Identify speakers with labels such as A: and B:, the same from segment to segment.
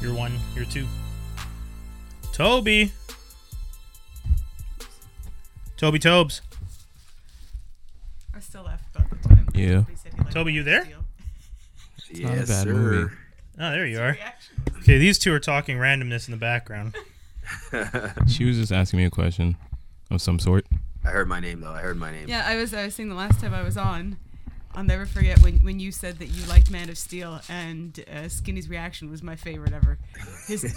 A: You're one. You're two. Toby. Toby Tobes.
B: I still laugh about the time. when
C: Yeah.
B: Toby said he liked
A: Toby, you
B: Man
A: there?
B: of Steel.
C: not a bad movie.
A: Oh, there you are.
B: Reaction was
A: Okay, these two are talking randomness in the background.
C: She was just asking me a question of some sort.
D: I heard my name though. I heard my name.
B: Yeah, I was I was saying the last time I was on, I'll never forget when, when you said that you liked Man of Steel and uh, Skinny's reaction was my favorite ever. His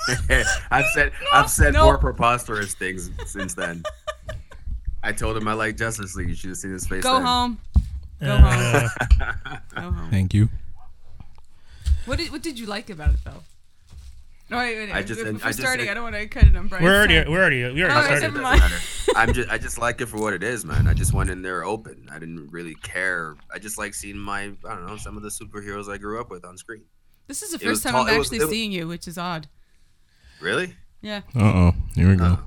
D: I've said I've said
B: no.
D: more preposterous things since then. I told him I like Justice League. You should have seen his face.
B: go
D: then.
B: home, go home,
A: Uh,
B: go home.
C: Thank you.
B: What did what did you like about it though? No, wait, wait,
D: I just-
B: if, if
D: I
B: we're
D: just-
B: starting, I don't want to cut it on Brian.
A: we're already, we're already, we
B: Oh,
A: already
B: wait,
A: started.
B: never
D: Doesn't
B: mind.
D: matter. I'm just I just like it for what it is, man. I just went in there open. I didn't really care. I just like seeing my I don't know some of the superheroes I grew up with on screen.
B: This is the
D: It
B: first
D: was
B: time
D: tall-
B: I'm
D: it was-
B: actually
D: it was-
B: seeing you, which is odd.
D: Really?
B: Yeah.
C: Uh oh. Here we go.
D: Uh,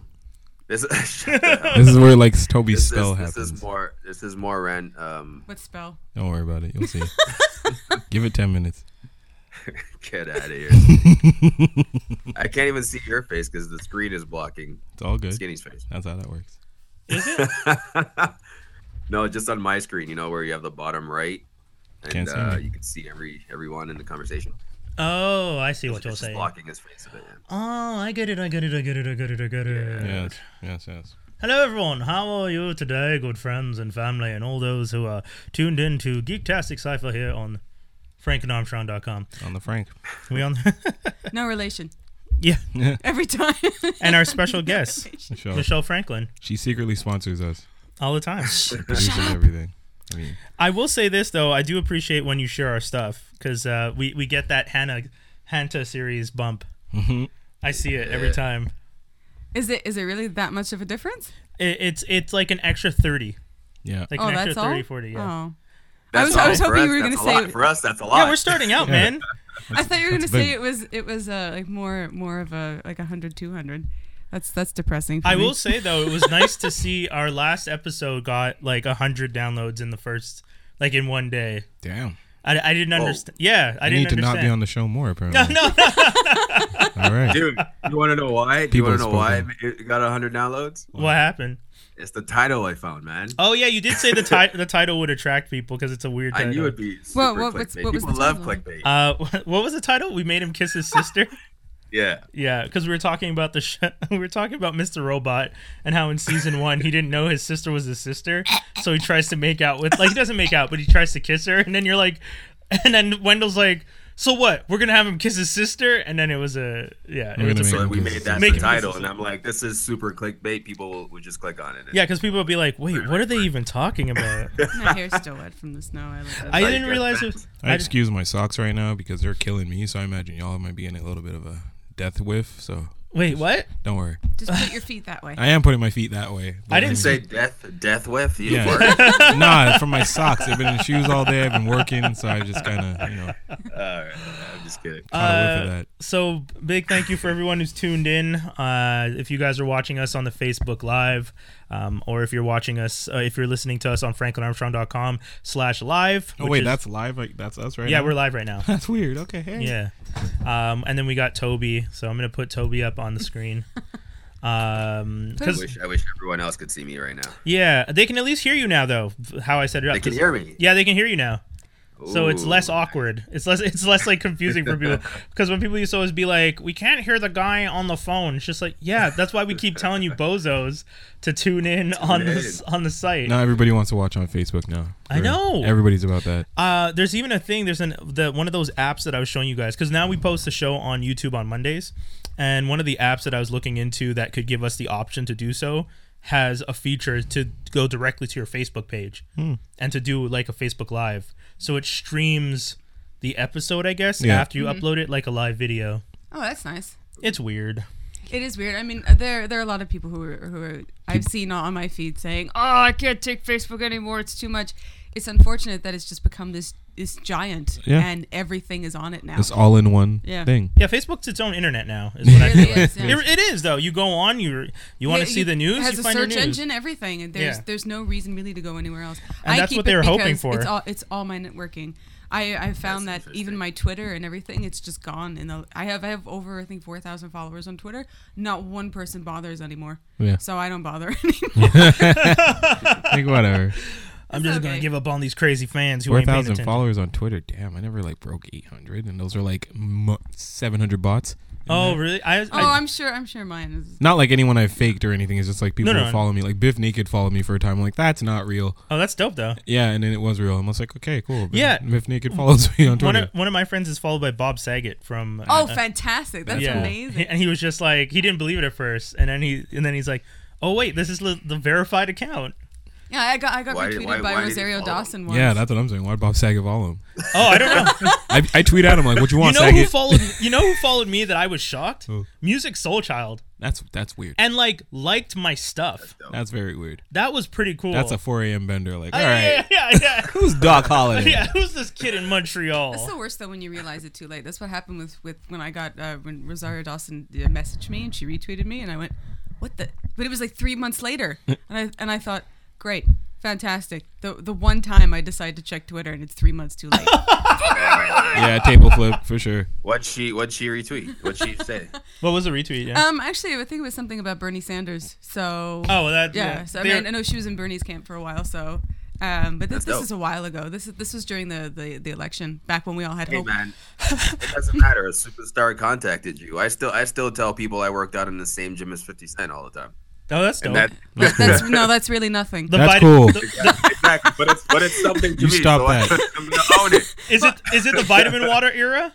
D: this shut the hell up.
C: This is where like Toby's
D: This
C: spell
D: is, this
C: happens.
D: is more this is more ran um
B: What spell?
C: Don't worry about it. You'll see. Give it ten minutes.
D: get out of here.
C: it's
D: I can't even see your face because the screen is blocking
C: all good.
D: Skinny's face.
C: That's how that works.
D: no, just on my screen, you know, where you have the bottom right, and
C: Can't see
D: uh,
C: me.
D: you can see every everyone in the conversation.
A: Oh, I see what
D: It's
A: you're
D: just
A: saying. Oh,
D: blocking his face a bit. yeah.
A: I get it. I get it. I get it. I get it. I get it.
C: Yes. Yes. Yes.
A: Hello, everyone. How are you today, good friends and family, and all those who are tuned in to Geektastic Cipher here on frankenarmstrong.com.
C: On the Frank.
A: We on,
B: No relation.
A: yeah,
B: Every time.
A: and our special guest,
C: Michelle.
A: Michelle Franklin,
C: She secretly sponsors us.
A: all the time.
C: Produces everything. I mean,
A: I will say this though, I do appreciate when you share our stuff because uh, we we get that Hannah Hanta series bump.
C: Mm-hmm.
A: I see it every
D: Yeah.
A: time.
B: Is it is it really that much of a difference?
A: It, it's it's like an extra thirty,
C: yeah.
A: like
B: Oh,
A: an extra
B: that's all.
A: 30, 40, Yeah.
B: Oh.
D: That's
B: was-
D: all
B: I was
D: for
B: hoping
D: us,
B: you were
D: that's
B: gonna
D: a lot.
B: say-
D: for us. That's a lot.
B: Oh.
A: Yeah, we're starting out,
C: Yeah.
A: man.
B: I thought you were going to
C: that's
B: say
C: big.
B: it was it was uh, like more more of a like 100 200. That's that's depressing. For
A: I
B: me.
A: will say though, it was nice to see our last episode got like hundred downloads in the first, like in one day.
C: Damn.
A: I, I didn't
D: Whoa.
A: understand. Yeah, I
C: I Oh. need
A: didn't
C: to
A: understand.
C: not be on the show more. Apparently.
A: no, no, no.
C: All right.
D: Dude, you want to know why? Do you
C: People
D: want to know why
C: spoken.
D: it got 100 downloads?
A: what happened?
D: It's the title I found, man.
A: Oh yeah, you did say the ti- the title would attract people because it's a weird.
D: I
A: Title.
D: knew it'd be
B: Whoa,
D: super
B: what- what's-
D: clickbait.
B: what was
D: People
B: the
D: love
B: title?
D: clickbait.
A: Uh, wh- what was the title? We made him kiss his sister.
D: yeah.
A: yeah, because we were talking about the sh- we were talking about Mr. Robot and how in season one he didn't know his sister was his sister, so he tries to make out with like he doesn't make out, but he tries to kiss her, and then you're like, and then Wendell's like, so what? We're gonna have him kiss his sister, and then it was a yeah,
C: We're
A: it
C: gonna
A: was a,
C: make
D: So
C: him
D: we
C: kiss
D: made
C: his
A: sister.
D: that the
A: Make him kiss
D: title,
A: his
D: and I'm like, this is super clickbait. People will, will just click on it.
A: yeah, because people would be like, wait, what are they even talking about?
B: my hair's still wet from the snow. I, like
A: I
B: that.
A: didn't realize it. Was,
C: I
A: I just,
C: excuse my socks right now because they're killing me. So I imagine y'all might be in a little bit of a death whiff. So
A: wait, what?
C: don't worry.
B: Just put your feet that way.
C: I am putting my feet that way.
A: I didn't
D: Say death, death whiff. You
C: Yeah.
D: yeah.
C: nah, from my socks. I've been in shoes all day. I've been working, so I just kind of, you know,
D: I'm just kidding.
C: caught a whiff
A: Uh,
C: of that.
A: so big thank you for everyone who's tuned in uh, if you guys are watching us on the facebook live um, or if you're watching us uh, if you're listening to us on franklinarmstrong.com slash live
C: Oh
A: which
C: wait,
A: is-
C: that's live. Like that's us right
A: yeah
C: now?
A: we're live right now
C: That's weird. Okay, hey.
A: yeah um, and then we got toby so i'm gonna put toby up on the screen um
D: I
A: 'cause-
D: wish, I wish everyone else could see me right now.
A: yeah they can at least hear you now though how i set it up
D: They can
A: 'cause-
D: hear me.
A: yeah they can hear you now so it's
D: Ooh.
A: less awkward. It's less it's less like confusing for people because when people used to always be like, "We can't hear the guy on the phone." It's just like, yeah, that's why we keep telling you bozos to tune in on this on the site.
C: Now everybody wants to watch on Facebook now.
A: I know.
C: Everybody's about that.
A: Uh, there's even a thing. There's an the one of those apps that I was showing you guys because now we post the show on YouTube on Mondays, and one of the apps that I was looking into that could give us the option to do so has a feature to go directly to your Facebook page and to do like a Facebook Live. So it streams the episode, I guess,
C: Yeah.
A: after you
B: Mm-hmm.
A: upload it like a live video.
B: Oh, that's nice.
A: It's weird.
B: It is weird. I mean, uh, there there are a lot of people who are, who are I've seen on my feed saying, "Oh, I can't take Facebook anymore. It's too much." It's unfortunate that it's just become this this giant,
C: Yeah.
B: and everything is on it now.
C: It's all in one
B: Yeah.
C: thing.
A: Yeah, Facebook's its own internet now. Is what I
B: It
A: feel
B: really
A: like.
B: is, yeah.
A: It- it is though. You go on, you you want to
B: Yeah,
A: see
B: you-
A: the news,
B: It has
A: you
B: a
A: find your
B: search
A: news.
B: engine, everything, and there's
A: Yeah.
B: there's no reason really to go anywhere else.
A: And that's
B: keep
A: what they
B: it
A: were hoping
B: because
A: for.
B: It's all it's all my networking. I I found
D: That's
B: that even
D: interesting.
B: my Twitter and everything, it's just gone. And the- I have I have over I think four thousand followers on Twitter. Not one person bothers anymore.
C: Yeah.
B: So I don't bother anymore.
C: Like whatever.
A: I'm just gonna
B: okay.
A: give up on these crazy fans who
C: Four
A: ain't paying
C: thousand
A: attention.
C: followers on Twitter. Damn, I never like broke eight hundred, and those are like mo- seven hundred bots.
A: Oh really? I, I,
B: Oh, I'm sure I'm sure mine is.
C: Not like anyone I faked or anything. It's just like people
A: No, no,
C: who
A: no.
C: follow me. Like Biff Naked followed me for a time. I'm like that's not real.
A: oh that's dope though.
C: Yeah, and then it was real. I'm just like, okay, cool. Biff-
A: Yeah.
C: Biff Naked follows me on
A: One
C: Twitter.
A: of, one of my friends is followed by Bob Saget from. uh,
B: Oh,
A: uh,
B: fantastic! That's
A: yeah.
B: amazing.
A: And he was just like he didn't believe it at first, and then he and then he's like, oh wait, this is li- the verified account.
B: Yeah, I got I got
D: Why-
B: retweeted
D: why-
B: by
D: why did he
B: Rosario
D: follow
B: Dawson once.
C: yeah, that's what I'm saying. Why Bob Saget follow him?
A: Oh, I don't know.
C: I, I tweet at him like, "What you
A: you
C: want,
A: know who
C: Saget?"
A: followed? You know who followed me that I was shocked?
C: Who?
A: Music Soul Child,
C: that's that's weird.
A: and like liked my stuff.
C: That's very weird.
A: That was pretty cool.
C: That's a 4 a.m. bender. Like, all
A: Yeah,
C: right,
A: yeah, yeah, yeah,
C: who's Doc Holliday?
A: yeah. Who's this kid in Montreal?
B: That's the worst though when you realize it too late. That's what happened with, with when I got uh, when Rosario Dawson uh, messaged me and she retweeted me and I went, "What the?" But it was like three months later, and I and I thought, "Great, fantastic." The the one time I decide to check Twitter and it's three months too late.
C: yeah, table flip for sure.
D: What she what she retweet? What she say?
A: What was the retweet? Yeah.
B: um, actually, I think it was something about Bernie Sanders. So
A: oh, well, that.
B: yeah, so I
A: They're-
B: mean, I know she was in Bernie's camp for a while, so. Um, but this,
D: That's
B: this
D: dope.
B: is a while ago. This is this was during the, the, the election, back when we all had
D: Hey
A: Oh.
B: hope.
D: man, it doesn't matter. A superstar contacted you. I still I still tell people I worked out in the same gym as Fifty Cent all the time.
A: oh, that's dope.
D: And that
B: That- that's no, that's really nothing.
A: The
C: That's
A: Biden-
C: cool.
A: the-
D: exactly, but it's but it's something to
C: You
D: me.
C: stop
D: so I-
C: that.
D: I'm gonna own it.
A: is it is it the vitamin water era?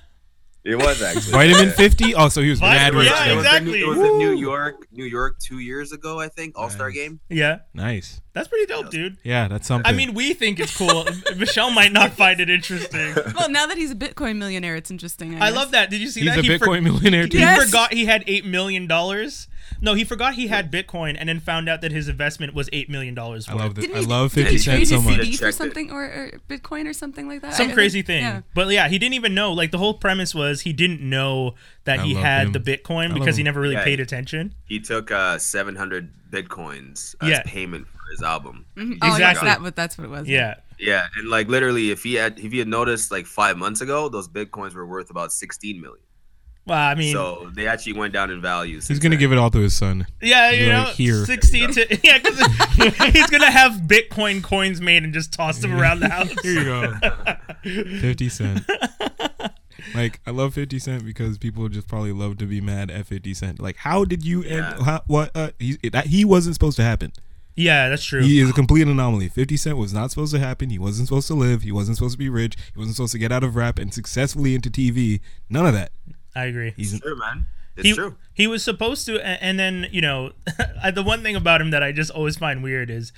D: It was actually
C: Vitamin 50. Oh, so he was
A: Vitamin-
C: mad rich.
A: yeah,
C: though.
D: It was, in-
A: exactly.
D: it was in New York, New York, two years ago, I think. All Star Game.
A: Yeah,
C: Nice.
A: that's pretty dope, dude.
C: Yeah, that's something.
A: I mean, we think it's cool. Michelle might not find it interesting.
B: well, now that he's a Bitcoin millionaire, it's interesting. I,
A: I
B: guess.
A: love that. Did you see
C: he's
A: that?
C: a
A: He
C: Bitcoin
A: for-
C: millionaire too.
A: He
B: Yes.
A: forgot he had eight million dollars. No, he forgot he had Bitcoin, and then found out that his investment was eight million dollars
C: I
A: worth.
C: love that.
B: Didn't
C: I
B: he-
C: love
B: did
C: 50
B: he
C: Cent
B: trade
C: so
B: his
C: much.
D: He
B: CD for
D: checked it.
B: something or, or Bitcoin or something like that? I- I
A: Some
B: think-
A: crazy thing.
B: yeah.
A: But yeah, he didn't even know. Like the whole premise was he didn't know that
C: I
A: he
C: love
A: had
C: him.
A: the Bitcoin
C: love
A: because he
C: him.
A: never really
D: Yeah.
A: paid attention.
D: He took uh, 700 bitcoins as
A: Yeah. Mm-hmm.
D: payment for his album.
B: Oh, yes,
A: Exactly.
B: that, what- that's what it was.
A: Yeah.
D: Yeah, and like literally, if he had if he had noticed like five months ago, those bitcoins were worth about 16 million.
A: Well, I mean,
D: So they actually went down in value.
C: He's gonna give it all to his son.
A: yeah, you
C: You're
A: know,
C: like, here.
A: sixteen to yeah, because he's gonna have Bitcoin coins made and just toss them around the house.
C: Here you go. 50 Cent. Like I love 50 Cent because people just probably love to be mad at 50 Cent. Like, how did you
D: Yeah.
C: end? How, what? Uh, he, that, he wasn't supposed to happen.
A: Yeah, that's true.
C: He is a complete anomaly. 50 Cent was not supposed to happen. He wasn't supposed to live. He wasn't supposed to be rich. He wasn't supposed to get out of rap and successfully into TV. None of that.
A: I agree.
C: He's
D: True, man. It's
A: he,
D: true.
A: he was supposed to, a- and then you know, I- the one thing about him that I just always find weird is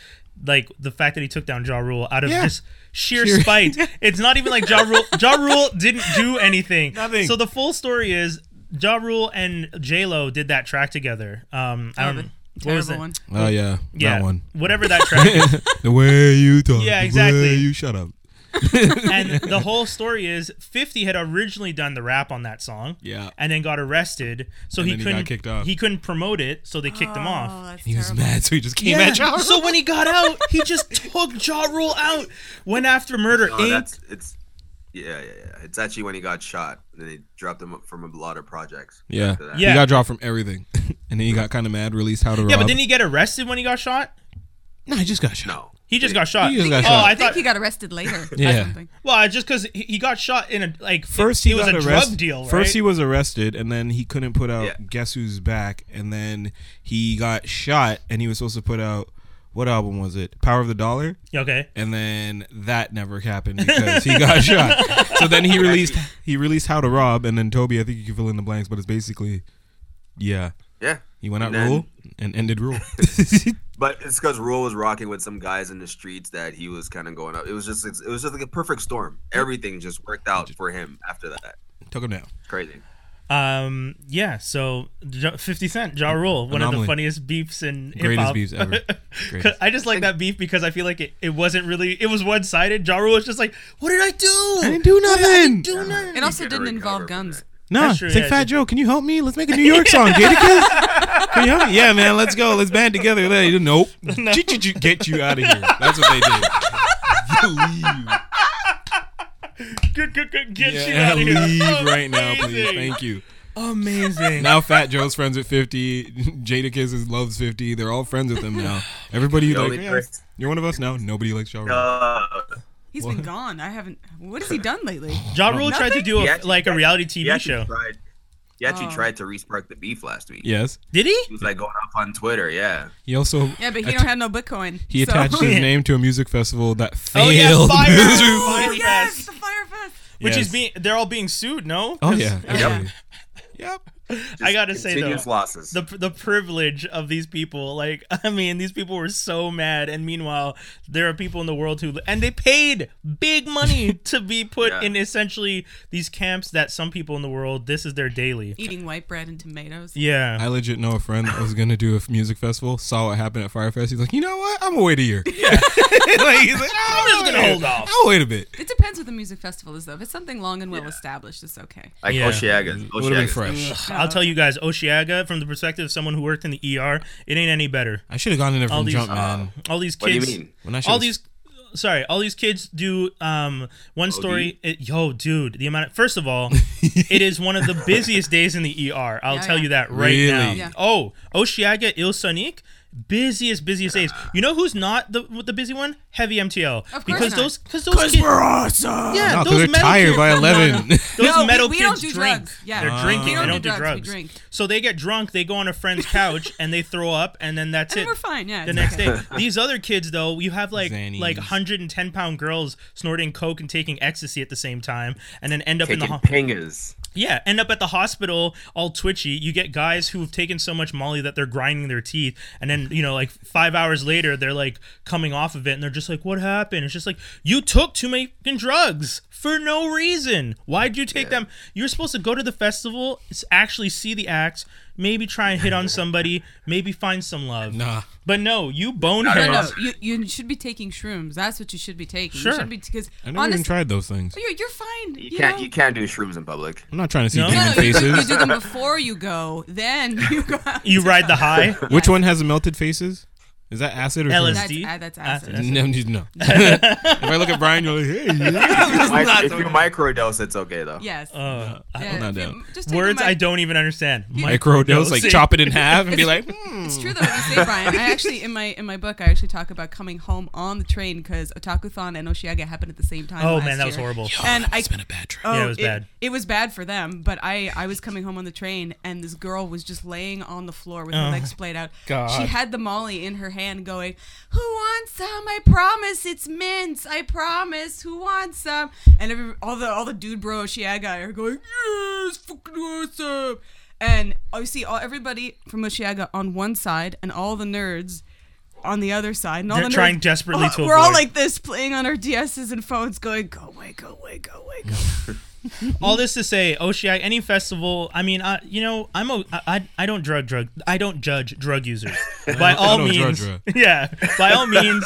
A: like the fact that he took down Ja Rule out of
C: Yeah.
A: just sheer
C: Sheer-
A: spite. it's not even like Ja Rule. Ja Rule didn't do anything.
C: Nothing.
A: So the full story is Ja Rule and J Lo did that track together. Um, I
B: Oh,
A: don't.
B: the
A: what was
B: terrible
A: it?
B: one.
C: oh yeah,
A: Yeah,
C: that one.
A: whatever that track. is.
C: the way you talk.
A: Yeah,
C: the
A: exactly.
C: way you shut up.
A: and the whole story is 50 had originally done the rap on that song
C: Yeah.
A: and then got arrested so
C: And
A: he
C: then he got
A: couldn't
C: kicked off.
A: he couldn't promote it so they kicked him
B: Oh,
A: off
B: that's
C: He was
B: terrible.
C: mad, so he just came at you.
A: so when he got out he just took jaw rule out went after murder
C: Oh,
D: No,
A: inc
D: Oh, that's it's. Yeah, yeah, yeah. It's actually when he got shot, and they dropped him from a lot of projects.
C: Yeah.
D: after that.
A: Yeah.
C: He got dropped from everything, and then he got kind of mad. Released how to rob.
A: yeah but didn't he get arrested when he got shot
C: No, he just got shot.
D: No.
A: he just got shot
C: He just
A: oh
C: got shot.
A: i
B: I think
A: thought
B: he got arrested later.
C: Yeah.
B: Or something.
A: well I just because he he got shot in a like
C: First
A: it,
C: he
A: it was
C: got
A: a
C: arrested.
A: drug deal right?
C: First he was arrested, and then he couldn't put out
D: Yeah.
C: "Guess Who's Back," and then he got shot, and he was supposed to put out what album was it? "Power of the Dollar."
A: okay
C: and then that never happened because he got shot. So then he released he released How to Rob, and then Toby. I think you can fill in the blanks, but it's basically, yeah,
D: Yeah.
C: he went out
D: And then-
C: rule and ended rule.
D: But it's because Rule was rocking with some guys in the streets that he was kind of going up. It was just it was just like a perfect storm. Everything just worked out for him after that.
C: Took him down.
D: Crazy.
A: um yeah so Ja- 50 cent jaw rule one of the
C: Anomaly.
A: funniest beefs in hip
C: Greatest
A: hop.
C: beefs ever.
A: Cause
C: Greatest.
A: I just like that beef because I feel like it, it wasn't really it was one sided. Ja Rule was just like, What did I do?
C: I didn't do nothing.
B: It also
D: gotta
B: didn't
D: recover
B: involve
D: from
B: guns.
C: No,
A: That's true,
C: it's like
A: yeah,
C: Fat
A: it's-
C: Joe. Can you help me? Let's make a New York song. Get it, kids? Can you help me? Yeah, man. Let's go. Let's band together. Like, Nope. Ch-ch-ch- Get you out of here. That's what they did. You leave.
A: Get, get, get, get you
C: Yeah,
A: out of here.
C: leave
A: Amazing.
C: right now, please. Thank you.
A: Amazing.
C: Now Fat Joe's friends with 50. Jadakiss is loves 50. They're all friends with him now. Everybody
D: The
C: like,
D: only
C: "Yeah,
D: person-
C: you're one of us now. Nobody likes Ja Rule.
D: Uh,
B: He's been gone. I haven't. What has he done lately?
A: Ja Rule tried to do
D: He
A: a,
D: actually
A: like a
D: tried-
A: reality
D: he
A: TV
D: actually
A: show.
D: Tried, he actually
B: Oh.
D: tried to respark the beef last week.
C: Yes.
A: Did he?
D: He was like going up on Twitter. Yeah.
C: He also
B: Yeah, but he
C: att-
B: don't have no Bitcoin.
C: he
B: so-
C: attached his name to a music festival that
A: Oh yeah,
C: failed.
A: Fire, Firefest,
B: Oh, yes, the Firefest.
A: which
C: Yes.
A: is being they're all being sued. No.
C: Oh yeah.
B: Yeah.
C: Absolutely. Yep.
A: I gotta say though,
D: Continuous losses.
A: the the privilege of these people. Like, I mean, these people were so mad, and meanwhile, there are people in the world who and they paid big money to be put
D: Yeah.
A: in essentially these camps that some people in the world this is their daily.
B: Eating white bread and tomatoes.
A: Yeah.
C: I legit know a friend that was gonna do a f- music festival. Saw what happened at Firefest. He's like, you know what? I'm gonna wait a year. like, he's like, I'm,
A: "Ah, just gonna hold off."
C: I'll wait a bit.
B: It depends what the music festival is, though. If it's something long and well established, it's okay. Uh,
D: like
A: Yeah.
D: Oshiagas.
C: Would have been
D: Oshiagas.
C: fresh.
A: I'll tell you guys, Oshiaga, from the perspective of someone who worked in the ER, it ain't any better.
C: I should have gone in there
A: All
C: from
A: these-
C: jump, man.
A: All these
D: What do you
A: kids,
D: mean?
C: When I
A: all
C: should've-
A: these, sorry, all these kids do. Um, one story, it, yo, dude, the amount. Of, first of all, it is one of the busiest days in the ER. I'll
B: Yeah,
A: tell
B: yeah.
A: you that right
C: Really?
A: now.
B: Yeah.
A: Oh, Oshiaga Il Sonic. Busiest, busiest days. You know who's not the the busy one? Heavy MTL.
B: course
A: because
B: not.
A: those, because those kids,
C: awesome.
A: Yeah,
C: no, 'cause
A: those
C: they're
A: metal
C: tired
A: kids-
C: by
A: No, no,
C: eleven.
A: those
B: No, we-
A: metal
B: we
A: kids
B: don't do
A: drink.
B: drugs. Yeah.
A: They're
B: Ah.
A: drinking.
B: We don't
A: they
B: do
A: don't do drugs.
B: drugs, we drink.
A: So they get drunk. They go on a friend's couch and they throw up, and then that's
B: And
A: it.
B: we're fine, yeah,
A: The
B: it's
A: next
B: okay.
A: day, these other kids though, you have like
C: Xannies.
A: like 110 pound girls snorting coke and taking ecstasy at the same time, and then end up in
D: Taking
A: the ho-
D: pingas.
A: yeah, end up at the hospital all twitchy. You get guys who've taken so much Molly that they're grinding their teeth, and then you know, like five hours later, they're like coming off of it, and they're just like, "What happened?" It's just like you took too many fucking drugs for no reason. Why'd you take them? You're supposed to go to the festival, s- actually see the acts, maybe try and hit on somebody, maybe find some love.
C: Nah.
A: But no, you
B: No,
A: bonehead.
B: no, you, you should be taking shrooms. That's what you should be taking.
A: Sure.
B: You should be because
C: I never even
B: honestly,
C: tried those things.
B: you're, you're fine. You,
D: You, can't.
B: know?
D: You can't do shrooms in public.
C: I'm not trying to see
A: No?
C: demon
B: No, you, do- you
C: faces.
B: do them before you go. Then you go. Out
A: You
B: to-
A: ride the high.
C: Which one has the melted faces? Is that acid or
A: LSD.
B: That's, a- that's acid.
A: Acid.
C: No, no. no. if I look at Brian, you're like, hey, yeah.
D: Mic- if you microdose, it's okay though.
B: Yes.
A: Uh,
B: Yeah,
C: not
B: yeah,
C: down.
B: Just take a
A: words
B: mic-
A: I don't even understand.
C: microdose, like
A: Microdosing.
C: chop it in half and be like, hmm.
B: It's true though what you say, Brian. I actually in my in my book I actually talk about coming home on the train because Otakuthon and Oshiaga happened at the same time.
A: Oh
B: last
A: man, that was
B: year.
A: horrible.
B: And I
C: been a bad trip.
B: oh,
A: Yeah, it was bad.
B: It was bad for them, but I I was coming home on the train and this girl was just laying on the floor with her
A: Oh,
B: legs splayed out.
A: God.
B: She had the Molly in her hand, going, "Who wants some? I promise it's mints. I promise. Who wants some?" And every, all the all the dude bro Oshiaga are going, "Yes, fucking awesome." And I see all everybody from Oshiaga on one side and all the nerds on the other side. And all
A: They're
B: the nerds-
A: trying desperately
B: Oh,
A: to
B: We're all
A: avoid.
B: like this, playing on our DSs and phones, going, "Go away, go away, go away, go
A: all this to say, Oshi, any festival. I mean, I, you know, I'm a, I, I I don't drug drug. I don't judge drug users by all
C: don't drug
A: means.
C: drug.
A: Yeah, by all means,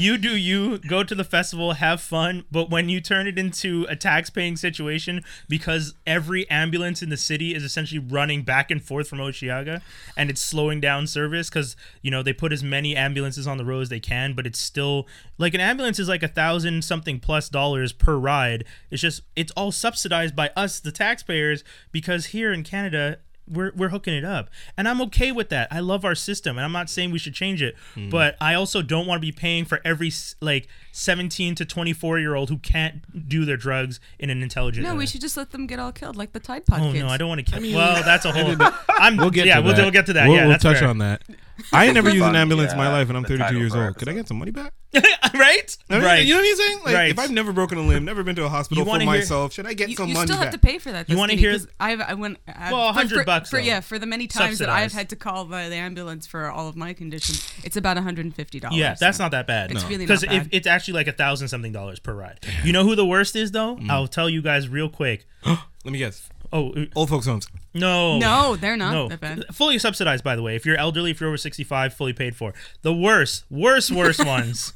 A: you do you. Go to the festival, have fun. But when you turn it into a tax-paying situation because every ambulance in the city is essentially running back and forth from Oshiaga, and it's slowing down service because you know they put as many ambulances on the road as they can, but it's still like an ambulance is like a thousand something plus dollars per ride. It's just it's all subsidized by us, the taxpayers, because here in Canada we're, we're hooking it up and i'm okay with that i love our system and i'm not saying we should change it
C: Hmm.
A: but i also don't want to be paying for every s- like 17 to 24 year old who can't do their drugs in an intelligent
B: No,
A: way
B: we should just let them get all killed, like the Tide Pod
A: oh
B: kids.
A: no i don't want to kill well that's a whole i'm
C: We'll get
A: yeah
C: to
A: we'll,
C: that.
A: we'll get to that
C: We'll,
A: yeah
C: we'll
A: that's
C: touch
A: fair.
C: on that. I ain't never used an
D: Fuck
C: ambulance in my
D: yeah,
C: life, and I'm
D: the
C: 32
D: title
C: years
D: for our
C: old. Could I get some money back?
A: right
C: I mean,
A: right
C: You know what I'm saying? Like,
A: Right.
C: if I've never broken a limb, never been to a hospital
A: You
C: for
A: wanna hear-
C: myself, should I get
B: You,
C: some
B: you
C: money
B: still
C: back?
B: have to pay for that.
A: You
B: this
A: wanna
B: many,
A: hear-
B: 'cause I've I went. i
A: Well,
B: for-
A: 100
B: for-
A: bucks,
B: For,
A: though.
B: yeah, for the many times that I've
A: Subsidized.
B: had to call the, the ambulance for all of my conditions, it's about 150 dollars.
A: yeah that's not that bad
B: It's No. really not
A: because
B: bad.
A: it's actually like a thousand something dollars per ride you know who the worst is though
C: Hmm.
A: i'll tell you guys real quick
C: Let me guess.
A: oh
C: Old folks' homes.
A: no
B: No, they're not
A: no,
B: that bad.
A: Oh. fully subsidized. By the way, if you're elderly, if you're over 65, fully paid for. The worst, worst, worst ones.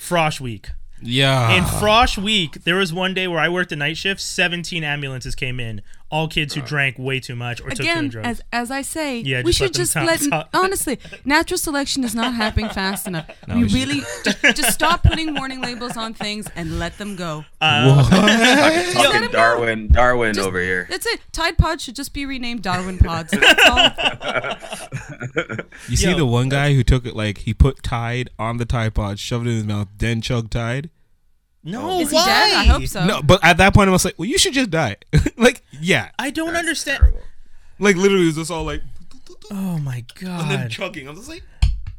A: Frosh Week.
C: Yeah.
A: In
D: Ah.
A: Frosh Week, there was one day where I worked a night shift. Seventeen ambulances came in, all kids who drank way too much or took too many
B: Again,
A: drugs.
B: as as I say,
A: Yeah,
B: we
A: just let
B: should
A: them
B: just
A: talk-
B: let
A: talk.
B: honestly, natural selection is not happening fast enough. we
C: we should-
B: really just, just stop putting warning labels on things and let them go.
A: Uh,
C: What?
D: Fucking
B: let him know.
D: Darwin, Darwin
B: Just-
D: over here.
B: That's it. Tide Pod should just be renamed Darwin Pods. That's all.
C: You see
A: Yo. uh,
C: the one guy who took it like he put Tide on the Tide Pod, shoved it in his mouth, then chugged Tide.
A: no,
B: Is he
A: why?
B: dead? I hope so.
C: No, but at that point I was like, well, you should just die. like, yeah,
A: I don't
D: That's
A: understand.
D: terrible.
C: like literally it was just all like,
A: Oh my
C: and then
A: god.
C: chugging. I was like,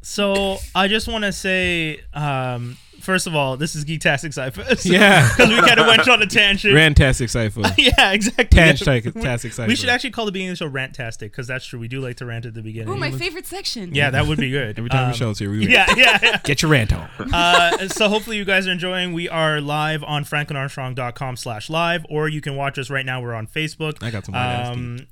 A: So I just want to say, um, first of all, this is Geektastic Cypher.
C: Yeah.
A: because we kind of went on a tangent.
C: rantastic cipher.
A: yeah, exactly.
C: Tantastic cipher.
A: We should actually call the beginning of the show rantastic because that's true. We do like to rant at the beginning.
B: Ooh, my favorite section.
A: yeah, that would be good.
C: every time
A: Um,
C: Michelle's here, we
A: Yeah, yeah, yeah.
C: get your rant on.
A: uh, so hopefully you guys are enjoying. We are live on franklinarmstrong.com slash live, or you can watch us right now. We're on Facebook.
C: I got some hard ass
A: um,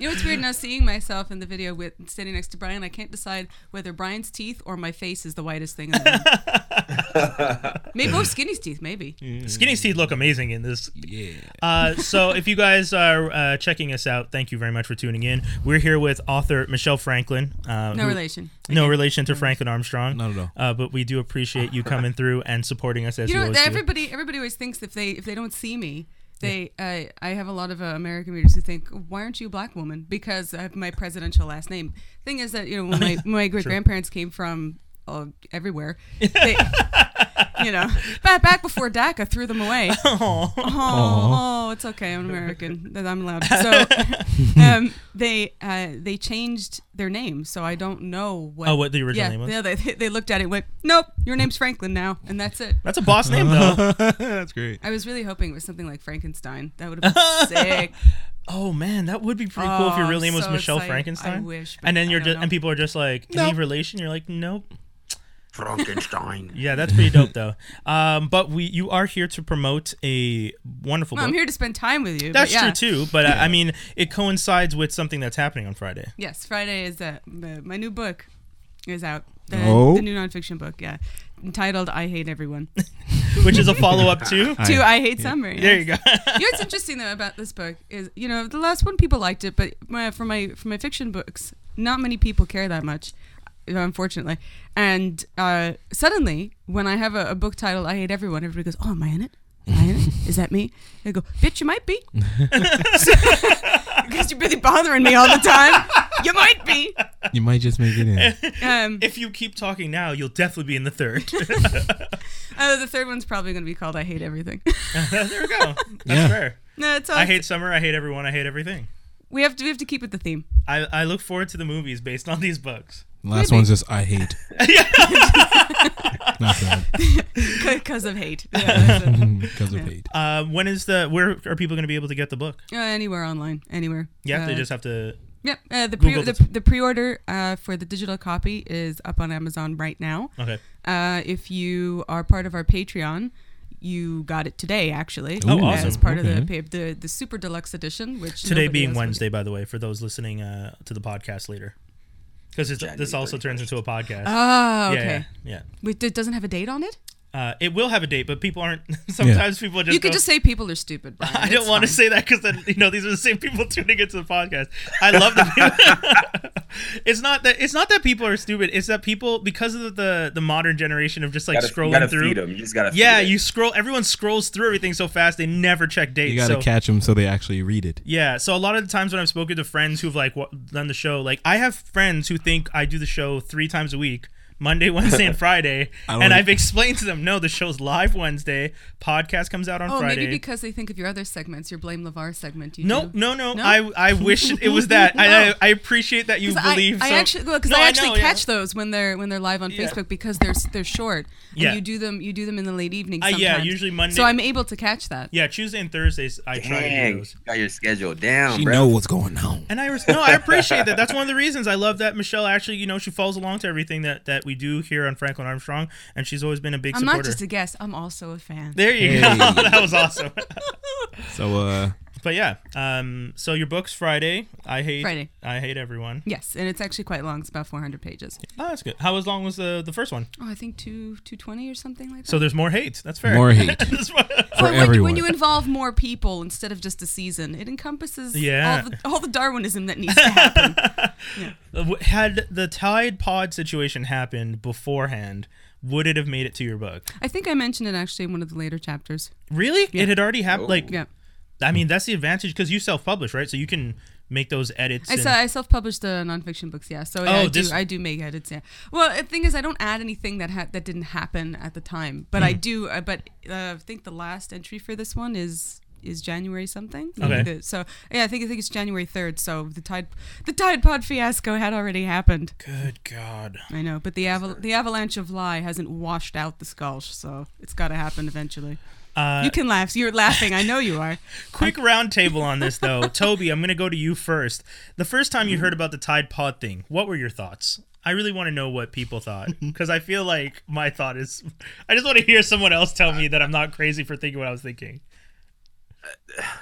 B: You know what's weird now? Seeing myself in the video with standing next to Brian, I can't decide whether Brian's teeth or my face is the whitest thing. in the room. maybe oh, Skinny's teeth. Maybe.
A: Skinny Steve look amazing in this.
C: Yeah.
A: Uh, so if you guys are uh, checking us out, thank you very much for tuning in. We're here with author Michelle Franklin. Uh,
B: No
A: who-
B: relation.
A: No relation to Franklin Armstrong.
C: Not at all.
A: Uh, but we do appreciate you coming through and supporting us as
B: You
A: you,
B: know,
A: always
B: that
A: do.
B: everybody everybody always thinks if they if they don't see me, they uh, I have a lot of uh, American readers who think, why aren't you a black woman? Because I have my presidential last name. Thing is that you know when my my great grandparents came from uh, everywhere. They, you know, back back before DACA threw them away.
A: Aw.
B: Oh, oh, it's okay. I'm American. That I'm allowed. So um, they uh, they changed their name, so I don't know what.
A: Oh, what the original
B: yeah,
A: name was?
B: Yeah, they, they looked at it, and went, "Nope, your name's Franklin now," and that's it.
A: That's a boss name though.
C: That's great.
B: I was really hoping it was something like Frankenstein. That would have been sick.
A: Oh man, that would be pretty cool if your
B: Oh,
A: real
B: I'm
A: name was
B: so
A: Michelle
B: excited.
A: Frankenstein.
B: I wish, but
A: And then
B: I
A: you're
B: don't
A: just
B: know.
A: and people are just like, any
C: Nope.
A: relation? You're like, nope.
D: Frankenstein.
A: Yeah, that's pretty dope though. Um, but we you are here to promote a wonderful
B: Well,
A: book.
B: I'm here to spend time with you. but
A: that's
B: yeah.
A: true too. But I, I mean, it coincides with something that's happening on Friday.
B: Yes, Friday is uh, the, my new book is out. The,
C: Oh.
B: the new nonfiction book, yeah, entitled "I Hate Everyone."
A: which is a follow up to.
B: to "I Hate Summer." yes.
A: There you go.
B: you know what's interesting though about this book is you know the last one people liked it, but my, for my for my fiction books, not many people care that much, unfortunately. And uh, suddenly, when I have a, a book titled "I Hate Everyone," everybody goes, "Oh, am I in it? Am I in it? Is that me?" They go, "Bitch, you might be." Because you're really bothering me all the time. You might be.
C: You might just make it in.
B: Um,
A: if you keep talking now, you'll definitely be in the third.
B: uh, the third one's probably going to be called "I Hate Everything."
A: there we go. That's
C: Yeah.
A: fair.
B: no, it's all.
A: I hate summer. I hate everyone. I hate everything.
B: We have to. We have to keep it the theme.
A: I, I look forward to the movies based on these books.
C: Last
B: Maybe.
C: one's just I hate. Not bad.
B: Because of hate. Yeah, that's it.
C: Because of hate.
A: Uh, when is the where are people going to be able to get the book?
B: Uh, anywhere online, anywhere.
A: Yeah,
B: uh,
A: they just have to.
B: Yep. Uh, the, pre-
A: Google
B: the,
A: this.
B: the pre-order uh, for the digital copy is up on Amazon right now.
A: Okay.
B: Uh, if you are part of our Patreon, you got it today actually.
C: Oh,
B: Uh,
A: awesome.
B: As part of
C: Okay.
B: the, pa- the the super deluxe edition, which
A: Today
B: nobody
A: being
B: else will
A: Wednesday, by the way, for those listening uh, to the podcast later, because this also turns into a podcast.
B: get.
A: Yeah,
B: Oh, okay.
A: Yeah. yeah.
B: Wait, it doesn't have a date on it.
A: Uh, it will have a date, but people aren't. Sometimes people just.
B: you could
A: go,
B: just say people are stupid. Brian.
A: I don't
B: It's
A: want to
B: fine.
A: say that because then you know these are the same people tuning into the podcast. I love the people. it's not that it's not that people are stupid. It's that people because of the the modern generation of just like
D: Gotta- you
A: scrolling
D: gotta
A: through.
D: feed 'em. You just gotta.
A: Yeah,
D: feed it.
A: you scroll. Everyone scrolls through everything so fast they never check dates.
C: You gotta
A: so.
C: catch them so they actually read it.
A: Yeah, so a lot of the times when I've spoken to friends who've like wa- done the show, like I have friends who think I do the show three times a week, Monday, Wednesday, and Friday,
C: don't-
A: and I've explained to them, no, the show's live Wednesday, podcast comes out on
B: Oh,
A: Friday.
B: maybe because they think of your other segments, your Blame Levar segment. You
A: no,
B: do.
A: no, no,
B: No?
A: I I wish it was that. I, I I appreciate that you
B: 'Cause I-
A: believe.
B: I,
A: so.
B: actually well, 'cause
A: No,
B: I
A: I
B: actually
A: know, yeah.
B: catch those when they're when they're live on
A: Yeah.
B: Facebook because they're s- they're short and
A: Yeah.
B: you do them you do them in the late evening.
A: Uh,
B: Sometimes.
A: yeah, usually Monday-
B: So I'm able to catch that.
A: Yeah, Tuesday and Thursdays I try to do
D: Dang,
A: those.
D: you got your schedule down,
C: She
D: bro.
C: know what's going on.
A: And I res- no, I appreciate that. That's one of the reasons I love that Michelle actually, you know, she follows along to everything that that we do here on Franklin Armstrong, and she's always been a big
B: I'm
A: supporter.
B: not just a guest. I'm also a fan.
A: there you
C: Hey.
A: go. that was awesome.
C: So uh
A: But yeah, um, so your book's Friday. I hate
B: Friday.
A: I hate everyone.
B: Yes, and it's actually quite long. It's about 400 pages.
A: Oh, that's good. How was long was the the first one?
B: Oh, I think two 220 or something like that.
A: So there's more hate. That's fair.
C: More hate.
A: That's what-
C: for
B: But when, you-
C: everyone.
B: when you involve more people instead of just a season, it encompasses
A: Yeah.
B: all, the, all the Darwinism that needs to happen.
A: Had the Tide Pod situation happened beforehand, would it have made it to your book?
B: I think I mentioned it actually in one of the later chapters.
A: Really? It had already happened.
D: Oh.
A: Like,
B: Yeah.
A: I mean, that's the advantage because you self-publish, right? So you can make those edits.
B: I,
A: and-
B: se- I self-published the nonfiction books, yeah. So yeah,
A: Oh,
B: I,
A: this-
B: do, I do make edits, yeah. Well, the thing is, I don't add anything that ha- that didn't happen at the time, but I
A: Hmm.
B: do. Uh, but uh, I think the last entry for this one is is January something.
A: Okay.
B: The- so yeah, I think I think it's January third. So the tide the tide pod fiasco had already happened.
A: Good God.
B: I know, but the aval- the avalanche of lie hasn't washed out the skulls, so it's got to happen eventually.
A: Uh,
B: you can laugh. You're laughing. I know you are.
A: Quick round table on this though. Toby, I'm gonna go to you first. The first time you heard about the Tide Pod thing, what were your thoughts? I really want to know what people thought because I feel like my thought is I just want to hear someone else tell me that I'm not crazy for thinking what I was thinking.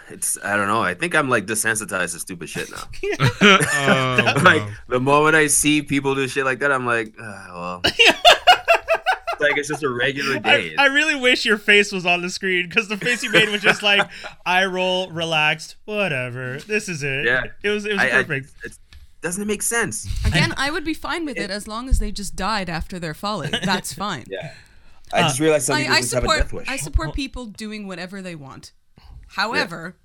D: It's I don't know. I think I'm like desensitized to stupid shit now.
A: Uh,
C: Oh,
D: like
C: wow.
D: the moment I see people do shit like that, I'm like, ah, well. It's like it's just a regular
A: I,
D: day.
A: I really wish your face was on the screen because the face you made was just like eye roll, relaxed, whatever. This is it.
D: Yeah.
A: It was it was
D: I- I-
A: perfect.
D: it's- doesn't it make sense?
B: Again, I would be fine with it as long as they just died after their folly. That's fine.
D: Yeah. I just realized some
B: I,
D: people
B: I
D: just have a
B: support
D: death wish.
B: I support people doing whatever they want. However,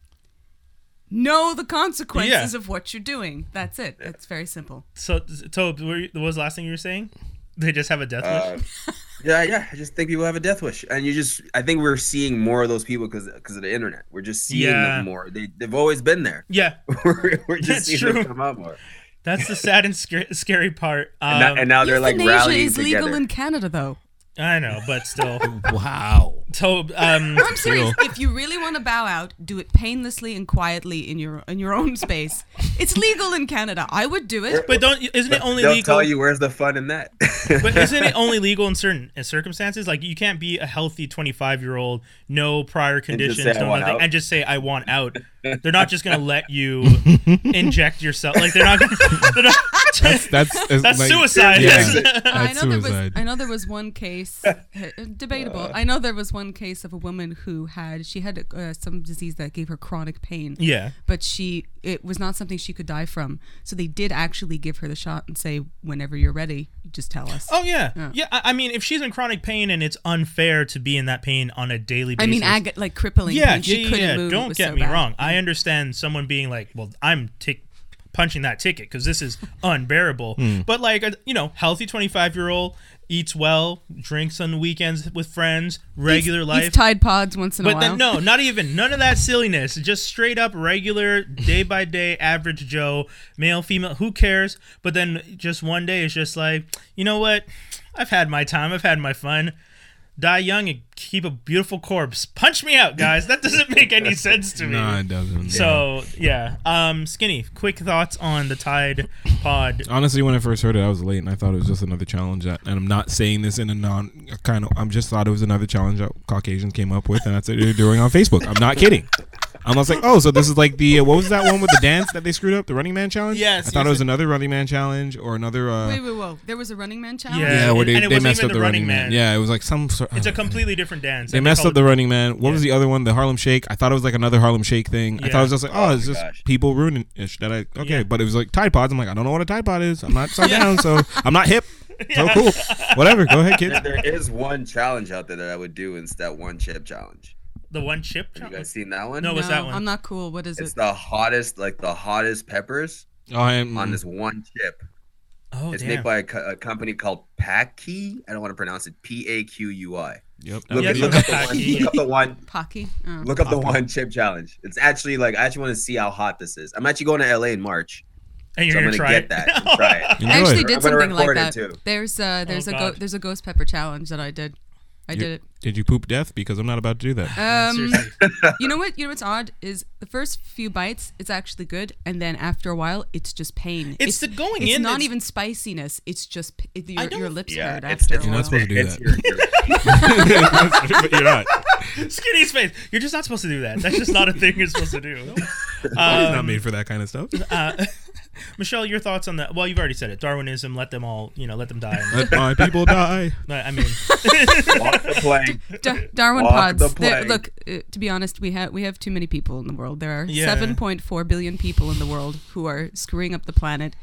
B: know the consequences
A: Yeah.
B: of what you're doing. That's it. It's very simple.
A: so Toby, were you, what was the last thing you were saying? They just have a death wish.
D: Uh, yeah, yeah. I just think people have a death wish, and you just I think we're seeing more of those people because of the internet. We're just seeing
A: Yeah.
D: them more. They they've always been there.
A: Yeah,
D: we're, we're
A: That's
D: just seeing
A: true.
D: them come out more.
A: that's the sad and scar- scary part. Um,
D: And, now, and now they're like
B: Euthanasia
D: rallying
B: is
D: together.
B: legal in Canada, though.
A: I know, but still.
C: wow.
A: So, um,
B: I'm serious. If you really want to bow out, do it painlessly and quietly in your in your own space. It's legal in Canada. I would do it.
A: but don't isn't it only
D: They'll
A: legal?
D: tell you where's the fun in that.
A: But isn't it only legal in certain in circumstances? Like you can't be a healthy 25 year old, no prior conditions,
D: say, "I
A: no
D: want
A: nothing,
D: out."
A: and just say I want out. They're not just gonna let you inject yourself. Like they're not. They're not
C: That's that's,
A: that's
C: like-
A: suicide.
C: Yeah.
B: I
C: That's
B: know there was
C: suicide.
B: I know there was one case debatable. I know there was one case of a woman who had she had uh, some disease that gave her chronic pain.
A: yeah.
B: but she it was not something she could die from. So they did actually give her the shot and say, whenever you're ready, just tell us.
A: Oh yeah. Yeah. I, I mean, if she's in chronic pain and it's unfair to be in that pain on a daily
B: I
A: basis.
B: mean, ag- like crippling.
A: yeah,
B: pain. She
A: yeah,
B: couldn't
A: yeah.
B: move. It
A: Don't
B: was
A: get
B: so
A: me
B: bad.
A: wrong. I understand someone being like, "Well, I'm tick punching that ticket because this is unbearable." But like, a, you know, healthy 25 year old eats well, drinks on the weekends with friends, regular life.
B: Eats Tide Pods once in a
C: Oh,
A: but
B: while.
A: then no, not even none of that silliness. Just straight up regular day by day average Joe, male, female, who cares? But then just one day it's just like, you know what? I've had my time. I've had my fun. Die young and keep a beautiful corpse. Punch me out, guys. That doesn't make any sense to me.
C: No, it doesn't.
A: So yeah, um, Skinny, quick thoughts on the Tide Pod?
C: Honestly, when I first heard it, I was late, and I thought it was just another challenge. That, and I'm not saying this in a non kind of. I'm just thought it was another challenge that Caucasians came up with, and that's what they're doing on Facebook. I'm not kidding. I was like, oh, so this is like the uh, what was that one with the dance that they screwed up, the Running Man challenge?
A: Yes,
C: I thought it
A: yes,
C: was another Running Man challenge or another. Uh,
B: Wait, wait, whoa. There was a Running Man challenge.
A: Yeah.
C: yeah, where they,
A: And it
C: they
A: wasn't
C: messed
A: even
C: up
A: the
C: the,
A: Running
C: Running Man.
A: Man.
C: Yeah, it was like some uh, sort.
A: It's a completely different dance.
C: They
A: I
C: messed
A: call
C: up the Running Man. What was the other one? The Harlem Shake. I thought it was like another Harlem Shake thing. I
A: Yeah.
C: thought it was just like, oh,
D: Oh
C: it's
D: my
C: just
D: gosh.
C: people ruining ish. That I okay,
A: Yeah.
C: but it was like Tide Pods. I'm like, I don't know what a Tide Pod is. I'm not upside down, so I'm not hip. So cool. Whatever. Go ahead, kids.
D: There- there is one challenge out there that I would do instead that one chip challenge.
A: the one chip.
D: Have you guys seen that one?
A: No,
B: No,
A: what's that one?
B: I'm not cool. What is
D: It's
B: it?
D: the hottest, like the hottest peppers
C: Oh, I'm,
D: on this one chip.
A: oh
D: it's
A: damn.
D: made by a, co- a company called Paqui. I don't want to pronounce it. P A Q U I.
C: Yep.
D: Look,
A: Yeah,
D: it-
A: it's
D: look,
A: not Paqui.
D: up the one, look up the one.
B: Pocky. Oh.
D: Look up the one chip challenge. It's actually like I actually want to see how hot this is. I'm actually going to LA in March,
A: and
D: so
A: you're
D: I'm
A: gonna
D: gonna
A: try
D: get
A: it.
D: that. And try it.
B: I actually
C: Enjoy.
D: I'm
B: did
D: gonna
B: something like
D: record
B: that.
D: it too.
B: There's uh, there's a go-
A: Oh, God.
B: there's a ghost pepper challenge that I did. I
C: You-
B: did it.
C: Did you poop death? Because I'm not about to do that.
B: Um,
A: Seriously.
B: you know what? You know what's odd is the first few bites, it's actually good, and then after a while, it's just pain.
A: It's the going
B: It's
A: in
B: not
A: that's-
B: even spiciness. It's just p- it,
A: I
B: your, your
A: don't-
B: lips
D: Yeah,
B: hurt
D: it's,
B: after
D: it's,
B: a
C: You're
B: while.
C: not supposed to do
D: it's
C: that.
D: your- your-
C: but you're not.
A: Skinny's face. You're just not supposed to do that. That's just not a thing you're supposed to do.
C: It's not
A: Um,
C: made for that kind of stuff.
A: uh, Michelle, your thoughts on that? Well, you've already said it. Darwinism. Let them all. You know, let them die.
C: Let my people die.
A: I I mean, oh
D: Walk the plank.
B: Dar- Darwin
D: Walk
B: pods.
D: the
B: They're-
D: plank.
B: Look, uh, to be honest, we have we have too many people in the world. There are
A: Yeah.
B: 7.4 billion people in the world who are screwing up the planet.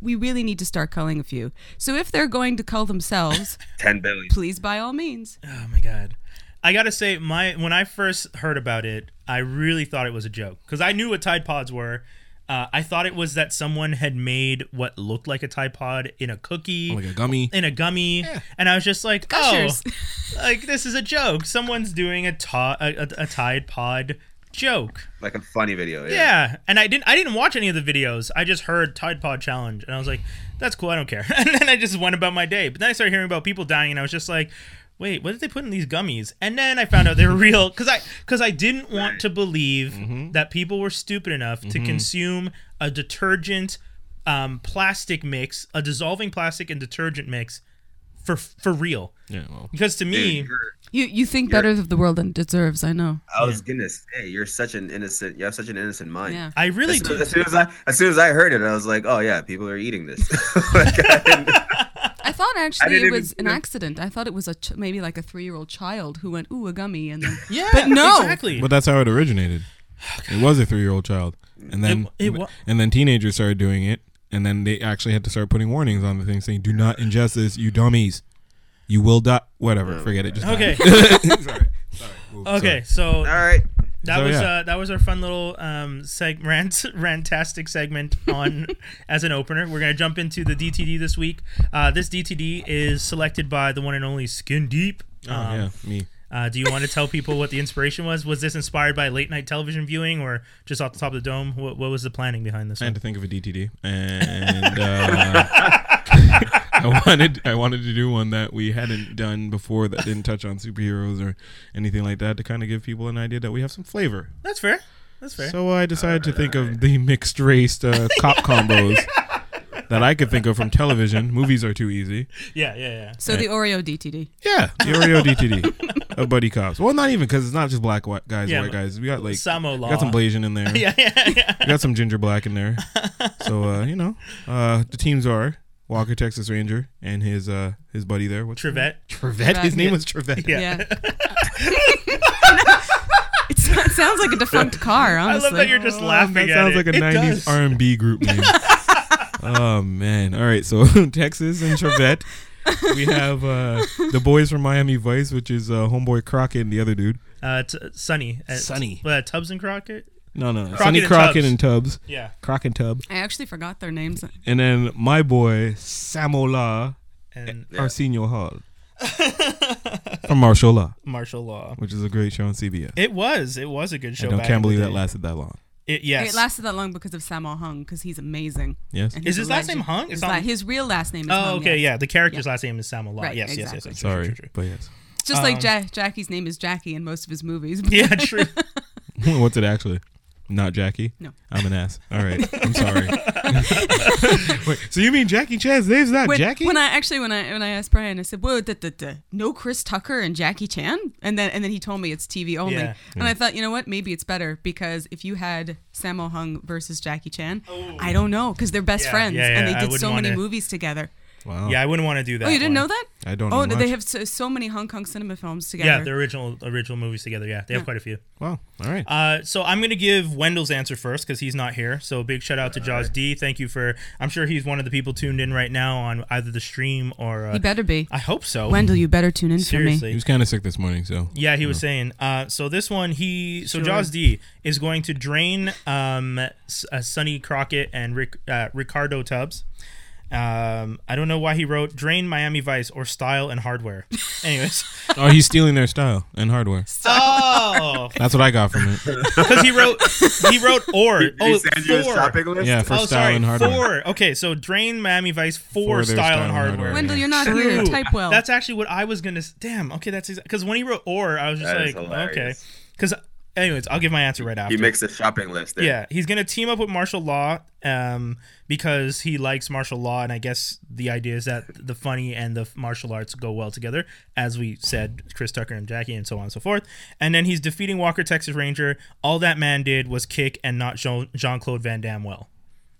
B: We really need to start culling a few. So if they're going to cull themselves,
D: 10 billion.
B: please by all means.
A: oh my god. I gotta say, my when I first heard about it, I really thought it was a joke because I knew what Tide Pods were. Uh, I thought it was that someone had made what looked like a Tide Pod in a cookie,
C: Oh, Like a gummy.
A: in a gummy, and I was just like,
B: Gushers.
A: oh, like this is a joke. Someone's doing a, to- a, a, a Tide Pod joke.
D: Like a funny video. Yeah.
A: Yeah, and I didn't. I didn't watch any of the videos. I just heard Tide Pod Challenge, and I was like, "That's cool. I don't care." And then I just went about my day. But then I started hearing about people dying, and I was just like, "Wait, what did they put in these gummies?" And then I found out they were real because I because I didn't want to believe that people were stupid enough to consume a detergent, um, plastic mix, a dissolving plastic and detergent mix, for for real.
C: Yeah, well.
A: Because to me,
D: Dude, you're-
B: You you think better of the world than it deserves. I know.
D: I was gonna say you're such an innocent. You have such an innocent mind.
B: Yeah.
A: I really
D: As soon,
A: do.
D: as soon as I as soon as I heard it, I was like, "Oh yeah, people are eating this." Like, I didn't-
B: I thought actually
D: didn't
B: it
D: even
B: was
D: see
B: an
D: them.
B: accident. I thought it was a ch- maybe like a three year old child who went ooh a gummy and then
A: Yeah,
B: But no.
A: exactly.
C: But that's how it originated. It was a three-year-old child, and then
A: It- it wa-
C: and then teenagers started doing it, and then they actually had to start putting warnings on the thing saying, "Do not ingest this, you dummies. You will die." Whatever, forget it. Just die.
A: Okay.
C: sorry, sorry. Oops,
A: Okay,
C: sorry.
A: so
D: All right,
A: That
C: So,
A: was
C: yeah.
A: uh, that was our fun little um seg- rant rantastic segment on as an opener. We're gonna jump into the DTD this week. Uh, this DTD is selected by the one and only Skin Deep.
C: Oh,
A: Um,
C: yeah, me.
A: uh, do you want to tell people what the inspiration was? Was this inspired by late night television viewing, or just off the top of the dome? What, what was the planning behind this?
C: I had
A: One?
C: to think of a DTD, and uh, I wanted I wanted to do one that we hadn't done before that didn't touch on superheroes or anything like that to kind of give people an idea that we have some flavor.
A: That's fair. That's fair.
C: So I decided to think of the mixed race uh, cop combos that I could think of from television. Movies are too easy.
A: yeah, yeah, yeah.
B: so the Oreo DTD.
C: Yeah, the Oreo DTD of buddy cops. Well, not even because it's not just black white guys,
A: Yeah,
C: white
A: but-
C: guys. We got like
A: Samo
C: we
A: law.
C: got some Blasian in there.
A: Yeah, yeah, yeah.
C: We got some ginger black in there. So uh, you know, uh, the teams are Walker Texas Ranger and his uh, his buddy there. What's
A: Trevette.
C: Trevette. His name was Trevette.
A: Yeah.
B: Yeah. It's- it sounds like a defunct car.
A: I
B: Honestly,
A: love that you're just laughing.
C: Oh, That
A: at
C: sounds
A: it.
C: like a
A: It
C: '90s
A: does.
C: R&B group name. oh man! All right, so Texas and Trevette. We have uh, the boys from Miami Vice, which is uh, homeboy Crockett and the other dude.
A: Uh, t- Sunny. Uh,
C: Sunny.
A: Uh, Tubbs and Crockett.
C: No, no,
A: Crockett
C: Sonny
A: and
C: Crockett
A: Tubbs.
C: and Tubbs.
A: Yeah.
C: Crockett and Tubb.
B: I actually forgot their names.
C: And then my boy Samola
A: And
C: Arsenio Hall from Martial Law,
A: martial law.
C: which is a great show on CBS.
A: It was. It was a good show.
C: I don't,
A: back
C: can't
A: in the
C: believe that
A: day.
C: lasted that long.
A: It, yes.
B: It lasted that long because of Sammo Hung, because he's amazing.
C: Yes.
B: And
A: Is
B: he's
A: his
B: a
A: last
B: legend.
A: name Hung? It's
B: His,
A: not-
B: la- his real last name is
A: oh,
B: Hung.
A: okay.
B: yes.
A: Yeah. The character's last name is Sam a lot.
B: Right,
A: yes, yes, yes,
B: exactly.
A: yes. True,
C: Sorry,
A: true, true.
C: but yes.
B: It's Just like
A: Um,
B: ja- Jackie's name is Jackie in most of his movies.
A: Yeah, true.
C: What's it actually? Not Jackie.
B: No.
C: I'm an ass. All right. I'm sorry. Wait. So you mean Jackie Chan's name's not
B: When,
C: Jackie?
B: when I actually when I when I asked Brian, I said, "Whoa, duh, duh, duh. no Chris Tucker and Jackie Chan," and then and then he told me it's TV only,
A: Yeah.
B: and I thought, you know what, maybe it's better because if you had Sammo Hung versus Jackie Chan, I don't know because they're
A: Oh.
B: best
A: Yeah,
B: friends
A: yeah, yeah,
B: and
A: I
B: they did
A: wouldn't
B: so many
A: wanna-
B: movies together.
C: wow.
A: yeah, I wouldn't want to do that.
B: oh, you didn't
A: one.
B: know that?
C: I don't
B: Oh,
C: know
B: they
C: much.
B: have so, so many Hong Kong cinema films together.
A: Yeah, the original original movies together. Yeah, they have quite a few.
C: Wow. All right.
A: Uh, so I'm gonna give Wendell's answer first because he's not here. So big shout out to Jaws D. Thank you for. I'm sure he's one of the people tuned in right now on either the stream or. Uh,
B: He better be.
A: I hope so.
B: Wendell, you better tune in for
A: Seriously.
B: me.
C: he was kind of sick this morning, so
A: Yeah,
D: Mm.
A: he was saying. Uh, so this one, he so
B: Sure.
A: Jaws D is going to drain um, S- uh, Sonny Crockett and Rick uh, Ricardo Tubbs, Um, I don't know why he wrote "Drain Miami Vice" or "Style and Hardware." Anyways,
C: Oh, he's stealing their style and hardware.
A: oh,
C: That's what I got from it.
A: because he wrote he wrote or
D: Did
A: oh
D: he send you his
A: four.
D: shopping list?
C: Yeah, for
A: oh,
C: style
A: sorry,
C: and hardware.
A: four. Okay, so "Drain Miami Vice" for,
C: For their
A: style, and hardware.
B: Wendell, you're not here.
A: True.
B: Type well.
A: That's actually what I was gonna. s- Damn. Okay, that's because when he wrote "or," I was just
D: That is
A: like, okay.
D: hilarious.
A: Because, anyways, I'll give my answer right after.
D: He makes a shopping list. There.
A: Yeah, he's gonna team up with martial law, um, because he likes martial law, and I guess the idea is that the funny and the martial arts go well together, as we said, Chris Tucker and Jackie, and so on and so forth. And then he's defeating Walker Texas Ranger. All that man did was kick and not Jean Claude Van Damme well.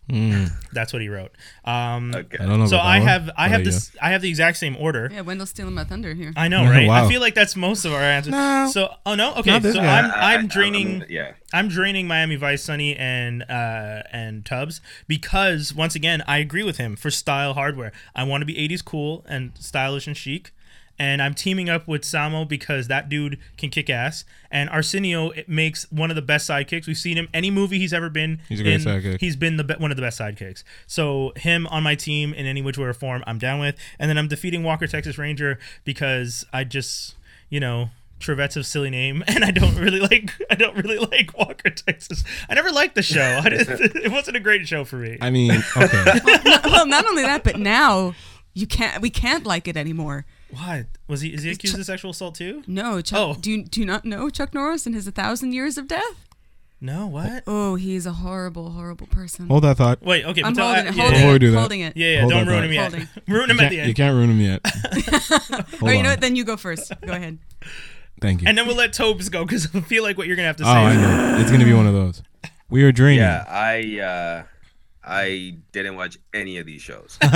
A: That's what he wrote. Um,
D: Okay.
C: I don't know.
A: so I
C: about Hmm. that one,
A: have I
C: but
A: have
C: yeah.
A: this I have the exact same order.
B: yeah, Wendell's stealing my thunder here.
A: I know, right? I
C: Wow.
A: feel like that's most of our answers.
C: No.
A: So, oh no, okay.
C: Not this
A: So
C: guy.
A: I'm
D: I- I-
A: I'm draining.
D: yeah.
A: I'm draining Miami Vice, Sunny, and uh, and Tubbs because once again I agree with him for style hardware. I want to be '80s cool and stylish and chic, and I'm teaming up with Samo because that dude can kick ass. And Arsenio it makes one of the best sidekicks we've seen him any movie he's ever been.
C: He's a great
A: in,
C: sidekick.
A: He's been the be- one of the best sidekicks. So him on my team in any which way or form, I'm down with. And then I'm defeating Walker Texas Ranger because I just you know. Trevette's a silly name, and I don't really like. I don't really like Walker Texas. I never liked the show. I didn't, it wasn't a great show for me.
C: I mean, okay.
B: well, not only that, but now you can't. We can't like it anymore.
A: What was he? Is he accused of sexual assault too?
B: No, Chuck.
A: Oh.
B: Do you do you not know Chuck Norris and his a thousand years of death?
A: No. What?
B: Oh, he's a horrible, horrible person.
C: Hold that thought.
A: Wait. Okay.
B: I'm
A: but tell-
B: holding
A: I- yeah, yeah,
B: it. Holding
C: Before we
B: it.
C: do that-
B: holding it.
A: Yeah. yeah,
C: Hold
A: don't
C: on,
A: ruin
C: hold
A: him
B: on.
A: yet.
B: Holding.
A: ruin him
C: You
A: at the
C: can't, you
A: end.
C: can't ruin him yet.
B: Or
C: Hold
B: you know
C: on.
B: what? Then you go first. Go ahead.
C: Thank you.
A: And then we'll let Tobes go because I feel like what you're gonna have to say.
C: Oh, I
A: is-
C: know. It's gonna be one of those. We are draining.
D: Yeah, I uh, I didn't watch any of these shows. so,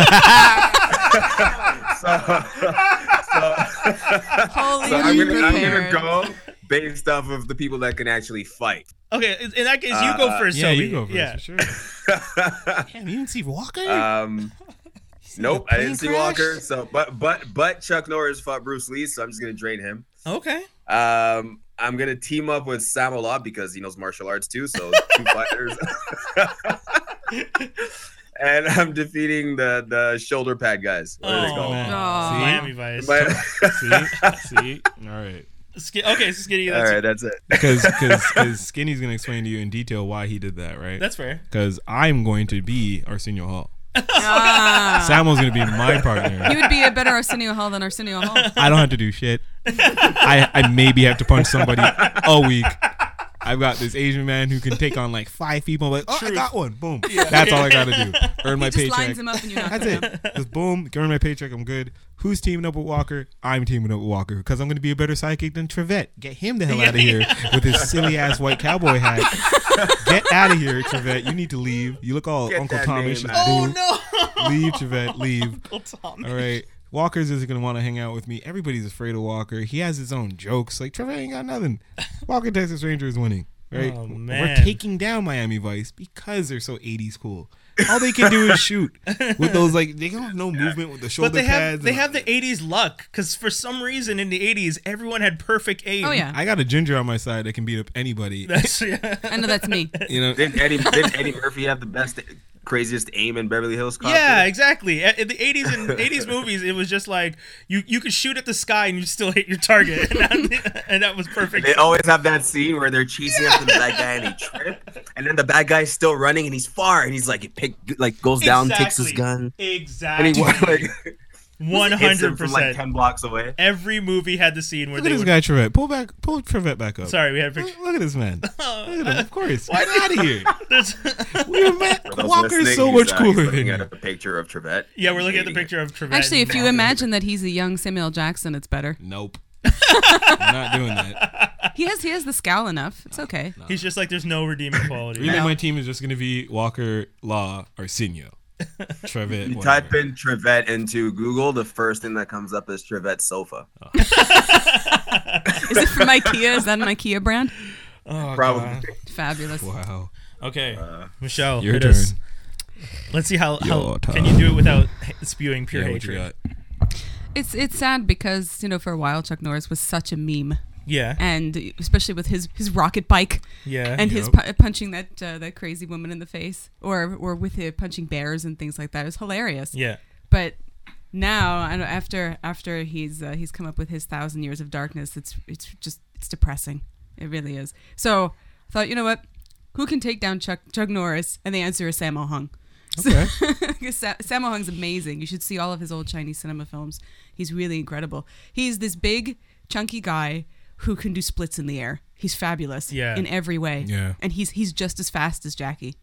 B: Holy
D: so I'm gonna I'm gonna
B: prepared.
D: go based off of the people that can actually fight.
A: Okay. in- In that case, you go
D: Uh,
A: first.
C: Yeah, you
A: Toby.
C: go first.
A: Yeah.
C: for Sure. Damn, you didn't see Walker.
D: Um, nope, I didn't see
C: plane
D: Walker.
C: crash?
D: So, but but but Chuck Norris fought Bruce Lee, so I'm just gonna drain him.
A: Okay.
D: Um, I'm gonna team up with Sam a lot because he knows martial arts too. So two fighters. and I'm defeating the the shoulder pad guys. What are they
A: Oh,
D: called?
A: man.
B: Aw.
A: Miami Vice.
D: But-
C: see, see. All right.
A: Ski- okay, so Skitty,
D: all
A: that's,
D: right, that's it.
C: Because Skinny's gonna explain to you in detail why he did that, right?
A: that's fair.
C: because I'm going to be Arsenio Hall.
B: Ah.
C: Samuel's going to be my
B: You
C: partner.
B: would be a better Arsenio Hall than Arsenio Hall.
C: I don't have to do shit. I, I maybe have to punch somebody a week. I've got this Asian man who can take on like five people. I'm like, oh, I got one. Boom. That's all I got to do. Earn my
B: He just
C: paycheck.
B: lines him up and you knock
C: That's
B: him
C: it. Just boom. Earn my paycheck. I'm good. Who's teaming up with Walker? I'm teaming up with Walker because I'm going to be a better psychic than Trevette. Get him the hell out of here with his silly ass white cowboy hat. Get out of here, Trevette. You need to leave. You look all
D: Get
C: Uncle
D: that
C: Thomas.
D: name
C: boo.
A: Oh no!
C: Leave, Javette, leave.
A: Uncle Tom.
C: All right. Walker's isn't gonna want to hang out with me. Everybody's afraid of Walker. He has his own jokes. Like Trevor ain't got nothing. Walker Texas Ranger is winning. Right?
A: Oh,
C: We're
A: man.
C: taking down Miami Vice because they're so 80s cool. All they can do is shoot with those like they don't have no movement with the shoulder
A: But they
C: pads.
A: have they
C: and-
A: have the '80s luck because for some reason in the '80s everyone had perfect aim.
B: Oh yeah,
C: I got a ginger on my side that can beat up anybody.
A: That's yeah.
B: I know that's me.
C: You know,
D: Didn't Eddie, didn't Eddie Murphy have the best, craziest aim in Beverly Hills Cop?
A: Yeah, exactly. A- In the '80s and '80s movies, it was just like you you could shoot at the sky and you still hit your target, and that, and that was perfect.
D: They always have that scene where they're chasing after the bad guy and they trip, and then the bad guy's still running and he's far and he's like, it pick, like goes down, takes his
A: Exactly.
D: gun, and he
A: Exactly.
D: like
A: One
D: hits him
A: hundred
D: from like
A: percent.
D: ten blocks away.
A: Every movie had the scene where
C: look at
A: they.
C: this
A: Would,
C: guy Trevette. Pull back, pull Trevette back up.
A: sorry, we had a picture.
C: Look, look at this man. Look at him. Of course.
A: Why
C: Get out of here.
A: There's-
C: We're Matt
D: For those
C: Walker's
D: listening,
C: so
D: he's,
C: much
D: uh, he's
C: cooler than
D: looking
C: you.
D: at a picture of Trevette.
A: yeah, we're looking at the
D: Hating it.
A: picture of Trevette.
B: Actually, if you imagine that he's a young Samuel Jackson, it's better.
C: Nope. I'm not doing that.
B: He has he has the scowl enough. It's okay.
A: he's just like there's no redeeming quality.
C: Really, my team is just going to be Walker, Law, Arsenio, Trevit.
D: You type in Trevette into Google, the first thing that comes up is Trevette sofa.
C: Oh,
B: Is it from IKEA? Is that an IKEA brand?
A: Oh,
D: Probably.
A: God.
B: Fabulous.
C: Wow.
A: Okay, Michelle,
C: Uh, Your
A: hit
C: turn.
A: us. Let's see how, how
C: Your
A: can you do it without h- spewing pure
C: Yeah, what you
A: hatred.
C: got?
B: It's it's sad because you know for a while Chuck Norris was such a meme.
A: Yeah.
B: and especially with his his rocket bike
A: Yeah.
B: and his pu- punching that uh, that crazy woman in the face, or or with him punching bears and things like that. It was hilarious.
A: yeah.
B: But now, I don't- after after he's uh, he's come up with his thousand years of darkness, it's it's just it's depressing. It really is. So I thought, you know what? Who can take down Chuck Chuck Norris? And the answer is Sammo Hung.
C: Okay.
B: Because Sa- Sammo Hung's amazing. You should see all of his old Chinese cinema films. He's really incredible. He's this big, chunky guy who can do splits in the air. He's fabulous
A: Yeah.
B: in every way.
C: Yeah.
B: And he's he's just as fast as Jackie,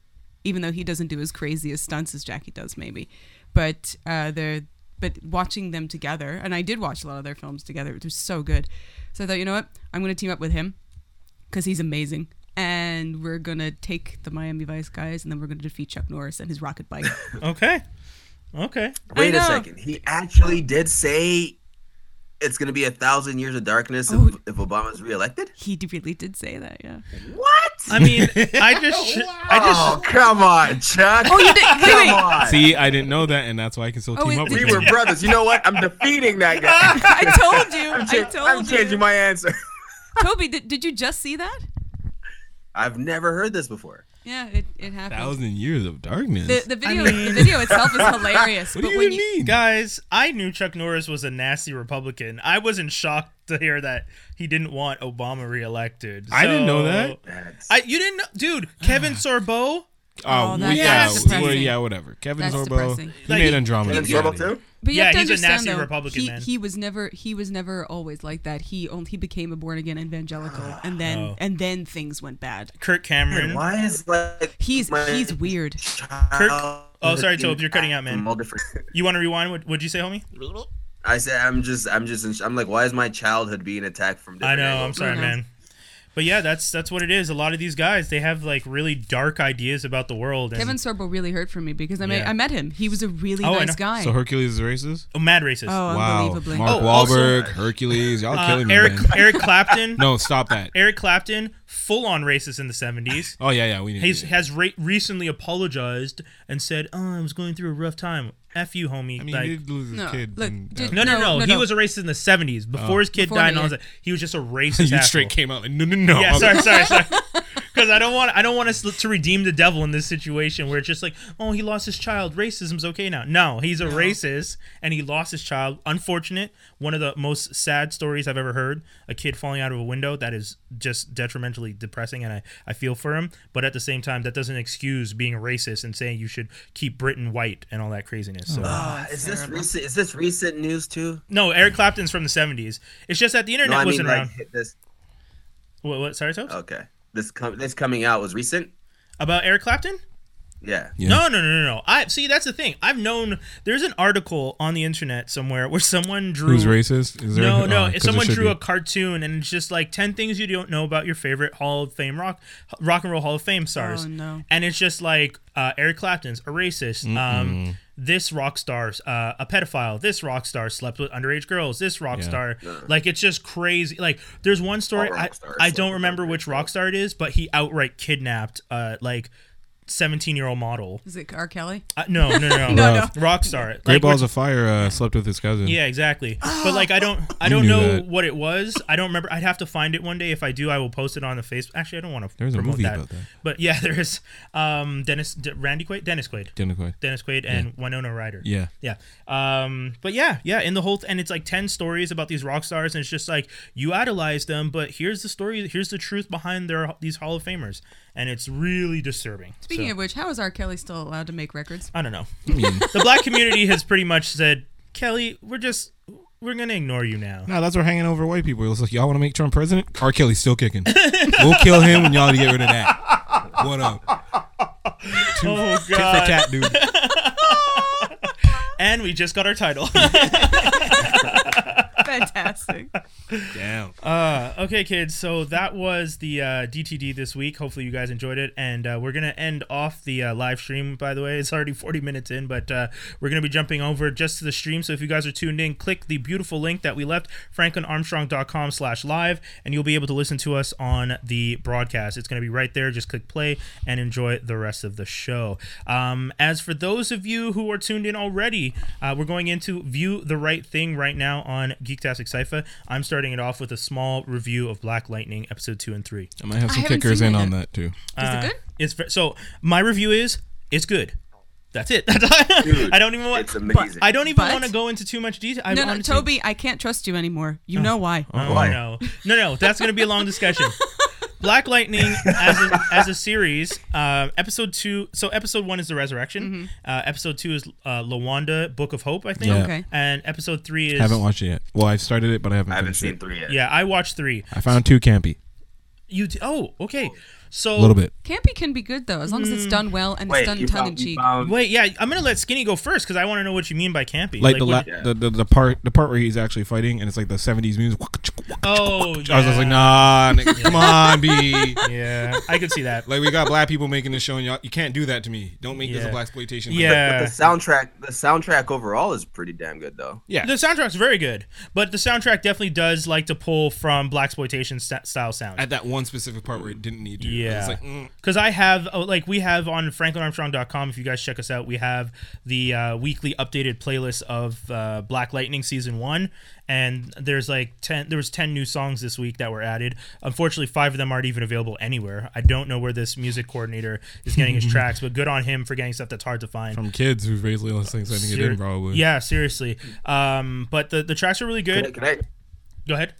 B: even though he doesn't do as crazy as stunts as Jackie does, maybe. But uh, they're but watching them together, and I did watch a lot of their films together. They're so good. So I thought, you know what? I'm going to team up with him because he's amazing. And we're gonna take the Miami Vice guys, and then we're gonna defeat Chuck Norris and his rocket bike.
A: Okay. Okay.
D: Wait a
B: know.
D: second. He actually did say it's going to be a thousand years of darkness if,
B: Oh.
D: if Obama's reelected.
B: He d- really did say that, yeah.
D: What?
A: I mean, I just, I just,
D: oh, come on, Chuck.
B: Oh, you did. Wait,
D: Come
B: wait.
D: on.
C: See, I didn't know that, and that's why I can still
B: Oh,
C: team
B: it-
C: up with
D: we
B: did-
C: you.
D: were brothers. You know what? I'm defeating that guy.
B: I told you.
D: I'm,
B: I
D: cha-
B: told
D: I'm
B: you.
D: changing my answer.
B: Toby, did, did you just see that?
D: I've never heard this before.
B: Yeah, it, it happened.
C: Thousand years of darkness.
B: The, the video the video itself is hilarious.
C: what
B: but
C: do you
B: when
C: even mean?
A: guys, I knew Chuck Norris was a nasty Republican. I wasn't shocked to hear that he didn't want Obama reelected.
C: I didn't know
A: So-
C: that. Ah.
D: That's-
A: I, you didn't know, dude. Kevin Sorbo.
C: Oh,
B: Oh,
C: we-
B: that's-
C: yeah,
A: that's
C: we- well,
B: depressing.
C: yeah, whatever. Kevin
B: That's
C: Sorbo,
B: depressing.
C: he
A: Like,
C: made
A: he-
C: Andromeda.
D: and
C: Academy.
D: Zorbo too?
B: But you
A: Yeah,
B: have to
A: he's a nasty
B: understand, though,
A: Republican,
B: he,
A: man.
B: he was never he was never always like that. He only he became a born again evangelical, and then
A: Oh.
B: and then things went bad.
A: Kirk Cameron.
D: Man, why is like
B: He's
D: my
B: he's weird.
D: child-
A: Oh, sorry, Tobe, you're cutting out, man.
D: All different-
A: You want to rewind? What, what'd you say, homie?
D: I said I'm just I'm just in- I'm like why is my childhood being attacked from
A: I
D: different
A: know. I'm
D: angles?
A: sorry,
B: Mhm.
A: man. But yeah, that's that's what it is. A lot of these guys, they have like really dark ideas about the world. And,
B: Kevin Sorbo really hurt for me because I met,
A: Yeah.
B: I met him. He was a really
A: Oh, I know.
B: nice guy.
C: So Hercules is racist.
A: oh, mad racist.
B: oh,
C: Wow,
B: unbelievably.
C: Mark
A: Oh, also-
C: Wahlberg, Hercules, y'all
A: Uh,
C: killing me,
A: Eric
C: man.
A: Eric Clapton.
C: No, stop that.
A: Eric Clapton, full on racist in the 70s.
C: Oh yeah, yeah, we need.
A: He's,
C: to-
A: has re- recently apologized and said, "Oh, I was going through a rough time. F you, homie."
C: I mean,
A: like,
C: he did lose his
B: No,
C: kid. Mm,
B: look,
C: and-
B: dude,
A: no, no, no,
B: No, no,
A: He
B: no.
A: was a racist in the '70s before his kid
B: Before
A: died. And
B: me,
A: all
B: yeah.
A: that. He was just a racist.
C: Oh. you
A: asshole.
C: straight came out like, no, no, no.
A: Yeah, sorry, sorry, sorry. Because I don't want I don't want us to redeem the devil in this situation where it's just like, oh, he lost his child. Racism's okay now. No, he's a racist and he lost his child. Unfortunate. One of the most sad stories I've ever heard. A kid falling out of a window. That is just detrimentally depressing, and I I feel for him. But at the same time, that doesn't excuse being racist and saying you should keep Britain white and all that craziness. So.
B: Oh,
D: Ah, is this recent? Is this recent news too?
A: No, Eric Clapton's from the '70s. It's just that the internet
D: No, I mean
A: wasn't
D: like
A: around.
D: this.
A: What, what? Sorry, Topes?
D: Okay, this com- this coming out was recent.
A: About Eric Clapton?
D: Yeah.
C: Yeah.
A: No, no, no, no, no. I see. That's the thing. I've known. There's an article on the internet somewhere where someone drew.
C: Who's racist? Is there
A: No,
C: oh,
A: no.
C: 'cause
A: if
C: there
A: someone
C: should
A: drew
C: be.
A: a cartoon, and it's just like ten things you don't know about your favorite Hall of Fame rock, rock and roll Hall of Fame stars.
B: Oh, no.
A: And it's just like uh, Eric Clapton's a racist. Um, this rock star, uh, a pedophile. This rock star slept with underage girls. This rock star, like it's just crazy. Like there's one story.
D: All rock
A: I,
D: stars
A: I
D: slept
A: don't
D: with
A: remember
D: underage
A: which rock
D: girls.
A: star it is, but he outright kidnapped uh, like. 17 year old model
B: Is it R. Kelly?
A: uh, no, no, no, no.
C: No,
A: Rockstar.
C: Great
A: Like,
C: Balls
A: we're-
C: of Fire uh, slept with his cousin.
A: yeah, exactly. But like, I don't, I don't
C: knew
A: know
C: that.
A: what it was. I don't remember. I'd have to find it one day. If I do, I will post it on the Facebook. Actually, I don't want to.
C: There's a
A: promote
C: movie
A: that.
C: about that.
A: But yeah, there is. Um, Dennis, D- Randy Quaid, Dennis Quaid,
C: Dennis Quaid.
A: Dennis Quaid, and Winona Ryder.
C: Yeah.
A: Yeah. Um, but yeah, yeah, in the whole th- and it's like 10 stories about these rock stars and it's just like you idolize them, but here's the story, here's the truth behind their these Hall of Famers and it's really disturbing.
B: Speaking
A: So,
B: of which, how is R. Kelly still allowed to make records?
A: I don't know.
C: I mean,
A: the black community has pretty much said, Kelly, we're just we're gonna ignore you now.
C: no, that's what hanging over white people. It was like, y'all want to make Trump president? R. Kelly's still kicking. we'll kill him when y'all get rid of that. What up?
A: Oh
C: Tit for
A: god!
C: tat, dude.
A: And we just got our title.
B: Fantastic.
C: Damn.
A: uh, okay, kids. So that was the uh, DTD this week. Hopefully, you guys enjoyed it. And uh, we're gonna end off the uh, live stream. By the way, it's already 40 minutes in, but uh, we're gonna be jumping over just to the stream. So if you guys are tuned in, click the beautiful link that we left, franklinarmstrong.com/live, and you'll be able to listen to us on the broadcast. It's gonna be right there. Just click play and enjoy the rest of the show. Um, as for those of you who are tuned in already, uh, we're going into view the right thing right now on Geektastic Cypher. I'm starting. starting it off with a small review of Black Lightning episode two and three.
C: I might have some
B: haven't
C: kickers
B: seen
C: in
B: it
C: on
B: yet.
C: that too.
B: Is
A: Uh,
B: it good?
A: It's ve- so my review is it's good. That's it.
D: Dude,
A: I don't even want.
D: It's amazing.
A: I don't even
B: But-
A: want to go into too much detail. I
B: No, no,
A: honestly-
B: Toby, I can't trust you anymore. You know why.
A: Oh,
C: Why?
A: no, no, no. That's going to be a long discussion. Black Lightning as a, as a series, uh, episode two. So episode one is the resurrection. Uh, episode two is uh, Lawanda, Book of Hope, I think.
C: Yeah.
B: Okay.
A: And episode three is.
C: Haven't watched it yet. Well, I've started it, but I haven't.
D: I haven't
C: finished
D: seen
C: It.
D: three yet.
A: yeah, I watched three.
C: I found two campy
A: You t- oh okay. So
C: a little bit.
B: Campy can be good though, as long as
A: Mm.
B: it's done well and
D: Wait,
B: it's done
D: you
B: tongue in
D: found, you
B: cheek.
D: found-
A: Wait, yeah, I'm gonna let Skinny go first because I want to know what you mean by campy.
C: Like, the, la-
A: what-
D: yeah.
C: the, the the part the part where he's actually fighting and it's like the seventies music.
A: Oh,
C: I was just like,
A: yeah.
C: nah, nigga, come on, B.
A: Yeah, I could see that.
C: Like we got black people making this show, and y'all, you can't do that to me. Don't make this
A: Yeah.
C: a black exploitation.
A: Yeah.
D: But the soundtrack, the soundtrack overall is pretty damn good though.
C: yeah.
A: The soundtrack's very good, but the soundtrack definitely does like to pull from black exploitation style sound.
C: At that one specific part where it didn't need to.
A: Yeah.
C: It's like, mm,
A: Because I have, oh, like, we have on franklinarmstrong.com, if you guys check us out, we have the uh, weekly updated playlist of uh, Black Lightning Season 1. And there's like 10, there was 10 new songs this week that were added. Unfortunately, five of them aren't even available anywhere. I don't know where this music coordinator is getting his tracks, but good on him for getting stuff that's hard to find.
C: from kids who basically all things sending it
A: Ser-
C: in probably.
A: Yeah, seriously. Um, but the, the tracks are really
D: Could,
A: good.
D: I- could I?
A: Go ahead.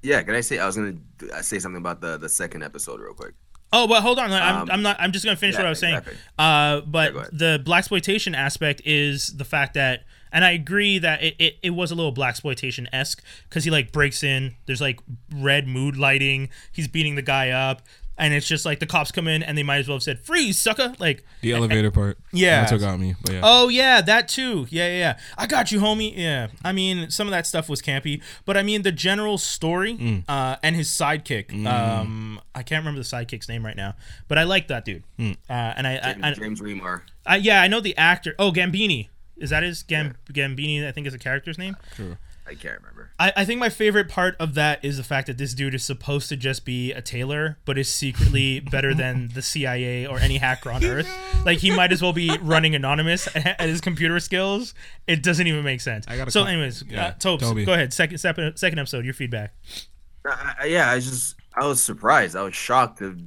D: Yeah, could I say I was gonna d- uh, say something about the the second episode real quick?
A: Oh, but hold on. I'm,
D: Um,
A: I'm not. I'm just gonna finish
D: yeah,
A: what I was saying.
D: exactly.
A: Uh,
D: Yeah,
A: but
D: go ahead.
A: the black exploitation aspect is the fact that, and I agree that it, it, it was a little black exploitation esque because he like breaks in. There's like red mood lighting. He's beating the guy up, and it's just like the cops come in and they might as well have said "freeze, sucker!" Like,
C: The elevator part.
A: Yeah.
C: That's what got me. But yeah.
A: oh yeah, that too. Yeah, yeah, yeah. I got you, homie. Yeah. I mean, some of that stuff was campy, but I mean the general story uh, and his sidekick. Um, I can't remember the sidekick's name right now, but I like that dude. Uh, and I, I,
D: James,
A: I
D: James Remar.
A: I, yeah, I know the actor. Oh, Gambini. Is that his Gam- Gambini? I think is the character's name.
D: I can't remember.
A: I, I think my favorite part of that is the fact that this dude is supposed to just be a tailor, but is secretly better than the CIA or any hacker on Earth. Like he might as well be running anonymous at his computer skills. It doesn't even make sense.
C: I gotta
A: so,
C: call-
A: anyways, uh,
C: yeah,
A: Topes,
C: Toby.
A: go ahead. Second, second, second episode. Your feedback.
D: I, I- yeah, I just I was surprised. I was shocked the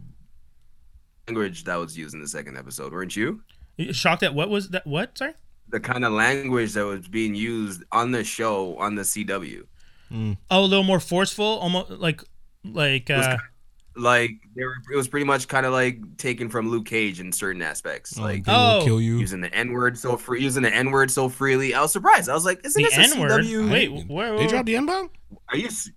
D: language that was used in the second episode. Weren't you?
A: You Shocked at what was that? What? Sorry.
D: The kind of language that was being used on the show on the CW.
A: Oh, a little more forceful, almost like like uh,
D: Like they were, it was pretty much kind of like taken from Luke Cage in certain aspects.
C: Like,
D: like
C: they
A: Oh.
C: will kill you.
D: using the N word so free, using the N word so freely. I was surprised. I was like, "Isn't
A: the
D: this a
A: N word.
D: CW?
A: Wait,
C: They
A: where?
C: They dropped the N bomb?
D: Are you, s-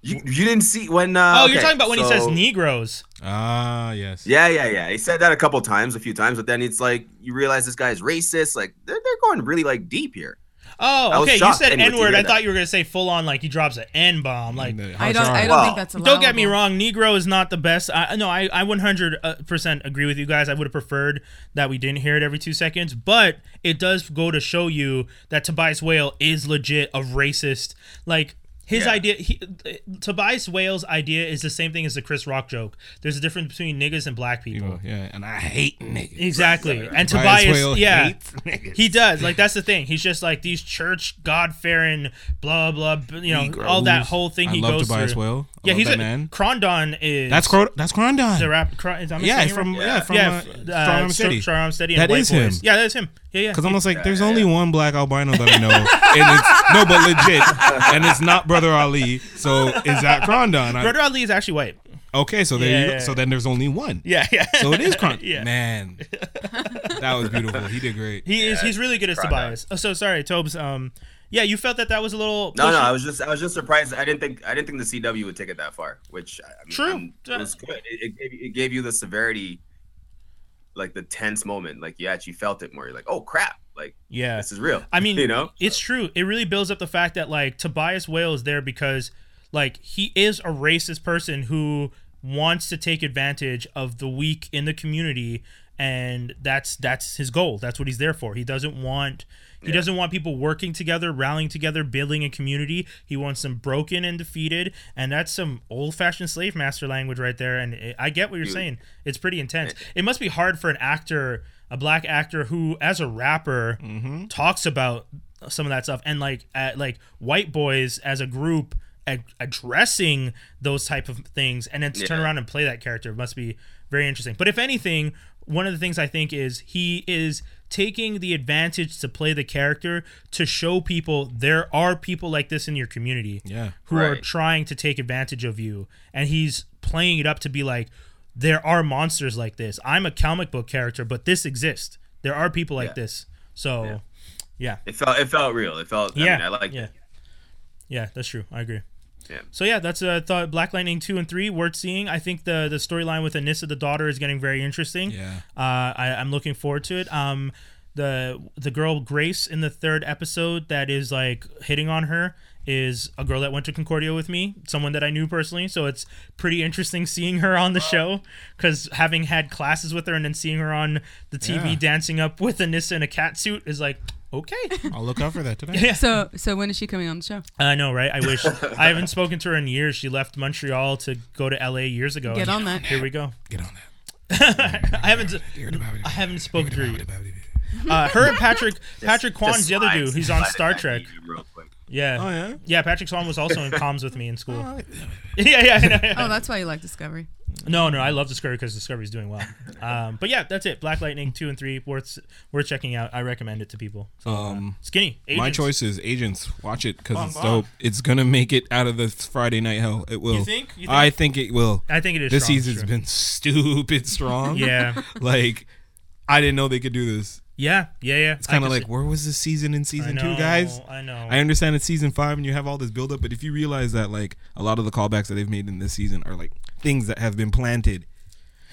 D: you you didn't see when? Uh,
A: Oh,
D: okay,
A: you're talking about when he says
D: so-
A: Negroes.
C: Ah, yes.
D: Yeah, yeah, yeah. He said that a couple times, a few times, but then it's like you realize this guy's racist. Like they're they're going really like deep here. I
A: Oh,
D: was
A: okay. You
D: shocked
A: said
D: anyway to
A: N word.
D: hear
A: I
D: that.
A: thought you were gonna say full on, like he drops an N bomb. Like,
C: And the
B: I don't.
C: HR.
B: I don't
D: Wow.
B: think that's allowable.
A: Oh, don't get me wrong, Negro is not the best. I, no, I, I 100% agree with you guys. I would have preferred that we didn't hear it every two seconds, but it does go to show you that Tobias Whale is legit a racist. Like, his
D: Yeah.
A: idea, he, uh, Tobias Whale's idea is the same thing as the Chris Rock joke. There's a difference between niggas and black people.
C: People, Yeah, and I hate niggas.
A: Exactly. And
C: Tobias
A: Tobias,
C: Whale
A: yeah.
C: hates niggas.
A: He does. Like that's the thing. He's just like these church god-fearing blah blah, b- you know, all that
C: Negroes.
A: whole thing
C: I
A: he
C: love
A: goes
C: Tobias
A: through.
C: Whale. I
A: Yeah,
C: love
A: he's
C: that
A: a
C: man.
A: Crondon is
C: That's Cro- that's Crondon.
A: the rap. Cro- is- I'm
C: yeah,
A: saying it
C: from
A: right?
C: yeah,
D: Yeah.
C: from
A: yeah,
C: uh,
A: f-
C: Strong
A: uh,
C: Arm
A: Stro-
C: City.
A: Strong Arm Steady. and
C: That
A: White
C: is him.
A: Boys. Yeah, that's him. Yeah, yeah.
C: Because I'm almost like, there's only one black albino that I know, and it's no, but legit, and it's not Brother Ali. So is that Crondon? I-
A: Brother Ali is actually white.
C: okay, so there you
A: Yeah.
C: go. So then there's only one.
A: Yeah, yeah.
C: So it is Crondon.
A: Yeah.
C: Man, that was beautiful. He did great.
A: He is. He's really good at
D: Crondon.
A: Tobias. Oh, so sorry, Tobes. Um, yeah, you felt that that was a little.
D: No, no,
A: pushy?
D: I was just I was just surprised. I didn't think I didn't think the CW would take it that far. Which I I mean,
A: True.
D: I'm- it was good. It, it gave it gave you the severity, like the tense moment. Like you actually felt it more. You're like, oh crap, like
A: Yeah.
D: this is real.
A: I mean,
D: you know,
A: it's true. It really builds up the fact that like Tobias Whale is there because like he is a racist person who wants to take advantage of the weak in the community and that's that's his goal. That's what he's there for. He doesn't want he doesn't want people working together, rallying together, building a community. He wants them broken and defeated, and that's some old-fashioned slave master language right there. And it, I get what you're
D: Dude.
A: saying. It's pretty intense. It must be hard for an actor, a black actor who, as a rapper, talks about some of that stuff and like at, like white boys as a group ad- addressing those type of things and then to turn
D: Yeah.
A: around and play that character must be very interesting. But if anything, one of the things I think is he is taking the advantage to play the character to show people there are people like this in your community
C: Yeah.
A: who are
D: Right.
A: trying to take advantage of you and he's playing it up to be like there are monsters like this i'm a comic book character but this exists there are people like
D: Yeah.
A: this so yeah yeah
D: It felt it felt real. It felt.
A: yeah,
D: I, mean, I liked
A: yeah.
D: it.
A: Yeah, that's true i agree
D: Yeah.
A: so yeah, that's uh, thought Black Lightning two and three worth seeing. I think the the storyline with Anissa the daughter is getting very interesting.
C: Yeah.
A: uh, I, I'm looking forward to it. Um, the the girl Grace in the third episode that is like hitting on her is a girl that went to Concordia with me, someone that I knew personally. So it's pretty interesting seeing her on the show because having had classes with her and then seeing her on the TV
C: Yeah.
A: dancing up with Anissa in a cat suit is like okay.
C: I'll look out for that today.
A: Yeah.
B: So, so when is she coming on the show?
A: I know, right? I wish I haven't spoken to her in years. She left Montreal to go to LA years ago.
B: Get
A: and
B: on that.
A: Here we go.
C: Get on
A: I haven't.
C: that.
A: I haven't spoken to her.
C: Oh
A: Uh, her and Patrick. Patrick Kwan's
D: Just
A: the other
D: slide-
A: dude. He's on
D: slide
A: Star
D: it back
A: Trek.
D: in Real quick.
A: Yeah.
B: Oh,
C: yeah.
A: Yeah, Patrick Swan was also in comms with me in school. yeah, yeah, yeah, yeah.
B: Oh, that's why you like Discovery.
A: No, no, I love Discovery because Discovery's doing well. Um, but yeah, that's it. Black Lightning two and three worth worth checking out. I recommend it to people. So,
C: Um,
A: Skinny, agents.
C: my choice is Agents. Watch it because it's
A: Bomb,
C: dope. It's gonna make it out of the Friday night hell. It will.
A: think? You think?
C: I think it will.
A: I think it is.
C: This
A: strong,
C: season's
A: sure.
C: been stupid strong.
A: Yeah,
C: Like, I didn't know they could do this.
A: yeah, yeah, yeah.
C: It's kind of like, where was the season in season two, guys?
A: I know.
C: I understand it's season five and you have all this buildup, but if you realize that like a lot of the callbacks that they've made in this season are like things that have been planted.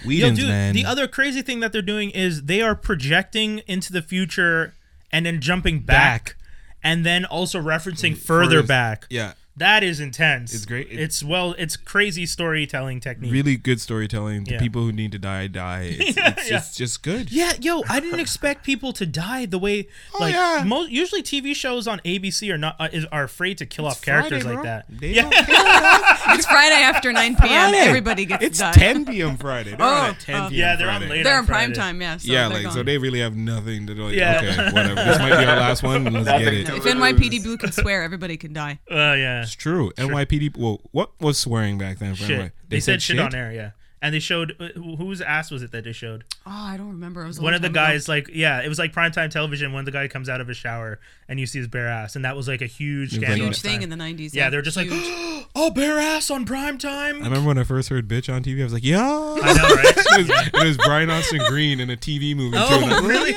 A: Yo,
C: Whedon's
A: dude,
C: man.
A: the other crazy thing that they're doing is they are projecting into the future and then jumping back,
C: Back.
A: and then also referencing further
C: First-
A: back.
C: yeah,
A: That is intense.
C: It's great. It-
A: it's well, it's crazy storytelling technique.
C: really good storytelling. The
A: Yeah.
C: people who need to die die. It's,
A: Yeah,
C: it's
A: yeah.
C: just just good.
A: Yeah, yo, I didn't expect people to die the way like
C: Oh, yeah.
A: most usually TV shows on ABC are not uh, is, are afraid to kill off characters
C: Friday,
A: like
C: bro.
A: that.
C: They
A: yeah,
C: don't care.
B: It's Friday after 9 p.m.
C: Friday.
B: Everybody gets
C: It's
B: done.
C: 10 p.m. Friday. They're on
B: Oh,
C: at 10
A: uh,
B: oh.
C: p.m.
A: yeah, they're on
C: Friday.
A: later.
B: They're
A: on
B: on prime
A: Friday.
B: time, yeah. So
C: yeah,
B: they're
C: like so
B: gone.
C: they really have nothing to do. Like,
A: Yeah.
C: Okay, whatever. This might be our last one. Let's get it.
B: If NYPD Blue can swear, everybody can die.
A: Oh yeah,
C: It's true. NYPD. Well, what was swearing back then? For
A: shit.
C: NY?
A: They, said, shit, on air. Yeah. And they showed uh, who- whose ass was it that they showed?
B: Oh, I don't remember. It was a
A: One
B: long
A: of the
B: time ago.
A: guys, like, yeah, it was like primetime television. One of the guy comes out of his shower and you see his bare ass, and that was like a huge
C: It was
A: scandal.
C: like-
A: at
B: huge
A: the
B: thing
A: time.
B: in the 90s.
A: yeah, they're just
B: huge.
A: like, oh, bare ass on primetime.
C: I remember when I first heard "bitch" on TV. I was like, "Yeah."
A: I know, right?
C: it, was, it was Brian Austin Green in a TV movie.
A: Oh,
C: too. And I was like,
A: really?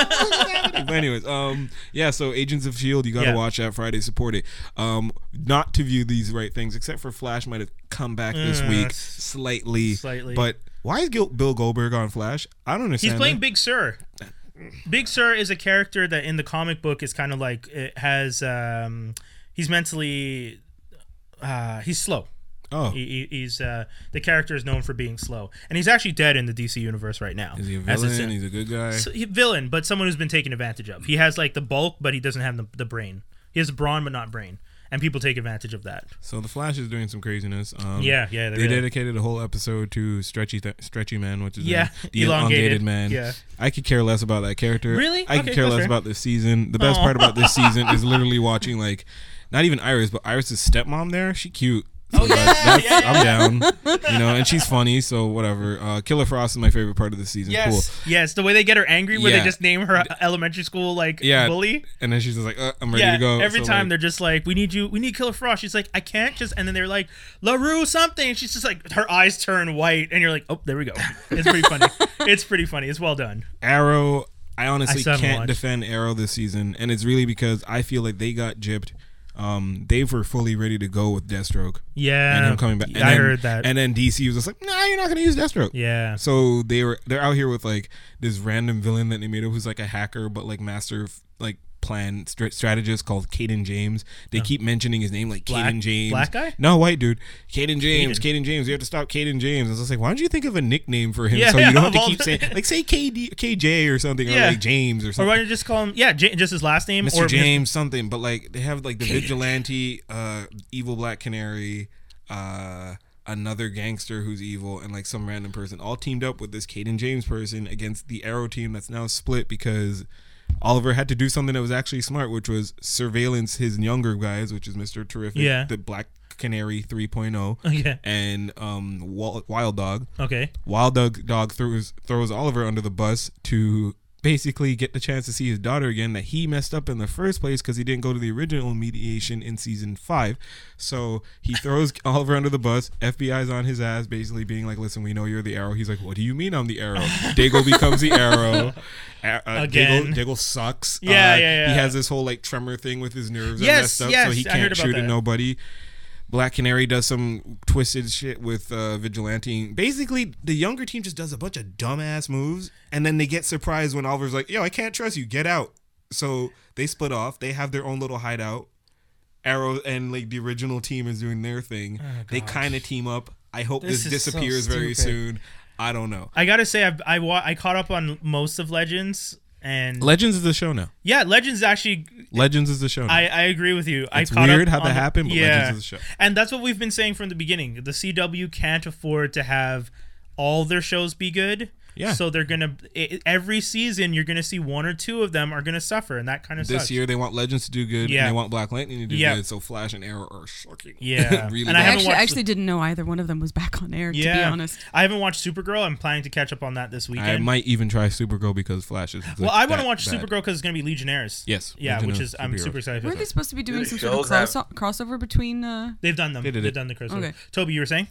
C: "Yeah." but anyways, um, yeah. So Agents of Shield, E you gotta
A: Yeah.
C: watch that Friday. Support it. Um, not to view these right things, except for Flash might have come back this
A: Mm,
C: week
A: s-
C: slightly.
A: slightly.
C: But why is Gil- Bill Goldberg on Flash? I don't understand.
A: He's playing
C: that.
A: Big Sur. Big Sur is a character that in the comic book is kind of like it has um he's mentally uh he's slow.
C: Oh,
A: He, he, he's uh the character is known for being slow. And he's actually dead in the DC universe right now.
C: is he a
A: As it's
C: villain?
A: in-
C: He's a good guy.
A: so- he- villain, but someone who's been taken advantage of. He has like the bulk, but he doesn't have the, the brain. He has brawn but not brain. And people take advantage of that.
C: So the Flash is doing some craziness. Um,
A: Yeah, yeah, they
C: They
A: really-
C: dedicated a whole episode to Stretchy th- Stretchy Man, which is
A: Yeah,
C: uh, the
A: elongated,
C: elongated, man.
A: yeah.
C: I could care less about that character.
A: Really?
C: I could
A: Okay,
C: care
A: that's
C: less
A: fair.
C: about this season. The best
A: Aw.
C: part about this season is literally watching like, not even Iris, but Iris's stepmom there. She cute.
A: Oh,
C: So, like, that's- I'm down, you know, and she's funny, so whatever. Uh, Killer Frost is my favorite part of the season. Cool,
A: Yes, the way they get her angry where they
C: Yeah.
A: just name her uh, elementary school like
C: yeah.
A: bully.
C: And then she's just like, uh, I'm ready
A: Yeah,
C: to go.
A: every
C: So,
A: time
C: like,
A: they're just like, "We need you. We need Killer Frost." She's like, "I can't just." And then they're like, "Larue something." And she's just like, her eyes turn white, and you're like, "Oh, there we go." It's pretty funny. It's pretty funny. It's well done.
C: Arrow, I
A: I
C: honestly
A: still haven't
C: can't
A: watched.
C: defend Arrow this season, and it's really because I feel like they got gypped. Um, they were fully ready to go with Deathstroke
A: Yeah,
C: and him coming back. And
A: I
C: then-
A: heard that.
C: And then DC was just like, "Nah, you're not gonna use Deathstroke."
A: yeah,
C: So they were they're out here with like this random villain that they made up who's like a hacker, but like master of like plan str- strategist called Caden James. They keep mentioning his name like
A: Oh. Black-
C: Caden James.
A: black guy?
C: No, white dude. Caden James. Caden James. We have to stop Caden James. I was just like, why don't you think of a nickname for him
A: Yeah,
C: so you don't have
A: of
C: to
A: all
C: keep
A: the-
C: saying like say KD, KJ or something
A: Yeah.
C: or like James or
A: or why
C: something.
A: don't you just call him? Yeah, J- just his last name.
C: Mr.
A: Or
C: James something, but like they have like the vigilante, uh, evil black canary, uh, another gangster who's evil, and like some random person all teamed up with this Caden James person against the Arrow team that's now split because Oliver had to do something that was actually smart, which was surveillance his younger guys, which is Mr. Terrific,
A: Yeah.
C: the black Canary 3.0
A: Okay.
C: and um, Wal- Wild Dog.
A: Okay.
C: Wild Dog Dog throws throws Oliver under the bus to basically get the chance to see his daughter again that he messed up in the first place because he didn't go to the original mediation in season five. So he throws Oliver under the bus. FBI's on his ass, basically being like, "Listen, we know you're the arrow." He's like, "What do you mean I'm the arrow?" Diggle becomes the arrow. A- uh,
A: Again.
C: Diggle, Diggle sucks. Uh,
A: Yeah, yeah, yeah.
C: He has this whole like tremor thing with his nerves
A: Yes,
C: and messed up, so
A: yes,
C: he
A: I heard
C: can't
A: about
C: shoot at
A: that.
C: nobody. Black Canary does some twisted shit with uh, Vigilante. Basically, the younger team just does a bunch of dumbass moves, and then they get surprised when Oliver's like, "Yo, I can't trust you. Get out." So they split off. They have their own little hideout. Arrow and like the original team is doing their thing.
A: Oh,
C: they kind of team up. I hope
E: This
C: this,
E: is so
C: disappears very
E: stupid.
C: soon. I don't know.
A: I gotta say, I've, I wa- I caught up on most of Legends, and
C: Legends is the show now.
A: yeah, Legends actually.
C: Legends is the show. Now.
A: I, I agree with you. I
C: It's
A: caught
C: weird
A: up
C: how that
A: on the-
C: happened, but
A: yeah,
C: Legends is the show.
A: and that's what we've been saying from the beginning. The CW can't afford to have all their shows be good.
C: Yeah.
A: So they're gonna i every season you're gonna see one or two of them are gonna suffer, and that kind of
C: this
A: sucks.
C: year they want Legends to do good.
A: Yeah.
C: and they want Black Lightning to do
A: Yeah.
C: good. So Flash and Arrow are sucking.
A: Yeah.
C: really.
A: And
B: I,
A: I haven't
C: bad.
B: actually,
A: watched
B: I actually didn't know either one of them was back on air.
A: yeah.
B: To be honest,
A: I haven't watched Supergirl. I'm planning to catch up on that this weekend.
C: I might even try Supergirl because Flash is.
A: well, I want
C: that
A: to watch
C: bad.
A: Supergirl because it's gonna be Legionnaires.
C: Yes,
A: Yeah, which
C: Legionnaires,
A: is I'm
C: superheroes.
A: super excited. For
B: weren't they
A: that.
B: supposed to be doing
D: the
B: some sort of
D: shows
B: cross- crossover between? Uh,
A: They've done them.
C: They did
A: have
C: it.
A: done the crossover.
B: Okay.
A: Toby, you were saying?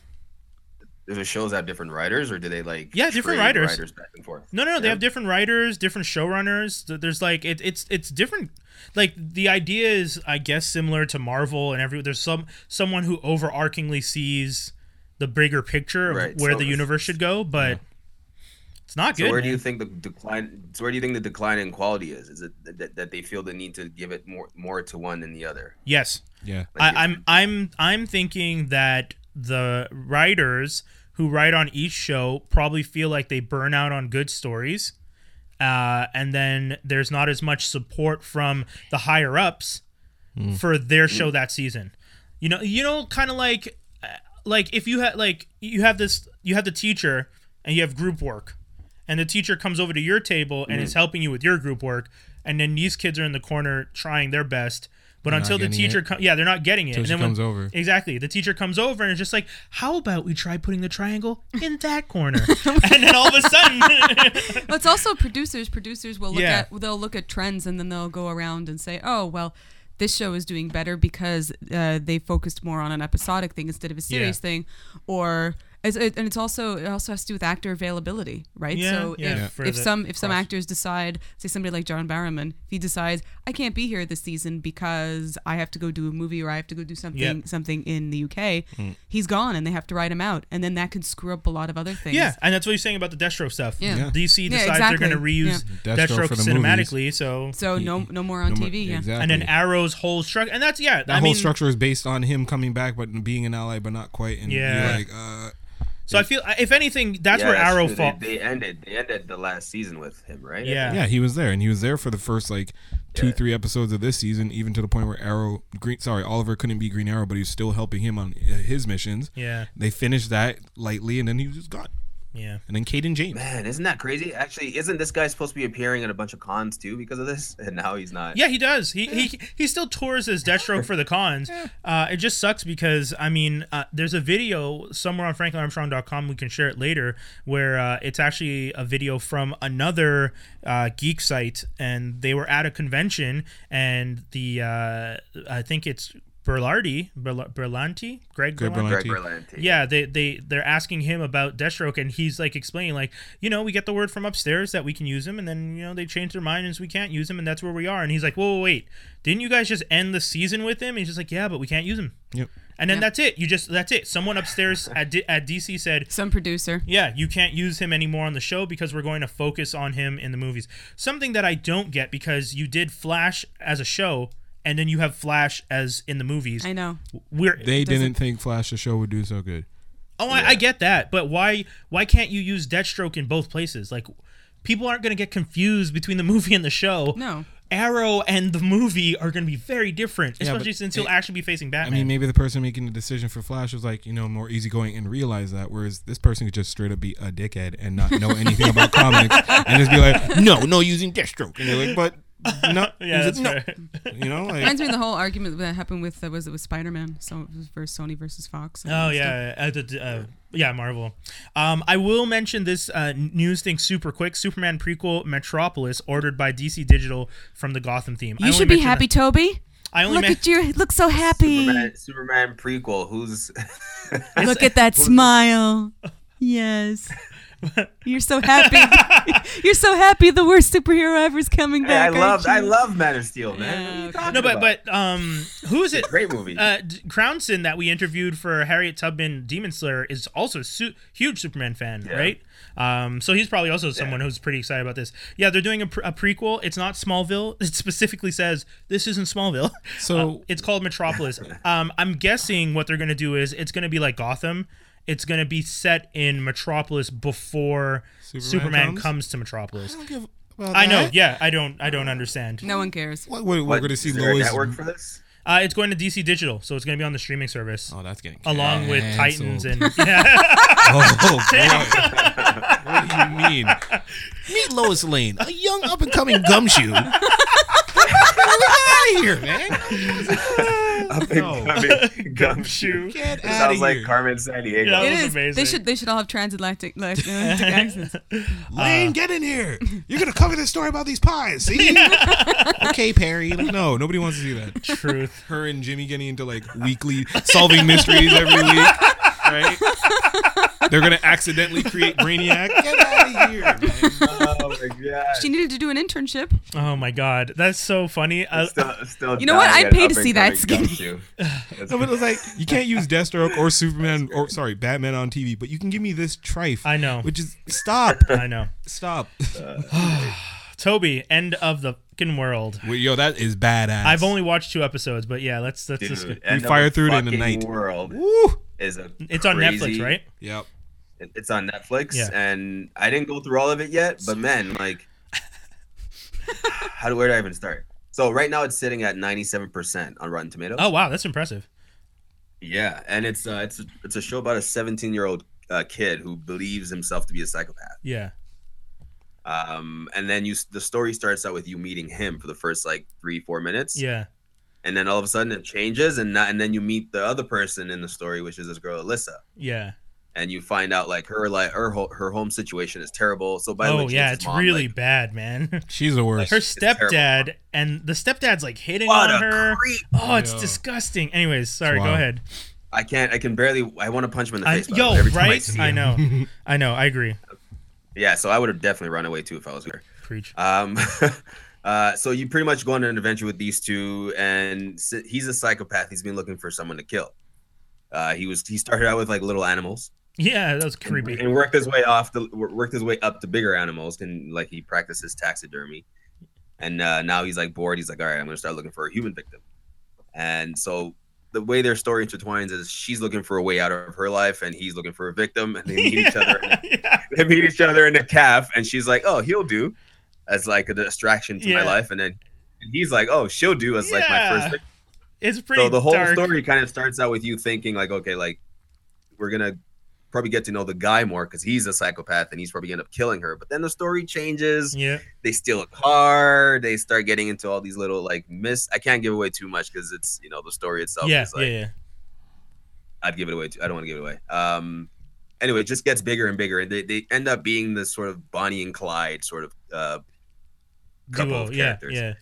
D: Do the shows have different writers, or do they like
A: Yeah, different
D: trade
A: writers.
D: back and forth?
A: No, no, no. They
D: Yeah.
A: have different writers, different showrunners. Th- There's like it, it's it's different. Like the idea is, I guess, similar to Marvel and every. There's some someone who overarchingly sees the bigger picture of
D: Right,
A: where
D: so
A: the
D: it's-
A: universe should go, but it's not good.
D: So where do you
A: man.
D: think the decline? So where do you think the decline in quality is? Is it that, that they feel the need to give it more more to one than the other?
A: yes,
C: Yeah.
A: I, I'm I'm I'm thinking that the writers who write on each show probably feel like they burn out on good stories, uh, and then there's not as much support from the higher ups for their show that season. You know, you know, kind of like uh, like if you had like you have this you have the teacher and you have group work, and the teacher comes over to your table and
C: Mm.
A: is helping you with your group work, and then these kids are in the corner trying their best. But
C: not
A: until the
C: getting it.
A: teacher com- yeah, they're not getting it.
C: Till
A: and
C: she
A: then when-
C: comes over.
A: Exactly. The teacher comes over and is just like, "How about we try putting the triangle in that corner?" and then all of a sudden,
B: Well, it's also producers. Producers will look
A: Yeah.
B: at they'll look at trends and then they'll go around and say, "Oh, well, this show is doing better because uh, they focused more on an episodic thing instead of a series
A: Yeah.
B: thing," or it's- it- and it's also it also has to do with actor availability, right?
A: Yeah,
B: so
A: yeah,
B: if,
A: for
B: if
A: the
B: some if some
A: cross-
B: actors decide, say somebody like John Barrowman, if he decides I can't be here this season because I have to go do a movie or I have to go do something
A: Yep.
B: something in the UK,
A: Mm.
B: he's gone and they have to write him out, and then that can screw up a lot of other things.
A: yeah, and that's what you're saying about the Destro stuff.
B: Yeah. Yeah.
A: DC decides
B: Yeah,
A: they're going to
B: exactly.
A: reuse
C: Yeah. Destro
A: Destro,
C: for the
A: cinematically, so
B: So no no more on
C: Mm-hmm. No more-
B: TV. yeah.
C: Exactly.
A: and then Arrow's whole structure, and that's yeah,
C: that
A: I
C: whole
A: mean,
C: structure is based on him coming back, but being an ally, but not quite. And
A: Yeah.
C: yeah. Like, uh,
A: So I feel if anything, that's
D: Yeah,
A: where Arrow
D: true. They-
A: falls.
D: They, ended. They ended the last season with him, right?
A: Yeah.
C: yeah, he was there, and he was there for the first like two, three episodes of this season, even to the point where Arrow, Green, sorry, Oliver couldn't be Green Arrow, but he was still helping him on uh, his missions.
A: Yeah.
C: They finished that lightly, and then he was just gone.
A: Yeah.
C: And then Caden James.
D: Man, isn't that crazy? Actually, isn't this guy supposed to be appearing at a bunch of cons too because of this? And now he's not.
A: Yeah, he does. He he he still tours as Deathstroke for the cons. Uh, it just sucks because I mean, uh, there's a video somewhere on franklinarmstrong.com. We can share it later, where uh, it's actually a video from another uh, geek site, and they were at a convention, and the uh, I think it's Berlardi, Berla- Berlanti, Greg
C: Greg
A: Berlanti.
C: Berlanti.
D: Greg
C: Berlanti.
D: Berlanti.
A: Yeah, they they they're asking him about Deathstroke, and he's like explaining, like, you know, we get the word from upstairs that we can use him, and then you know they change their mind and so we can't use him, and that's where we are. And he's like, whoa, whoa, wait, didn't you guys just end the season with him? And he's just like, yeah, but we can't use him.
C: Yep.
A: And then
B: Yeah.
A: that's it. You just that's it. Someone upstairs at D- at DC said,
B: Some producer.
A: yeah, you can't use him anymore on the show because we're going to focus on him in the movies. Something that I don't get because you did Flash as a show, and then you have Flash as in the movies.
B: I know.
A: We're
C: They
B: Doesn't-
C: didn't think Flash the show would do so good.
A: Oh, I, I get that, but why why can't you use Deathstroke in both places? Like, people aren't going to get confused between the movie and the show.
B: No.
A: Arrow and the movie are going to be very different, especially
C: but
A: since he'll
C: it-
A: actually be facing
C: I
A: Batman.
C: mean, maybe the person making the decision for Flash was like, you know, more easygoing and realize that, whereas this person could just straight up be a dickhead and not know anything about comics and just be like, no, no using Deathstroke. And they're like, but no,
A: Yeah, that's
C: He's like,
A: fair.
C: no. You know, like
B: Reminds me of the whole argument that happened with uh, was it with Spider Man? So it was versus Sony versus Fox. and all
A: Oh
B: that stuff.
A: yeah, uh, the- uh, yeah, Marvel. Um, I will mention this uh, news thing super quick. Superman prequel Metropolis ordered by DC Digital from the Gotham theme. I
B: You
A: only
B: should be
A: mention
B: happy, Toby.
A: that- I only
B: Look
A: men-
B: at you. Look so happy.
D: Superman, Superman prequel. Who's
B: Look at that smile. Yes. You're so happy. You're so happy the worst superhero ever's coming
D: Hey, I
B: back.
D: love I
B: aren't you?
D: love Man of Steel, man.
B: Yeah,
D: What are you
B: okay.
D: talking
A: no, but
D: about?
A: but um, who is it?
D: great movie.
A: Uh, D- Crownson that we interviewed for Harriet Tubman Demon Slayer is also a su- huge Superman fan, right? Um, so he's probably also someone who's pretty excited about this. Yeah, they're doing a, pre- a prequel. It's not Smallville. It specifically says this isn't Smallville.
C: So-
A: Uh, it's called Metropolis. um, I'm guessing what they're gonna do is it's gonna be like Gotham. It's gonna be set in Metropolis before Superman,
C: Superman
A: comes?
C: comes?
A: to Metropolis.
C: I don't give about
A: I know.
C: that.
A: Yeah, I don't. I don't understand.
B: No one cares.
C: What, what, we're
D: What,
C: going to see
D: is there a
C: Lois.
D: network for this?
A: Uh, it's going to DC Digital, so it's gonna be on the streaming service.
C: Oh, that's getting
A: along with Titans and
C: Oh, boy. what do you mean? Meet Lois Lane, a young up and coming gumshoe. Get out of here, man.
D: Up
C: No.
D: and coming
A: Gumshoe.
D: gumshoe.
C: Get
D: It
C: out
D: sounds
C: of
D: like
C: here.
D: Carmen San Diego.
A: Yeah. That
B: It
A: was
B: is. They
A: amazing.
B: should. They should all have transatlantic like, uh, accents.
C: Lane, get in here. You're going to cover this story about these pies, see? okay, Perry. Like, no, nobody wants to see that.
A: truth.
C: Her and Jimmy getting into like weekly solving mysteries every week, right? They're going to accidentally create Brainiac. Get out of here, man.
D: Oh my god.
B: She needed to do an internship.
A: Oh my god, that's so funny. I,
D: Still, still
B: You know what? I'd
D: dying at
B: pay to
D: up and
B: see that skinny.
D: coming gumshoe. That's-
C: No, but it was like you can't use Deathstroke or Superman or sorry Batman on TV, but you can give me this trife.
A: I know.
C: which is stop,
A: I know.
C: stop.
A: Toby, end of the fucking world.
C: Wait, yo, that is badass.
A: I've only watched two episodes, but yeah, let's that's
D: Dude,
A: just good.
D: End
C: fire
D: of
C: through it in the
D: Fucking
C: night.
D: World
C: Woo!
D: is a
A: It's on
D: crazy-
A: Netflix, right?
C: Yep.
D: it- It's on Netflix,
A: Yeah.
D: and I didn't go through all of it yet. But man, like, how do where do I even start? So right now it's sitting at ninety-seven percent on Rotten Tomatoes.
A: Oh wow, that's impressive.
D: Yeah, and it's uh, it's a, it's a show about a 17 year old uh, kid who believes himself to be a psychopath.
A: Yeah.
D: Um, and then you s- the story starts out with you meeting him for the first like three four minutes.
A: Yeah.
D: And then all of a sudden it changes, and not, and then you meet the other person in the story, which is this girl Alyssa,
A: Yeah.
D: and you find out like her like her ho- her home situation is terrible. So by the way,
A: Oh
D: she
A: yeah,
D: hits
A: it's
D: mom,
A: really
D: like,
A: bad, man.
C: She's the worst.
A: Her
D: terrible.
A: stepdad and the stepdad's like hitting on
D: what a
A: her.
D: creep.
A: Oh, it's
C: Yeah.
A: disgusting. Anyways, sorry. Go
C: wild.
A: ahead.
D: I can't. I can barely. I want to punch him in the
A: I,
D: face. by the
A: yo,
D: way, every time I
A: right?
D: see
A: I
D: him.
A: know. I know. I agree.
D: Yeah. So I would have definitely run away too if I was her.
A: Preach.
D: Um, uh, so you pretty much go on an adventure with these two, and s- he's a psychopath. He's been looking for someone to kill. Uh, he was he started out with like little animals
A: Yeah, that was
D: and-
A: creepy.
D: and worked his way off the worked his way up to bigger animals and like he practices taxidermy and uh, now he's like bored he's like all right i'm gonna start looking for a human victim and so the way their story intertwines is she's looking for a way out of her life and he's looking for a victim and they meet each other in a
A: Yeah.
D: they meet each other in a calf, and she's like, "Oh, he'll do," as like a distraction to
A: Yeah.
D: my life, and then and he's like, "Oh, she'll do," as like my
A: Yeah.
D: first. Victim.
A: It's pretty.
D: So the whole
A: dark.
D: story kind of starts out with you thinking like, "Okay, like we're gonna probably get to know the guy more because he's a psychopath and he's probably gonna end up killing her." But then the story changes.
A: Yeah.
D: They steal a car. They start getting into all these little like miss. I can't give away too much because it's you know the story itself.
A: Yeah.
D: is,
A: Yeah.
D: like,
A: Yeah.
D: I'd give it away. Too. I don't want to give it away. Um, anyway, it just gets bigger and bigger, and they, they end up being this sort of Bonnie and Clyde sort of. Uh, couple
A: Duo.
D: of
A: Yeah.
D: characters.
A: Yeah.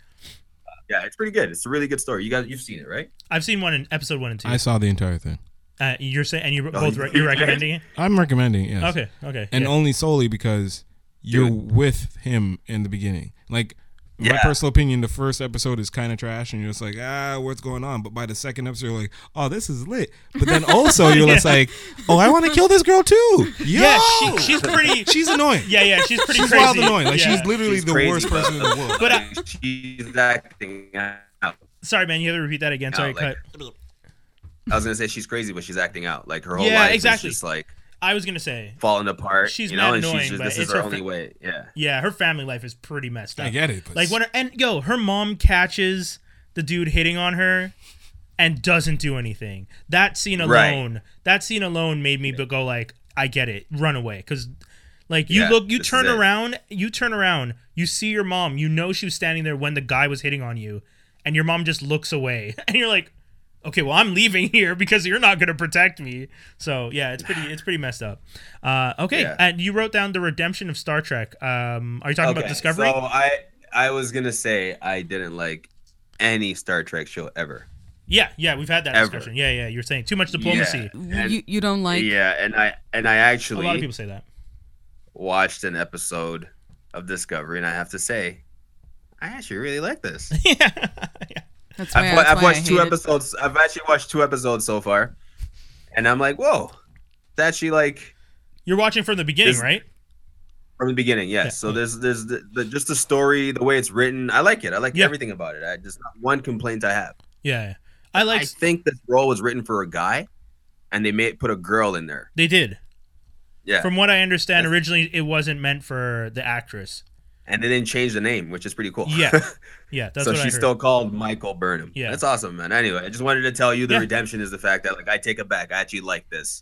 D: yeah, it's pretty good. It's a really good story. You guys, you've seen it, right?
A: I've seen one in episode one and two.
C: I saw the entire thing.
A: Uh, you're saying, and you're
D: Oh,
A: both
D: you-
A: re- you're recommending it.
C: I'm recommending it. Yes.
A: Okay, okay.
C: And
A: yeah.
C: only solely because you're with him in the beginning. Like my
D: Yeah.
C: personal opinion, the first episode is kind of trash, and you're just like, ah, what's going on? But by the second episode, you're like, oh, this is lit. But then also you're just like, oh, I want to kill this girl too. Yo!
A: yeah, she, she's pretty.
C: she's annoying.
A: yeah, yeah, she's pretty
C: she's
A: crazy.
C: wild annoying. Like
A: Yeah.
C: she's literally
D: She's
C: the
D: crazy,
C: worst
D: but-
C: person in the world.
A: But I,
D: she's acting out. I
A: sorry, man, you have to repeat that again. Sorry,
D: No, Oh, like-
A: cut.
D: was gonna say she's crazy, but she's acting out. Like her whole
A: Yeah,
D: life
A: exactly.
D: is just like
A: I was gonna say,
D: falling apart.
A: She's
D: you know,
A: mad
D: and
A: annoying,
D: she's just,
A: but
D: this
A: it's
D: is her
A: her
D: only
A: fa-
D: way. Yeah.
A: yeah, her family life is pretty messed up.
C: I get it. But
A: Like when her, and yo, her mom catches the dude hitting on her, and doesn't do anything. That scene
D: Right.
A: alone, that scene alone made me go like, I get it, run away, because Like you
D: Yeah,
A: look, you
D: this is
A: turn
D: it.
A: around, you turn around, you see your mom. You know she was standing there when the guy was hitting on you, and your mom just looks away, and you're like, okay, well I'm leaving here because you're not gonna protect me. So yeah, it's pretty, it's pretty messed up. Uh, okay,
D: Yeah.
A: and you wrote down the redemption of Star Trek. Um, are you talking about Discovery?
D: So I I was gonna say I didn't like any Star Trek show ever.
A: yeah, yeah, we've had that
D: Ever.
A: discussion. Yeah, yeah, you're saying too much diplomacy.
D: Yeah.
B: you, you don't like
D: yeah, and I and
A: A
D: I
A: lot of
D: actually
A: people say that.
D: watched an episode of Discovery, and I have to say, I actually really like this.
A: yeah,
B: that's why,
D: I've, wa-
B: that's why
D: I've
B: I
D: watched two
B: hate it.
D: episodes. I've actually watched two episodes so far, and I'm like, whoa, that's actually like
A: you're watching from the beginning,
D: This-
A: right?
D: from the beginning. Yes.
A: Yeah,
D: so
A: yeah.
D: there's there's the, the, just the story, the way it's written. I like it. I like
A: Yeah.
D: everything about it. I just not one complaint I have.
A: Yeah, I like.
D: I think this role was written for a guy, and they made put a girl in there.
A: they did.
D: Yeah,
A: From what I understand,
D: That's-
A: originally it wasn't meant for the actress.
D: and they didn't change the name, which is pretty cool.
A: Yeah, Yeah, that's
D: so
A: what I heard.
D: she's still called Michael Burnham.
A: Yeah.
D: that's awesome, man. Anyway, I just wanted to tell you the
A: Yeah.
D: redemption is the fact that like I take it back. I actually like this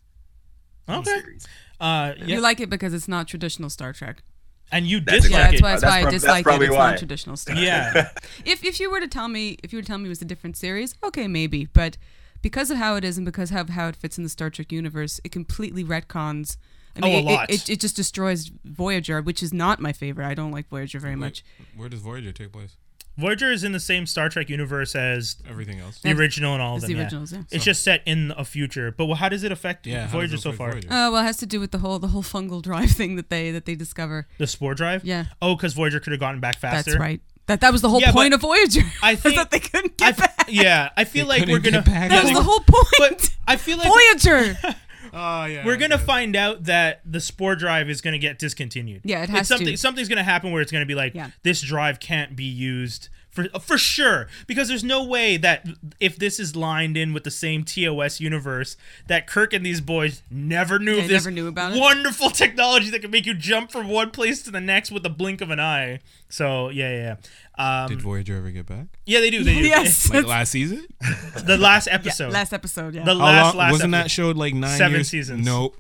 A: okay.
D: series.
A: Uh, yeah,
B: You like it because it's not traditional Star Trek.
A: and you
D: That's
A: dislike
B: Yeah,
A: it.
B: that's why, that's
D: That's
B: why I
D: prob- that's
B: dislike it.
D: probably
B: It's
D: why.
B: not traditional Star Trek.
A: yeah,
B: If if you were to tell me if you were to tell me it was a different series, okay, maybe. But because of how it is and because of how it fits in the Star Trek universe, it completely retcons. I
A: Oh, a
B: mean, it-
A: lot.
B: It, it, it just destroys Voyager, which is not my favorite. I don't like Voyager
A: Mm-hmm.
B: very much.
C: Where does Voyager take place?
A: Voyager is in the same Star Trek universe as
C: Everything else.
A: the original and all of
B: It's
A: them.
B: the
A: yeah.
B: originals, yeah.
A: It's just set in a future. But wh- how does it affect
C: Yeah. how
A: Voyager
C: does it
A: so
C: affect
A: far?
C: Voyager?
B: Oh well, it has to do with the whole the whole fungal drive thing that they that they discover.
A: The spore drive?
B: Yeah.
A: Oh, because Voyager could have gotten back faster.
B: That's right. That that was the whole
A: Yeah,
B: point
A: but
B: of Voyager.
A: I
B: was
A: think-
B: that they couldn't
A: I
B: get
A: f-
B: back.
A: yeah, I feel like we're gonna.
C: couldn't get back.
A: No,
B: That was
A: like-
B: the whole point.
A: But I feel like
B: Voyager.
C: Oh yeah.
A: we're gonna find out that the spore drive is gonna get discontinued.
B: Yeah, it
A: It's
B: has to.
A: something, Something's gonna happen where it's gonna be like
B: Yeah.
A: this drive can't be used for for sure because there's no way that if this is lined in with the same TOS universe that Kirk and these boys never knew
B: They
A: of this
B: never knew about it.
A: wonderful technology that can make you jump from one place to the next with the blink of an eye. So yeah, yeah, yeah. Um,
C: Did Voyager ever get back?
A: yeah, they do. They do.
B: yes.
C: Like last season?
A: the last episode.
B: last episode. Yeah.
A: the
C: How
A: last
C: long-
A: last
C: wasn't
A: episode.
C: that showed like nine
A: Seven
C: years?
A: seasons.
C: Nope.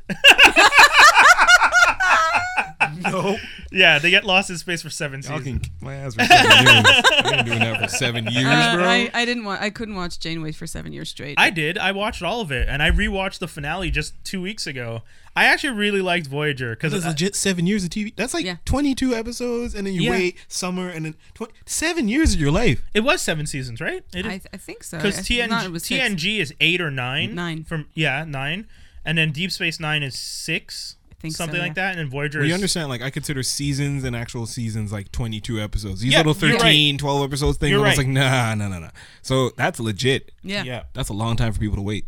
C: nope.
A: yeah, they get lost in space for seven
C: Y'all
A: seasons.
C: can kick my ass for seven years. I've been doing that for seven years,
B: Uh,
C: bro.
B: I, I didn't want. I couldn't watch Janeway for seven years straight.
A: I did. I watched all of it, and I rewatched the finale just two weeks ago. I actually really liked Voyager
C: That's
A: because
C: legit seven years of TV. That's like
B: Yeah.
C: 22 episodes, and then you
A: Yeah.
C: wait summer, and then 20, seven years of your life.
A: it was seven seasons, right? It
B: I,
A: is
B: I think so.
A: because
B: I-
A: TNG,
B: not, it was six.
A: TNG is eight or nine.
B: Nine.
A: from yeah nine, and then Deep Space Nine is six, I
B: think so,
A: something like
B: yeah.
A: that, and then Voyager.
C: Well,
A: is,
C: you understand, like, I consider seasons and actual seasons like 22 episodes. These
A: Yeah,
C: little
A: you're right.
C: 13, 12 episodes things,
A: You're
C: I was
A: right.
C: like, nah, nah, nah, nah. So that's legit.
B: Yeah. yeah,
A: Yeah.
C: That's a long time for people to wait.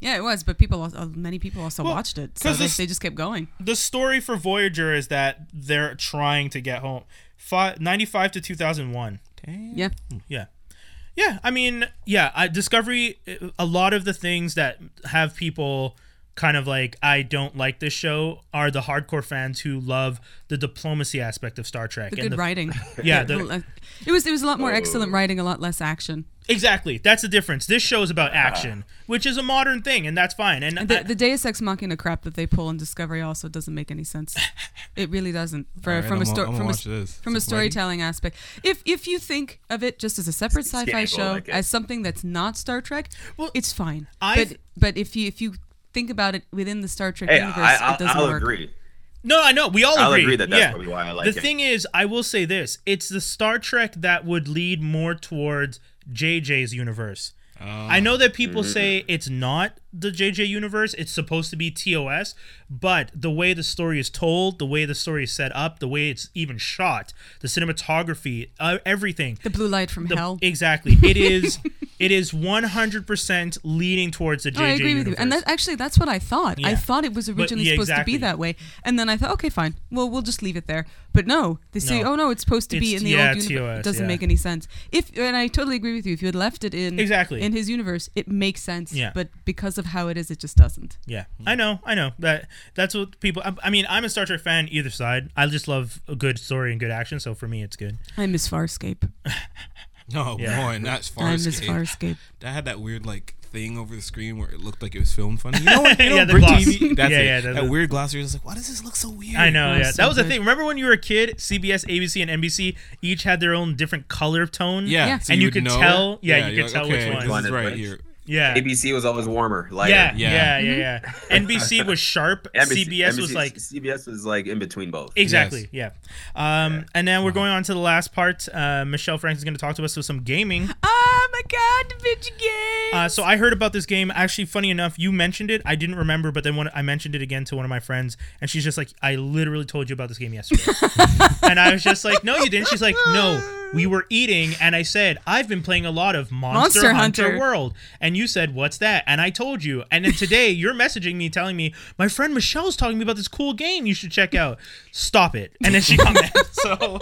B: it was. But people, also, uh, many people also
A: Well,
B: watched it, so
A: 'cause
B: they,
A: this-
B: they just kept going.
A: the story for Voyager is that they're trying to get home. Five, 95 to two thousand one.
B: Yeah,
A: Yeah. Yeah, I mean, yeah, I, Discovery, a lot of the things that have people kind of like, I don't like this show, are the hardcore fans who love the diplomacy aspect of Star Trek.
B: the good writing.
A: Yeah, the-
B: Uh, it was. It was a lot more
C: Oh.
B: excellent writing, a lot less action.
A: exactly. That's the difference. This show is about action, which is a modern thing, and that's fine. And,
B: The,
A: I-
B: the Deus Ex Machina crap that they pull in Discovery also doesn't make any sense. It really doesn't. For,
C: All right,
B: from
C: I'm
B: a
C: gonna-
B: sto-
C: I'm gonna
B: from a,
C: watch this.
B: from a
C: Is it writing?
B: storytelling aspect. If if you think of it just as a separate
D: scannable,
B: sci-fi show
D: like it.
B: as something that's not Star Trek,
A: Well,
B: it's fine.
A: I've-
B: but but if you if you think about it within the Star Trek
D: Hey,
B: universe,
D: I, I'll,
B: it doesn't
D: I'll
B: work.
D: agree.
A: No, I know. We all
D: I'll
A: agree.
D: agree that that's
A: yeah.
D: probably why I like
A: the
D: it.
A: thing is, I will say this: it's the Star Trek that would lead more towards JJ's universe. I know that people
D: Mm-hmm.
A: say it's not the JJ universe; it's supposed to be TOS. But the way the story is told, the way the story is set up, the way it's even shot, the cinematography, uh, everything.
B: The blue light from
A: the-
B: hell.
A: Exactly. It is. it is one hundred percent leading towards the JJ
B: No, Oh, I agree
A: universe.
B: with you, and that actually that's what I thought. I
A: Yeah.
B: thought it was originally
A: yeah,
B: supposed
A: exactly.
B: to be that way, and then I thought, okay, fine. Well, we'll just leave it there. But no, they say,
A: No.
B: oh no, it's supposed to be
A: It's-
B: in the
A: yeah,
B: old universe.
A: TOS,
B: It doesn't
A: yeah.
B: make any sense. If and I totally agree with you. If you had left it in
A: Exactly.
B: in his universe, it makes sense.
A: Yeah.
B: But because of how it is, it just doesn't.
A: Yeah, I know, I know that. That's what people. I, I mean, I'm a Star Trek fan either side. I just love a good story and good action, so for me, it's good.
B: I miss Farscape.
C: No,
A: Yeah.
C: Oh, boy, not
B: I miss
C: Farscape.
B: Farscape.
C: I had that weird like thing over the screen where it looked like it was filmed funny. You know what? You know,
A: Yeah, the
C: Brick
A: gloss.
C: TV, that's
A: Yeah,
C: it.
A: yeah, the-
C: that
A: the-
C: weird glossary is like, why does this look so weird?
A: I know,
E: Oh,
A: yeah.
E: so
A: That was the
E: good.
A: thing. Remember when you were a kid, CBS, ABC, and NBC each had their own different color tone?
C: Yeah,
B: Yeah.
C: so
A: And you
C: would
A: could
C: know.
A: tell- yeah, you
C: you're
A: could tell which
C: This
A: one.
C: is right here.
A: Yeah.
D: ABC was always warmer, lighter.
A: Yeah, yeah,
C: Yeah.
A: yeah, yeah. NBC was sharp.
D: NBC
A: CBS was
D: NBC
A: like
D: CBS was like in between both.
A: exactly, yeah. Um, And then we're going on to the last part. Uh, Michelle Franks is going to talk to us with some gaming.
B: Oh my god, the video game.
A: Uh, so I heard about this game. Actually, funny enough, you mentioned it. I didn't remember, but then when I mentioned it again to one of my friends, and she's just like, "I literally told you about this game yesterday," and I was just like, "No, you didn't." She's like, "No, we were eating, and I said I've been playing a lot of Monster,
B: Monster
A: Hunter.
B: Hunter.
A: World," and you said, "What's that?" And I told you, and then today you're messaging me telling me my friend Michelle's talking to me about this cool game you should check out. Stop it! And then she got mad. So,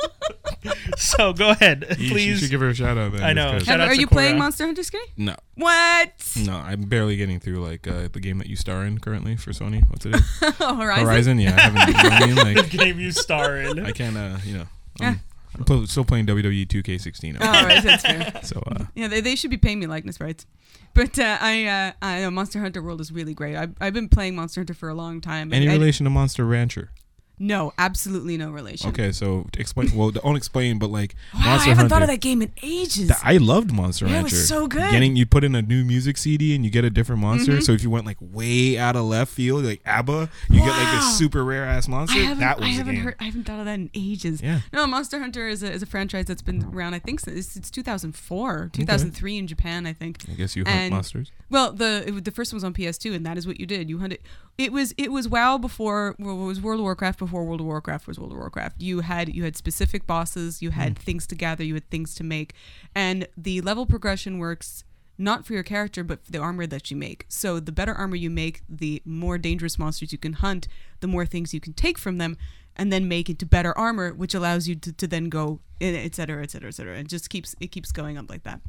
A: so go ahead,
C: You should- You
A: please.
C: should give her a shout out. Then,
A: I know.
C: just 'cause-
A: Shout
B: Have-
A: out
B: are
A: to
B: you
A: Cora.
B: playing Monster Hunter Skinny?
C: No,
B: What?
C: no, I'm barely getting through like uh, the game that you star in currently for Sony. What's it? is?
B: Oh, Horizon.
C: Horizon. Yeah, I haven't. You know what I mean? Like,
A: Game you star in.
C: I can't. Uh, you know,
B: Yeah.
C: I'm, I'm pl- still playing E WWE 2K16.
B: Oh, all right, that's fair.
C: So uh,
B: Yeah, they, they should be paying me likeness rights. But uh, I, uh, I know Monster Hunter World is really great. I've, I've been playing Monster Hunter for a long time.
C: any
B: I- I-
C: relation to Monster Rancher?
B: No, absolutely no relation.
C: Okay, so explain. Well, don't explain, but like
B: Wow, I
C: Monster
B: haven't
C: Hunter.
B: thought of that game in ages.
C: Th- I loved Monster
B: Yeah, it
C: Rancher.
B: was so good. Mm-hmm.
C: Getting you put in a new music CD and you get a different monster. So if you went like way out of left field, like ABBA, you get like
B: Wow.
C: this super rare ass
B: I
C: monster.
B: haven't,
C: That was
B: I
C: the
B: haven't
C: game.
B: heard. I haven't thought of that in ages.
C: Yeah.
B: No, Monster Hunter is a, is a franchise that's been around. I think since, since 2004, 2003 in Japan. I think.
C: I guess you hunt
B: And-
C: monsters.
B: Well, the it, was- the first one was on PS2, and that is what you did. You hunted. It was it was WoW before well, it was World of Warcraft before World of Warcraft was World of Warcraft. You had you had specific bosses. You had things to gather. You had things to make, and the level progression works not for your character, but for the armor that you make. So the better armor you make, the more dangerous monsters you can hunt, the more things you can take from them, and then make into better armor, which allows you to, to then go, eh, et cetera, et cetera, et cetera. It just keeps it keeps going up like that.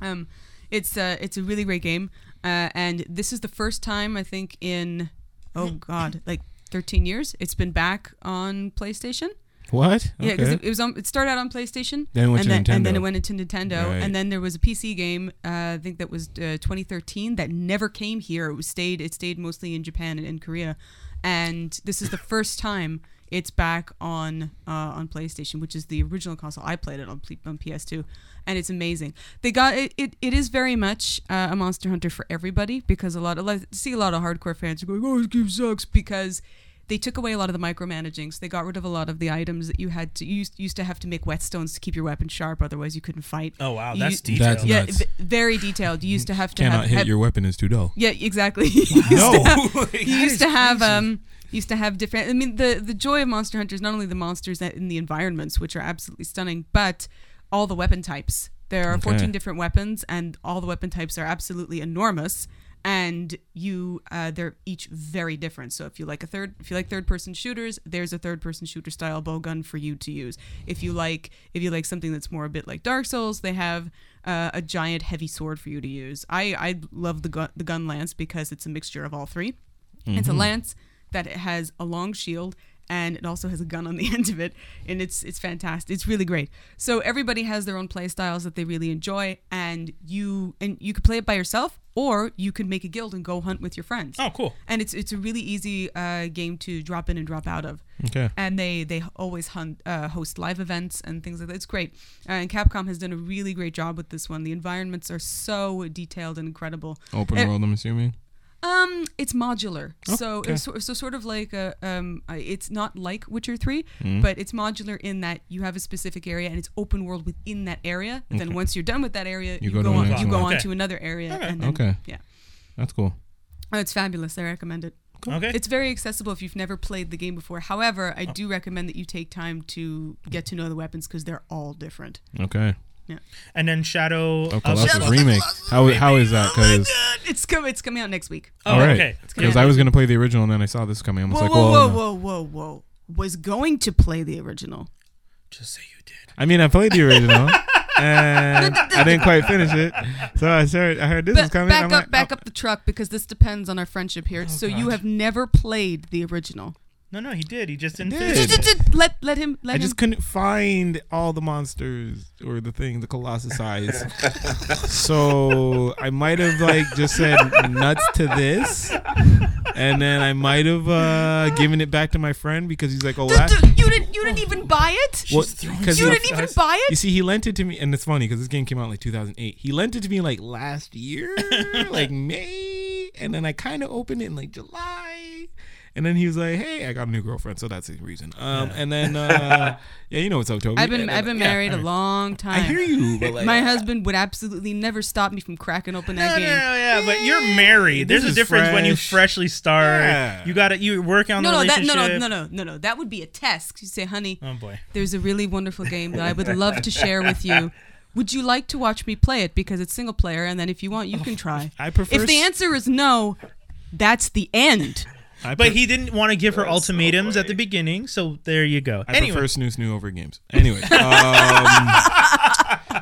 B: Um, it's uh, it's a really great game, uh, and this is the first time I think in oh god, like 13 years it's been back on PlayStation.
C: What?
B: Yeah, 'cause it, it was on. It started out on PlayStation,
C: Then it went
B: and
C: to
B: then, and then
C: Nintendo.
B: it went into Nintendo,
C: Right.
B: and then there was a PC game. Uh, I think that was uh, 2013 that never came here. It was stayed. It stayed mostly in Japan and in Korea, and this is the first time it's back on uh, on PlayStation, which is the original console. I played it on, P- on PS2, and it's amazing. They got it. It, it is very much uh, a Monster Hunter for everybody because a lot of like, see a lot of hardcore fans are going, "Oh, this game sucks," because they took away a lot of the micromanaging. So they got rid of a lot of the items that you had to you used, used to have to make whetstones to keep your weapon sharp. Otherwise, you couldn't fight.
A: Oh wow,
B: You-
A: that's detailed.
C: That's-
B: yeah,
C: nuts.
B: v- very detailed. You used to have to
C: Cannot
B: have,
C: hit
B: have-
C: your weapon is too dull.
B: yeah, exactly. You used to have- you used to have um used to have different i mean the the joy of monster hunter is not only the monsters that in the environments which are absolutely stunning but all the weapon types there are 14 different weapons and all the weapon types are absolutely enormous and you uh, they're each very different so if you like a third if you like third person shooters there's a third person shooter style bow gun for you to use if you like if you like something that's more a bit like dark souls they have uh, a giant heavy sword for you to use i i love the gun the gun lance because it's a mixture of all three it's a lance that it has a long shield and it also has a gun on the end of it and it's it's fantastic it's really great so everybody has their own play styles that they really enjoy and you and you could play it by yourself or you could make a guild and go hunt with your friends
A: oh cool.
B: and it's it's a really easy uh, game to drop in and drop out of
C: Okay.
B: and they they always hunt, uh, host live events and things like that. It's great, uh, and Capcom has done a really great job with this one. The environments are so detailed and incredible.
C: Open
B: Eh.
C: world, I'm assuming.
B: Um, it's modular, so
C: Oh, Okay.
B: it's so, so sort of like a um, uh, it's not like Witcher Three,
C: Mm-hmm.
B: but it's modular in that you have a specific area and it's open world within that area. And then once you're done with that area, you,
C: go to
B: go
C: the
B: on
C: next
B: you go
A: one.
B: on
A: Okay.
B: to another area. And then,
C: Okay.
B: yeah,
C: That's cool.
B: oh, it's fabulous. I recommend it.
A: Okay.
B: It's very accessible if you've never played the game before. However,
C: Oh.
B: I do recommend that you take time to get to know the weapons because they're all different.
C: Okay.
A: and then Shadow
C: Oh,
A: of
C: Colossus
A: Shadow-
C: remake. How how is that? Because
B: Uh, It's com- it's coming out next week.
A: Oh,
C: all right.
A: okay.
B: gonna
C: Because I was gonna play the original and then I saw this coming. I was
B: Whoa,
C: like,
B: whoa,
C: well,
B: whoa,
C: no.
B: whoa, whoa, whoa. Was going to play the original.
A: Just say you did.
C: I mean, I played the original. And I didn't quite finish it, so I heard I heard this is
B: But
C: coming.
B: back
C: I'm
B: up,
C: like, oh.
B: back up the truck because this depends on our friendship here. so you have never played the original.
A: No, no, he did. He just didn't.
C: did.
A: finish it.
B: Let let him let
C: I
B: him.
C: just couldn't find all the monsters or the thing, the colossus eyes. so I might have like just said nuts to this, and then I might have uh, given it back to my friend because he's like, "Oh,
B: Dude,
C: last."
B: dude, you didn't you didn't even buy it.
C: Well,
A: throwing
C: 'cause
A: stuff
B: you
A: Dude,
C: he-
B: didn't even
A: guys.
B: buy
C: you
B: it.
C: see, he lent it to me, and it's funny because this game came out like 2008. He lent it to me like last year, like May, and then I kind of opened it in like July. And then he was like, "Hey, I got a new girlfriend, so that's the reason." Um, and then, uh, yeah, you know what's up, Toby.
B: I've been
C: And then-
B: I've been
C: yeah,
B: married
C: I
B: a
C: mean-
B: long
C: I
B: time.
C: hear you, but like,
B: My husband would absolutely never stop me from cracking open
A: No,
B: that
A: no, no,
B: game.
A: yeah, but you're married.
C: This
A: There's a
C: is
A: difference when you
C: fresh.
A: freshly start.
C: Yeah.
A: You got to You work on
B: No,
A: the
B: no, that,
A: relationship.
B: no, no, no, no, no, no. That would be a test. You say, honey,
C: Um.
A: Oh boy.
B: there's a really wonderful game that I would love to share with you. Would you like to watch me play it? Because it's single player, and then if you want, you can try.
C: Oh, I prefer
B: If the
C: s-
B: answer is no, that's the end.
C: I
A: But
C: pre-
A: he didn't want to give her
D: That's so
A: ultimatums at
D: funny.
A: the beginning, so there you go.
C: I
A: anyway,
C: prefer snoo snoo over games. Anyway, um,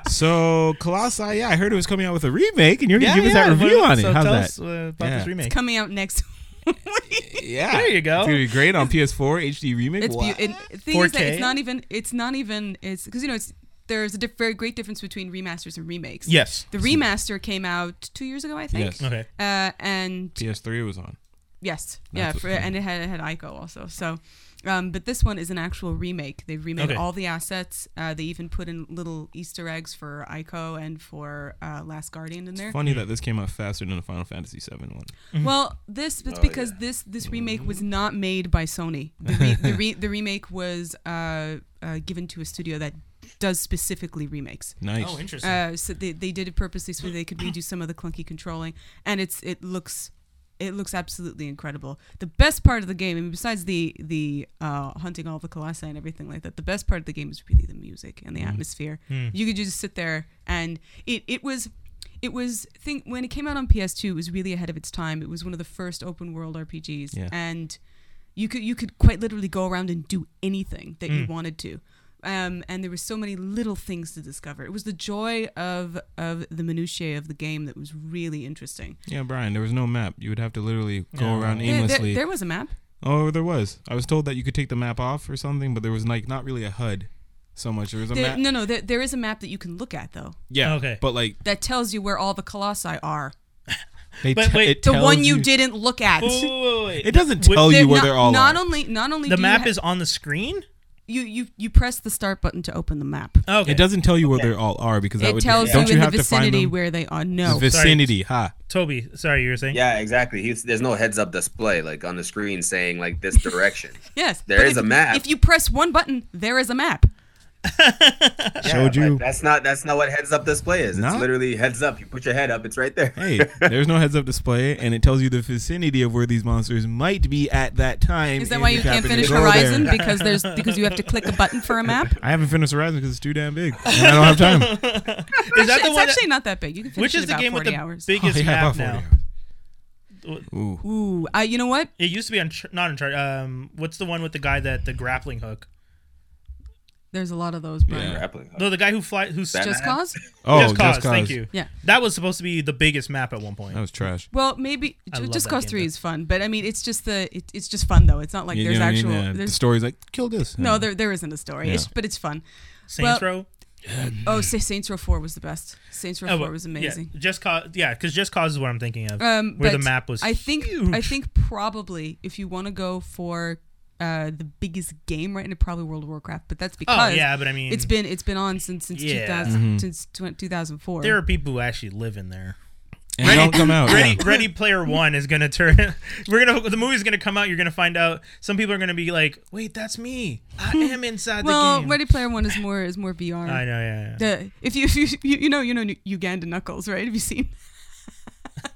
C: so Colossi, yeah, I heard it was coming out with a remake, and you're gonna
A: yeah,
C: give us
A: yeah,
C: that review
A: well,
C: on it.
A: so
C: How's
A: tell
C: that?
A: us, uh, about
C: Yeah.
A: this remake.
B: Coming out next week.
C: Yeah,
A: There you go.
C: It's gonna be great on PS4 HD remake.
B: It's
C: Wow.
B: beau- it, the thing is that
A: 4K?
B: it's not even. It's not even. It's because you know it's there's a diff- very great difference between remasters and remakes.
A: Yes.
B: The remaster came out two years ago, I think.
C: Yes.
A: Okay.
B: Uh, and
C: PS3 was on.
B: Yes.
C: That's
B: yeah,
C: what-
B: for,
C: yeah.
B: and it had it had Ico also. So, um, but this one is an actual remake. They've remade
A: Okay.
B: all the assets. Uh, they even put in little Easter eggs for Ico and for uh, Last Guardian in there.
C: Funny that this came out faster than the Final Fantasy VII one.
B: Well, this it's
D: Oh,
B: because
D: yeah.
B: this this remake was not made by Sony. The re- the, re- the remake was uh, uh, given to a studio that does specifically remakes.
C: Nice.
A: Oh, interesting.
B: Uh, so they, they did it purposely so they could redo some of the clunky controlling, and it's it looks it looks absolutely incredible. The best part of the game, and besides the the uh, hunting all the colossi and everything like that, the best part of the game is really the music and the atmosphere. You could just sit there, and it it was. It was think when it came out on PS2, it was really ahead of its time. It was one of the first open world RPGs,
C: Yeah.
B: and you could you could quite literally go around and do anything that
C: Mm.
B: you wanted to um, and there were so many little things to discover it was the joy of of the minutiae of the game that was really interesting
C: yeah, Brian, there was no map. You would have to literally go
A: Yeah.
C: around
B: Yeah, there,
C: aimlessly.
B: there was a map
C: oh, there was. I was told that you could take the map off or something, but there was like not really a HUD so much. There was a
B: There-
C: map.
B: no no there, there is a map that you can look at though
C: yeah.
A: Okay.
C: But like
B: that tells you where all the colossi are
C: they
A: But
C: te-
A: wait-
C: it
B: the
C: tells
B: one you, didn't look at
A: Wait, wait, wait, wait.
C: It doesn't
A: Wait,
C: tell you where
B: not,
C: they're all.
B: not
C: at.
B: only not only
A: the
B: do
A: map
B: you ha-
A: is on the screen.
B: you, you you press the start button to open the map
A: Okay.
C: It doesn't tell you where they all are because that
B: it
C: would
B: tells
C: don't
B: you in the
C: have to find
B: vicinity
C: them?
B: where they are
C: The
B: no
C: vicinity, ha.
A: Toby, sorry, you were saying.
D: Yeah, exactly. He's, there's no heads up display like on the screen saying like this direction.
B: yes
D: There
B: but
D: is
B: if-
D: a map.
B: if you press one button there is a map
D: Yeah,
C: Showed
D: but
C: you.
D: That's not that's not what heads up display is. It's
C: No?
D: literally heads up. You put your head up. It's right there.
C: Hey, there's no heads up display, and it tells you the vicinity of where these monsters might be at that time.
B: Is that
C: if
B: why you can't
C: happen to
B: finish
C: go there.
B: Horizon because there's because you have to click a button for a map?
C: I haven't finished Horizon because it's too damn big. And I don't have time.
A: Is that
B: Actually,
A: the
B: it's
A: one?
B: actually not that big. You can finish
A: which
B: it
A: is the
B: about
A: game with
B: 40
A: the
B: hours.
A: biggest
C: Oh, yeah,
A: map
C: about
A: now?
C: 40 hours. Ooh.
B: Ooh, I, you know what?
A: It used to be on Tr- not on Tr- um. What's the one with the guy that the grappling hook?
B: There's a lot of those, Brian.
C: Yeah.
D: Grappling hook.
A: No, the guy who fly who's
D: That-
B: Just Cause?
C: Oh,
A: just, cause, Thank you.
B: Yeah.
A: That was supposed to be the biggest map at one point.
C: That was trash.
B: Well, maybe
A: I love
B: Just
A: that
B: Cause
A: game,
B: Three
A: though.
B: is fun, but I mean, it's just the it, it's just fun though. It's not like
C: You
B: there's
C: know what I mean?
B: actual.
C: Yeah, The
B: there's,
C: story's like, kill this.
B: no, there there isn't a story. It's,
C: Yeah.
B: but it's fun.
A: Saints
B: well,
A: Row.
B: Oh, Sa- Saints Row Four was the best. Saints Row
A: Oh,
B: Four
A: but-
B: was
A: yeah,
B: amazing.
A: just cause, yeah, because just cause is what I'm thinking of.
B: Um,
A: where the
B: but
A: map was.
B: I think I
A: huge.
B: think probably if you want to go for uh, the biggest game right now, probably World of Warcraft. But that's
A: Oh
B: because
A: yeah, but I mean,
B: it's been it's been on since since
A: Yeah.
B: 2000 since tw- 2004.
A: there are people who actually live in there.
C: And don't come out. Oh, yeah.
A: Ready, Ready Player One is gonna turn. We're gonna. The movie's gonna come out. You're gonna find out. Some people are gonna be like, "Wait, that's me. I am inside the
B: Hmm. well,
A: game."
B: Ready Player One is more is more VR.
A: I know. Yeah. yeah.
B: The- if you if you, you you know you know Nu- Uganda Knuckles right? Have you seen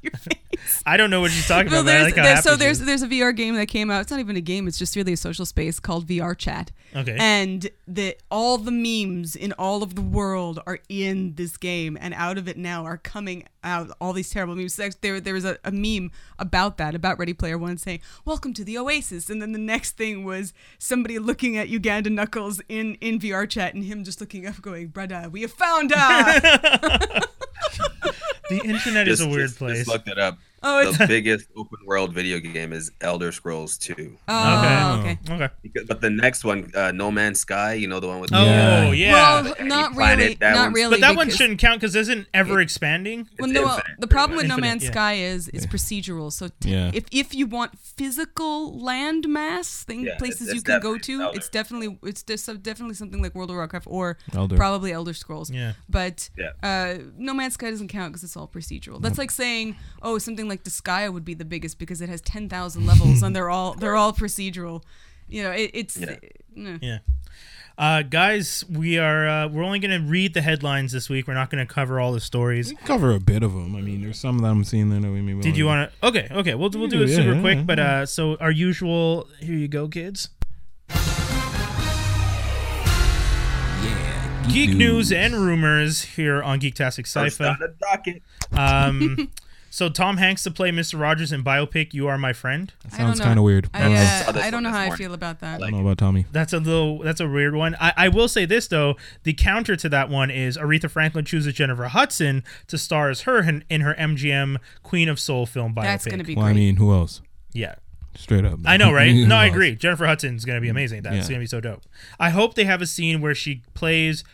B: your face?
A: I don't know what she's talking
B: Well,
A: about. but I
B: there's,
A: like how
B: there's- so
A: happy she
B: there's
A: is.
B: there's a VR game that came out. It's not even a game. It's just really a social space called VR Chat.
A: Okay.
B: And the all the memes in all of the world are in this game, and out of it now are coming out all these terrible memes. Like, There there was a, a meme about that about Ready Player One saying "Welcome to the Oasis," and then the next thing was somebody looking at Uganda Knuckles in in VR Chat, and him just looking up, going, "Brada, we have found out."
A: the internet is
D: Just,
A: a weird
D: just-
A: place.
D: Just looked it up.
B: Oh, it's
D: the biggest open world video game is Elder Scrolls 2.
B: oh,
C: Okay.
B: okay.
A: Okay.
D: Because, but the next one, uh, No Man's Sky, you know the one with
A: Oh yeah.
C: Yeah.
B: Well,
D: Any
B: not
D: planet,
B: really.
D: that
B: Not
D: one's-
B: really.
A: but that one
B: because-
A: shouldn't count because isn't ever expanding.
B: Well,
D: It's
B: no,
D: infinite,
B: the
D: pretty
B: problem with
A: much.
B: No Man's
A: Infinite,
B: Sky is it's procedural. So t-
C: Yeah.
B: if if you want physical land mass, thing
D: Yeah,
B: places
D: it's-
B: you
D: it's
B: can go
D: definitely
B: to,
D: Elder.
B: it's definitely it's just some- definitely something like World of Warcraft or
C: Elder.
B: probably Elder Scrolls.
A: Yeah.
B: But
D: Yeah.
B: uh, No Man's Sky doesn't count because it's all procedural. That's like saying oh something like Disgaea would be the biggest because it has ten thousand levels and they're all they're all procedural. You know it, it's
D: Yeah.
B: no.
A: Yeah. Uh, guys, we are uh, we're only gonna read the headlines this week. We're not gonna cover all the stories.
C: cover a bit of them. I mean, there's some that I'm seeing there that we maybe.
A: Did you want to? Okay, okay, we'll we'll do it
C: Yeah,
A: super
C: yeah,
A: quick.
C: yeah.
A: But uh, so our usual, here you go, kids.
C: Yeah.
A: Geek news and rumors here on Geektastic
D: First
A: Sci-Fi.
D: on the docket.
B: uh,
A: Um, so Tom Hanks to play Mr. Rogers in biopic "You Are My Friend."
C: That
B: I don't
C: sounds
B: know.
C: kind of weird. I don't,
B: I,
C: know.
B: uh,
D: saw this
B: I don't
D: one
B: know
D: this
B: how I
D: morning.
B: feel about that.
D: I
C: I don't know about Tommy.
A: That's a little. That's a weird one. I, I will say this though. The counter to that one is Aretha Franklin chooses Jennifer Hudson to star as her in, in her MGM Queen of Soul film biopic.
B: That's gonna be
C: Well,
B: great.
C: I mean, who else?
A: yeah.
C: Straight up.
A: I know, right?
C: Who
A: No, I
C: else?
A: agree. Jennifer Hudson's gonna be amazing. at That it's
C: Yeah.
A: gonna be so dope. I hope they have a scene where she plays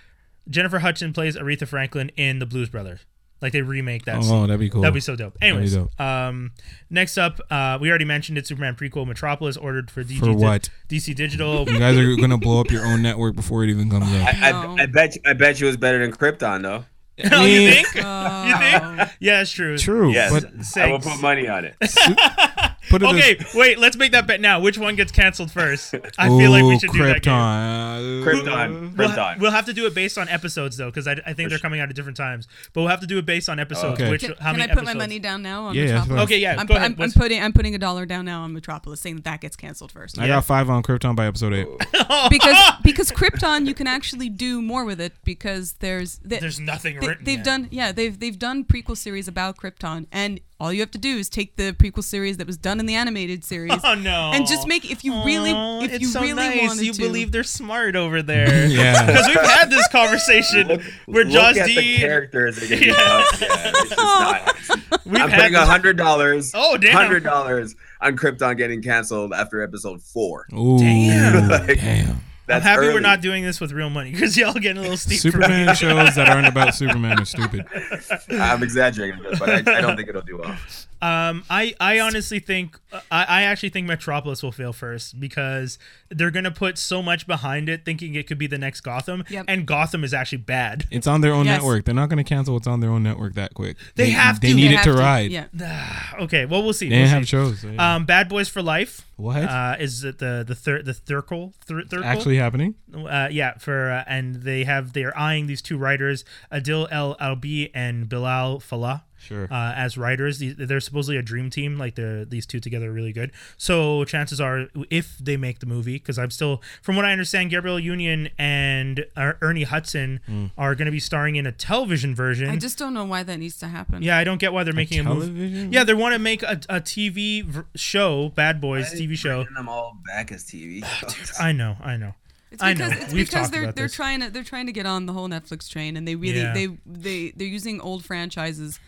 A: Jennifer Hudson plays Aretha Franklin in the Blues Brothers. Like they remake that. scene.
C: Oh, that'd be cool.
A: That'd be so dope.
C: be
A: Anyways,
C: dope.
A: um, next up, uh, we already mentioned it. Superman prequel Metropolis ordered for DG
C: For what?
A: DC Digital.
C: You guys are gonna blow up your own network before it even comes out.
D: I,
B: No.
D: I, I bet you, I bet you it was better than Krypton though.
A: oh, you think? You
B: Oh.
A: think? Yeah, it's true.
C: True,
D: Yes,
C: but
D: I will
A: Sakes.
D: put money on it.
C: put it
A: Okay, wait. Let's make that bet now. Which one gets canceled first? I feel like we should do that. game.
C: Krypton.
D: Krypton,
A: We'll,
D: Krypton.
A: we'll have to do it based on episodes though, because I, I think they're coming out at different times. But we'll have to do it based on episodes.
C: Okay.
A: Which
B: Can,
A: how
B: can
A: many
B: I put my
A: episodes?
B: money down now on
C: Yeah, yeah, that's
B: Metropolis?
C: fine.
A: Okay, yeah.
B: I'm,
A: go ahead.
B: I'm, I'm
A: Let's-
B: putting I'm putting a dollar down now on Metropolis, saying that that gets canceled first.
C: I
A: Yeah.
C: got five on Krypton by episode eight.
B: because because Krypton, you can actually do more with it because there's they,
A: There's nothing
B: they,
A: written.
B: they've
A: yet.
B: done yeah they've they've done prequel series about Krypton, and all you have to do is take the prequel series that was done in the animated series
A: Oh no!
B: and just make if you really
A: Aw,
B: if
A: it's
B: you
A: so
B: really
A: nice.
B: wanted
A: you
B: to
A: believe they're smart over there.
C: Yeah.
A: because we've had this conversation
D: Look,
A: where
D: look
A: Josh
D: at the
A: D.
D: characters. Again. Yeah. yeah, it's just not.
A: We've
D: I'm
A: had
D: putting
A: this-
D: hundred dollars.
A: Oh, damn.
D: Hundred dollars on Krypton getting canceled after episode four.
C: Ooh,
A: Damn.
D: Like,
C: damn.
A: I'm
D: That's
A: happy we're
D: early.
A: not doing this with real money because y'all getting a little steep. for me.
C: Superman shows that aren't about Superman are stupid.
D: I'm exaggerating, a bit, but I, I don't think it'll do well.
A: Um, I, I honestly think I, I actually think Metropolis will fail first because they're gonna put so much behind it, thinking it could be the next Gotham,
B: Yep.
A: and Gotham is actually bad.
C: It's on their own
B: Yes.
C: network. They're not going to cancel what's on their own network that quick.
A: They have
C: They
A: to.
C: need
B: They
C: it
B: have
C: to, ride.
B: yeah uh,
A: okay, well we'll see.
C: They didn't
A: We'll
C: have
A: see.
C: shows. so yeah.
A: Um, Bad Boys for Life.
C: What?
A: Uh, is it the the third the Thurkle thir- Thurkle?
C: Actually happening?
A: uh, yeah. For uh, and they have they are eyeing these two writers, Adil El Albi and Bilal Falah.
C: Sure.
A: Uh, as writers, these, they're supposedly a dream team. Like they're these two together are really good. So chances are, if they make the movie, because I'm still, from what I understand, Gabriel Union and uh, Ernie Hudson
C: Hmm.
A: are going to be starring in a television version.
B: I just don't know why that needs to happen.
A: yeah, I don't get why they're making a movie.
C: television?
A: Yeah, they want to make a, a TV v- show, Bad Boys TV show.
D: Bringing them all back as TV. shows.
A: I know, I know.
B: It's
A: I
B: because
A: know.
B: it's
A: We've
B: because
A: talked
B: they're
A: about
B: they're
A: this.
B: trying to they're trying to get on the whole Netflix train and they really
A: Yeah.
B: they they they're using old franchises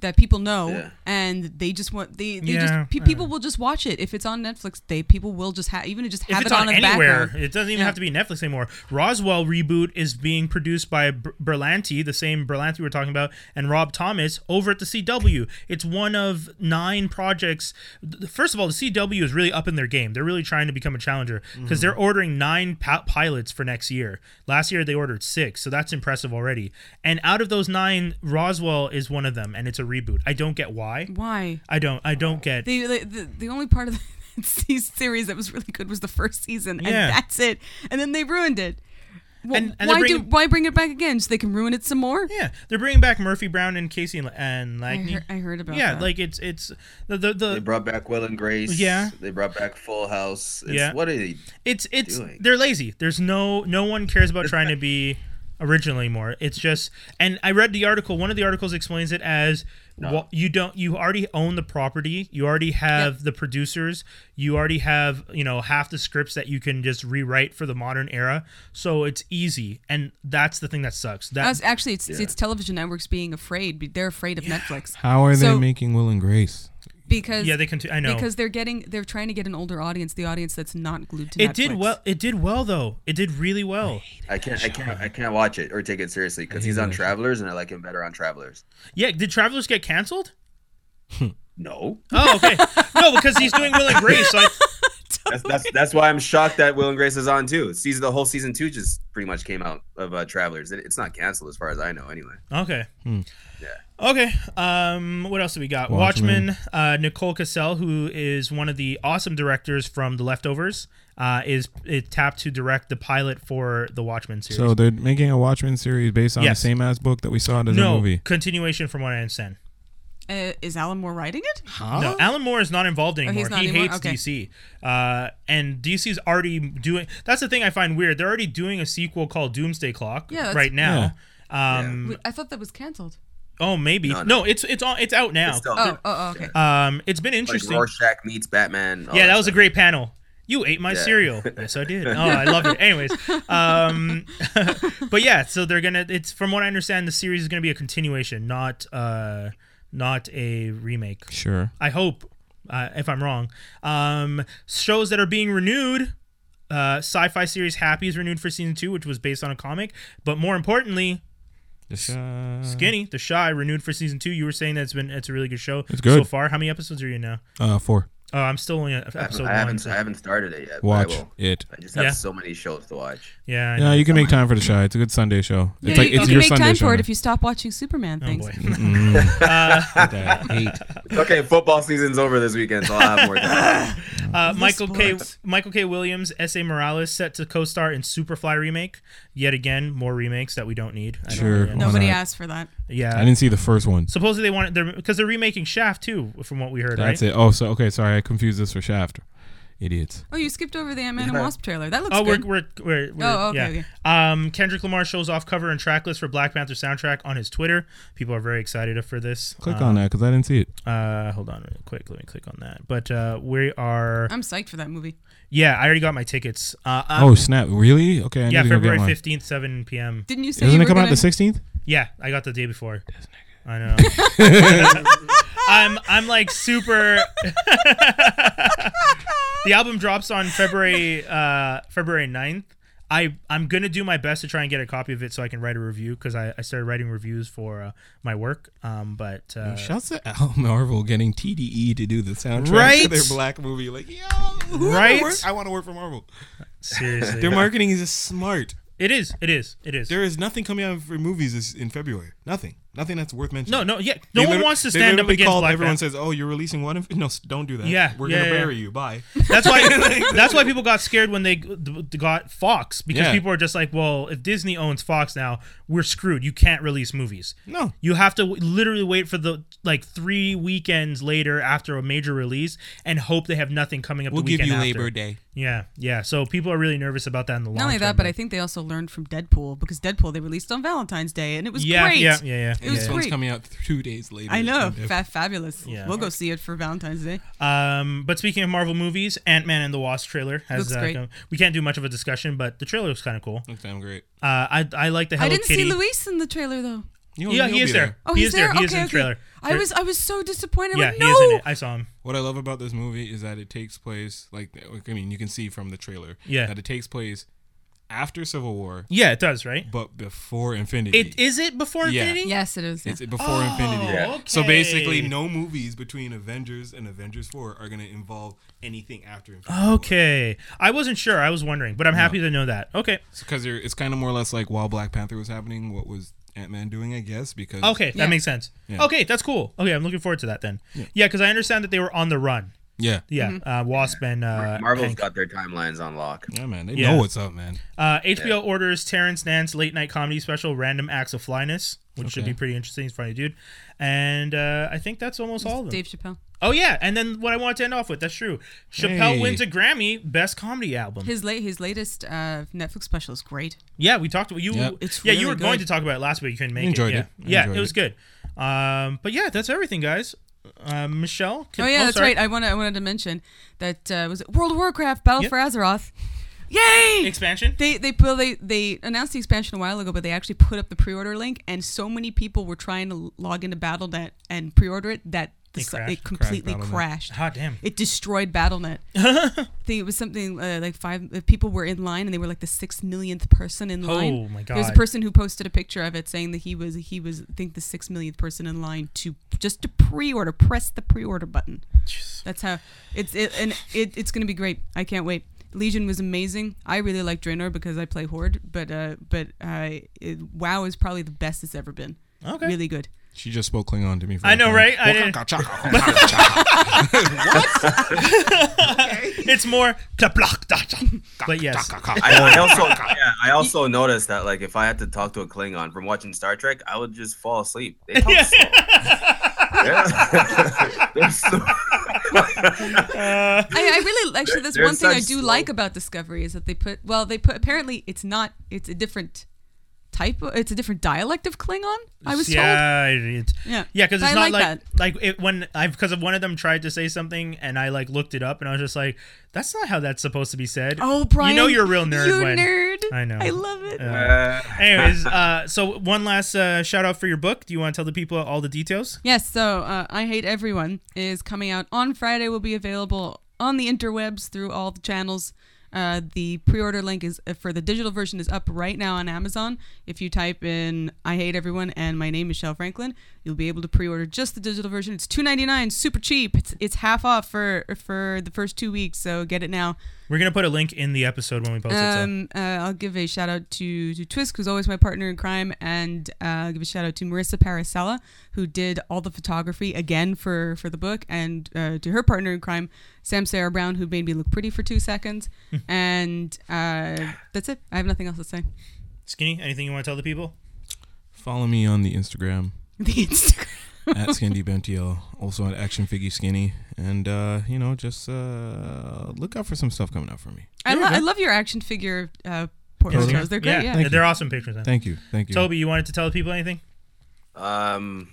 B: that people know
D: Yeah.
B: and they just want they, they
A: Yeah,
B: just pe-
A: I
B: people will just watch it if it's on Netflix they people will just have even to just
A: If
B: have
A: it's
B: it
A: on
B: on, in the
A: anywhere,
B: background.
A: it doesn't even
B: Yeah.
A: have to be Netflix anymore. Roswell reboot is being produced by Ber- Berlanti, the same Berlanti we were talking about, and Rob Thomas over at the CW. It's one of nine projects. th- First of all, the CW is really up in their game. They're really trying to become a challenger
B: Mm.
A: because they're ordering nine pi- pilots for next year. Last year they ordered six, so that's impressive already. And out of those nine, Roswell is one of them, and it's a reboot. I don't get why.
B: Why
A: I don't. I don't get.
B: they, they the, the only part of the se- series that was really good was the first season
A: Yeah.
B: and that's it and then they ruined it. Wh-
A: And- and they're
B: why do
A: bringing-
B: why bring it back again so they can ruin it some more?
A: Yeah, they're bringing back Murphy Brown and Casey and, and
B: I,
A: Lagney.
B: heard, I heard about
A: yeah
B: that.
A: like it's it's the the,
D: They
A: the
D: brought back Will and Grace.
A: Yeah.
D: They brought back Full House. It's,
A: Yeah.
D: What are they?
A: it's it's
D: doing?
A: they're lazy there's no no one cares about trying to be originally more. It's just, and I read the article. One of the articles explains it as wha- you don't, you already own the property. You already have the producers. You already have, you know, half the scripts that you can just rewrite for the modern era. So it's easy, and that's the thing that sucks. That
B: That's actually it's, it's television networks being afraid. be- They're afraid of Netflix
C: How are
B: So-
C: they making Will and Grace?
B: because
A: yeah, they can. I know
B: because they're getting they're trying to get an older audience, the audience that's not glued to Netflix.
A: it did well. It did well though. It did really well.
D: I can't, I can't, I can't watch it or take it seriously because he's on Travelers, and I like him better on Travelers.
A: Yeah. Did Travelers get canceled?
D: No,
A: Oh, okay. no, because he's doing Will and Grace. So I,
D: that's that's that's why I'm shocked that Will and Grace is on too. Season the whole season two just pretty much came out of uh, Travelers. It, it's not canceled as far as I know, anyway.
A: Okay.
C: Hmm.
A: Okay. Um, what else do we got? Watchmen.
C: Watchmen.
A: Uh, Nicole Cassell, who is one of the awesome directors from The Leftovers, uh, is, is tapped to direct the pilot for the Watchmen series.
C: So they're making a Watchmen series based on
A: Yes.
C: the same ass book that we saw it as a
A: no
C: movie.
A: continuation from what I understand.
B: Uh, is Alan Moore writing it?
A: No,
C: Oh.
A: Alan Moore is not involved anymore.
B: Oh, not
A: he
B: anymore?
A: hates
B: Okay.
A: DC, uh, and DC's already doing. That's the thing I find weird. They're already doing a sequel called Doomsday Clock
B: Yeah, that's-
A: right now. Um,
B: I thought that was canceled.
A: Oh, maybe no,
D: No, no.
A: It's it's on. It's out now.
D: It's still-
B: Oh, oh, okay.
A: um, it's been
D: like
A: interesting.
D: Rorschach meets Batman. all
A: yeah, that was a
D: stuff.
A: great panel. You ate my
D: Yeah.
A: cereal. Yes, I did. Oh, I love it. Anyways, um, but yeah, so they're gonna. It's from what I understand, the series is gonna be a continuation, not uh, not a remake.
C: Sure.
A: I hope. Uh, if I'm wrong, um, shows that are being renewed. Uh, sci-fi series Happy is renewed for season two, which was based on a comic. But more importantly, Skinny, The Shy, renewed for season two. You were saying that it's been it's a really good show.
C: It's good.
A: so far. How many episodes are you in now?
C: Uh, four.
A: Oh, I'm still only at
D: I haven't,
A: episode
D: I
A: one.
D: haven't,
A: so-
D: I haven't started it yet. but
C: Watch
D: I will.
C: it.
D: I just have
A: Yeah.
D: so many shows to watch.
A: yeah, I know.
C: Yeah, you can make time for the show. It's a good Sunday show. It's like
B: you,
C: it's
B: you
C: your
B: can make
C: Sunday
B: time
C: show.
B: for it
C: now.
B: if you stop watching Superman
A: Oh
B: things.
A: boy.
D: Okay, football season's over this weekend, so I'll have more time.
A: Uh, Michael K.
B: sports.
A: Michael K. Williams, S.A. Morales set to co-star in Superfly remake. Yet again, more remakes that we don't need. I don't
C: Sure.
A: really-
C: Why
B: Nobody
C: not?
B: asked for that.
C: I
A: Yeah.
C: didn't see the first one.
A: Supposedly they wanted they're because they're remaking Shaft too, from what we heard.
C: That's
A: right?
C: it. Oh, so okay. Sorry, I confused this for Shaft. Idiots.
B: Oh, you skipped over the Ant Man and
D: Yeah.
B: Wasp trailer. That looks
A: Oh, we're,
B: good.
A: we're, we're, we're
B: Oh, okay,
A: yeah. Um, Kendrick Lamar shows off cover and track list for Black Panther soundtrack on his Twitter. People are very excited for this.
C: Click
A: Uh,
C: on that because I didn't see it.
A: Uh, hold on, real quick. Let me click on that. But uh, we are.
B: I'm psyched for that movie.
A: Yeah, I already got my tickets. Uh, uh,
C: Oh snap! Really? Okay. I
A: yeah,
C: need to go
A: February
C: get mine.
A: fifteenth, seven p.m.
B: Didn't you say you
C: Doesn't
B: were
C: it come out
B: gonna-
C: the sixteenth?
A: Yeah, I got the day before. I know. I'm I'm like super. the album drops on February uh, February 9th. I I'm gonna do my best to try and get a copy of it so I can write a review because I, I started writing reviews for uh, my work. Um, but uh,
C: Shouts to Al Marvel getting TDE to do the soundtrack
A: Right?
C: to their black movie. Like, yo, who wanna
A: Right?
C: work- I want to work for Marvel.
A: seriously,
C: Their marketing is smart.
A: it is it is it is.
C: There is nothing coming out for movies this, in February. Nothing. Nothing that's worth mentioning.
A: no no yeah no
C: They
A: one
C: liter-
A: wants to
C: they
A: stand up
C: literally
A: against
C: called,
A: Black
C: Everyone
A: Panther.
C: says, "Oh, you're releasing one." Of, no, s- don't do that.
A: Yeah,
C: we're
A: yeah,
C: gonna
A: yeah,
C: bury you. Bye.
A: That's why. that's why people got scared when they g- d- got Fox because
C: Yeah.
A: people are just like, well, if Disney owns Fox now, we're screwed. You can't release movies.
C: No.
A: you have to w- literally wait for the like three weekends later after a major release and hope they have nothing coming up.
C: We'll
A: the
C: give
A: weekend
C: you
A: after.
C: Labor Day.
A: Yeah, yeah. So people are really nervous about that in the long.
B: Not only
A: term,
B: that, but I think they also learned from Deadpool because Deadpool they released on Valentine's Day and it was
A: yeah,
B: great.
A: yeah, yeah, yeah.
B: It was
C: This
A: yeah.
C: one's
B: great.
C: coming out two days later.
B: I know,
C: It's
B: fa- fabulous.
A: Yeah.
B: We'll go see it for Valentine's Day.
A: Um, but speaking of Marvel movies, Ant Man and the Wasp trailer has.
B: Looks
A: uh,
B: great.
A: come- we can't do much of a discussion, but the trailer looks kind of cool.
C: Looks damn great.
A: Uh, I I like the Hello
B: I didn't
A: Kitty.
B: see Luis in the trailer though.
C: You'll-
A: Yeah,
C: you'll
A: he
C: be
A: is there.
B: Oh,
A: he
B: he's
A: is there. He is
B: Okay,
A: in the
B: okay.
A: trailer.
B: I was I was so disappointed.
A: Yeah,
B: I'm like,
A: he is in
B: no!
A: it. I saw him.
C: What I love about this movie is that it takes place like I mean, you can see from the trailer
A: Yeah.
C: that it takes place after Civil War,
A: Yeah, it does, right?
C: but before Infinity.
A: It is it before
C: Yeah.
A: Infinity?
B: Yes, it is. yeah.
C: It's before Infinity.
A: Oh,
D: Yeah.
C: So
A: okay.
C: basically, no movies between Avengers and Avengers Four are going to involve anything after Infinity.
A: Oh. Okay. I wasn't sure. I was wondering, but I'm happy to know that. Okay.
C: because it's kind of more or less like while Black Panther was happening, what was Ant Man doing? I guess because
A: Okay,
B: Yeah.
A: that makes sense.
C: Yeah.
A: Okay, that's cool. Okay, I'm looking forward to that then. Yeah, because I understand that they were on the run.
C: Yeah.
A: Yeah,
B: Mm-hmm.
A: uh, Wasp and uh,
D: Marvel's Marvel's
A: Hank.
D: got their timelines on lock.
C: Yeah, man. They
A: Yeah.
C: know what's up, man.
A: Uh, HBO orders Terrence Nann's late night comedy special, Random Acts of Flyness, which should
C: Okay.
A: be pretty interesting. He's a funny dude, and uh, I think that's almost all of them.
B: Dave Chappelle.
A: Oh yeah, and then what I want to end off with. That's true. Chappelle
C: Hey.
A: wins a Grammy Best Comedy Album.
B: His late his latest uh, Netflix special is great.
A: yeah, we talked about you.
C: Yeah.
B: It's
A: yeah, you
B: really
A: were going to
B: good.
A: talk about it last week. You couldn't make
C: Enjoyed
A: it.
C: it.
A: Yeah, yeah,
C: Enjoyed
A: it was good. Um, but yeah, that's everything, guys. Uh, Michelle. Can,
B: Oh yeah, that's
A: sorry.
B: right. I wanted I wanted to mention that uh, was it World of Warcraft Battle
A: Yep.
B: for Azeroth. Yay!
A: Expansion.
B: They they put they they announced the expansion a while ago, but they actually put up the pre-order link, and so many people were trying to log into BattleNet and pre-order it that the
A: It
B: si-
A: crashed?
B: it completely
C: Crashed BattleNet.
B: crashed.
A: Hot damn.
B: It destroyed BattleNet. I think it was something uh, like five uh, people were in line, and they were like the six millionth person in line.
A: Oh, my
B: There's a
A: God.
B: person who posted a picture of it saying that he was he was I think the six millionth person in line to just to pre-order, press the pre-order button. That's how it's it, and it, it's gonna be great. I can't wait. Legion was amazing. I really like Draenor because I play Horde, but uh, but uh, it, WoW is probably the best it's ever been.
A: Okay.
B: Really good.
C: She just spoke Klingon to me. For
A: I
C: the
A: know, right?
C: first time.
A: I didn't- It's more to block But yes.
D: I, I also yeah, I also noticed that like if I had to talk to a Klingon from watching Star Trek, I would just fall asleep. They talk slow. Yeah. They're so-
A: Uh,
B: I, I really actually that's
D: They're
B: one thing I
D: such
B: do
D: slow-
B: like about Discovery is that they put well they put apparently it's not it's a different type of, it's a different dialect of Klingon. I was told.
A: yeah, It's,
B: Yeah.
A: yeah, because
B: But
A: it's
B: I
A: not
B: like
A: like like it, when I've because of one of them tried to say something and I like looked it up and I was just like, that's not how that's supposed to be said.
B: Oh, Brian,
A: you know you're a real nerd.
B: You
A: when,
B: nerd.
A: I know.
B: I love it.
A: Yeah.
D: Uh,
A: Anyways, uh, so one last uh, shout out for your book. Do you want to tell the people all the details?
B: Yes, so uh, I Hate Everyone is coming out on Friday, will be available on the interwebs through all the channels. Uh, the pre-order link is uh, for the digital version is up right now on Amazon. If you type in "I hate everyone" and my name is Michelle Franklin, you'll be able to pre-order just the digital version. It's two ninety nine, super cheap. It's it's half off for for the first two weeks, so get it now.
A: We're gonna put a link in the episode when we post it.
B: Um, uh, I'll give a shout out to to Twist, who's always my partner in crime, and uh, I'll give a shout out to Marissa Paracella, who did all the photography again for for the book, and uh, to her partner in crime, Sam Sarah Brown, who made me look pretty for two seconds, and uh, that's it. I have nothing else to say.
A: So. Skinny, anything you want to tell the people?
C: Follow me on the Instagram
B: The Instagram.
C: at Skindy Bentiel, also at Action Figgy Skinny, and uh, you know, just uh, look out for some stuff coming out for me.
B: I, lo- I love your action figure uh, portfolios. They're great. Yeah.
A: they're
C: Thank
A: awesome pictures. man.
C: Thank you, thank you.
A: Toby, you wanted to tell the people anything?
D: um,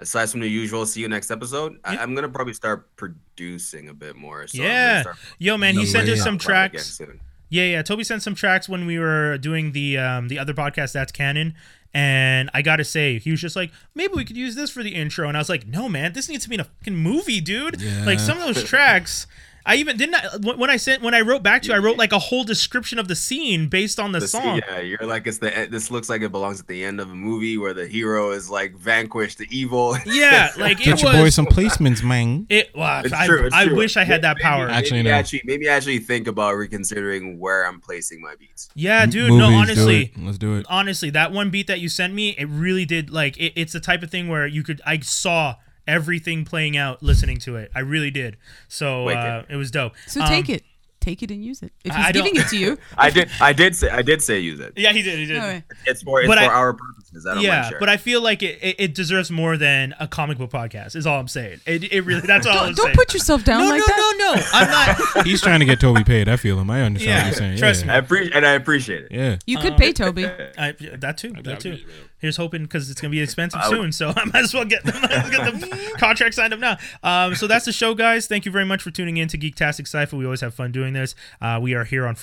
D: aside from the usual, see you next episode. I,
A: Yeah.
D: I'm gonna probably start producing a bit more. So I'm gonna
A: yeah,
D: start-
A: yo, man, he
C: No
A: sent
C: way.
A: us some
D: Again
A: tracks.
D: soon.
A: Yeah, yeah. Toby sent some tracks when we were doing the um, the other podcast. That's canon. And I gotta say, he was just like, maybe we could use this for the intro. And I was like, no, man, this needs to be in a fucking movie, dude.
C: Yeah.
A: Like some of those tracks. I even didn't. I, when when I sent when I wrote back to you, I wrote like a whole description of the scene based on the,
D: The-
A: song.
D: Yeah, you're like it's the. This looks like it belongs at the end of a movie where the hero is like vanquished the evil.
A: Yeah, like
C: Get
A: it
C: your boy
A: was.
C: some placements, man.
A: It wow,
D: It's
A: I,
D: true, it's
A: I
D: true.
A: wish I had that power.
C: Actually,
D: maybe
C: no.
D: actually, maybe actually think about reconsidering where I'm placing my beats.
A: yeah, dude.
C: Movies,
A: no,
C: do
A: honestly,
C: it. let's do it.
A: honestly, that one beat that you sent me, it really did. Like, it, it's the type of thing where you could. I saw everything playing out listening to it. I really did. So uh,
D: Wicked.
A: it was dope.
B: So
A: Um,
B: take it, take it and use it. If he's
A: I- I don't-
B: giving it to you,
D: I did, I did say, I did say use it.
A: Yeah, he did. He did.
B: okay.
D: It's for, it's
A: But
D: for
A: I-
D: our purposes. I don't
A: yeah,
D: mind sharing.
A: but I feel like it, it, it deserves more than a comic book podcast. Is all I'm saying. It, it really. That's all I'm
B: don't
A: saying.
B: put yourself down
A: no,
B: like
A: no,
B: that.
A: no, no. I'm not.
C: He's trying to get Toby paid. I feel him. I understand
A: Yeah,
C: what you're saying.
A: trust
C: yeah.
D: I appreciate, and I appreciate it.
C: Yeah.
B: You could pay Toby.
A: I, that too. That too.
C: be-
A: Here's hoping because it's gonna be expensive
D: I would-
A: soon, so I might as well get the, might as well get the contract signed up now. Um, so that's the show, guys. Thank you very much for tuning in to Geektastic Cipher. We always have fun doing this. Uh, we are here on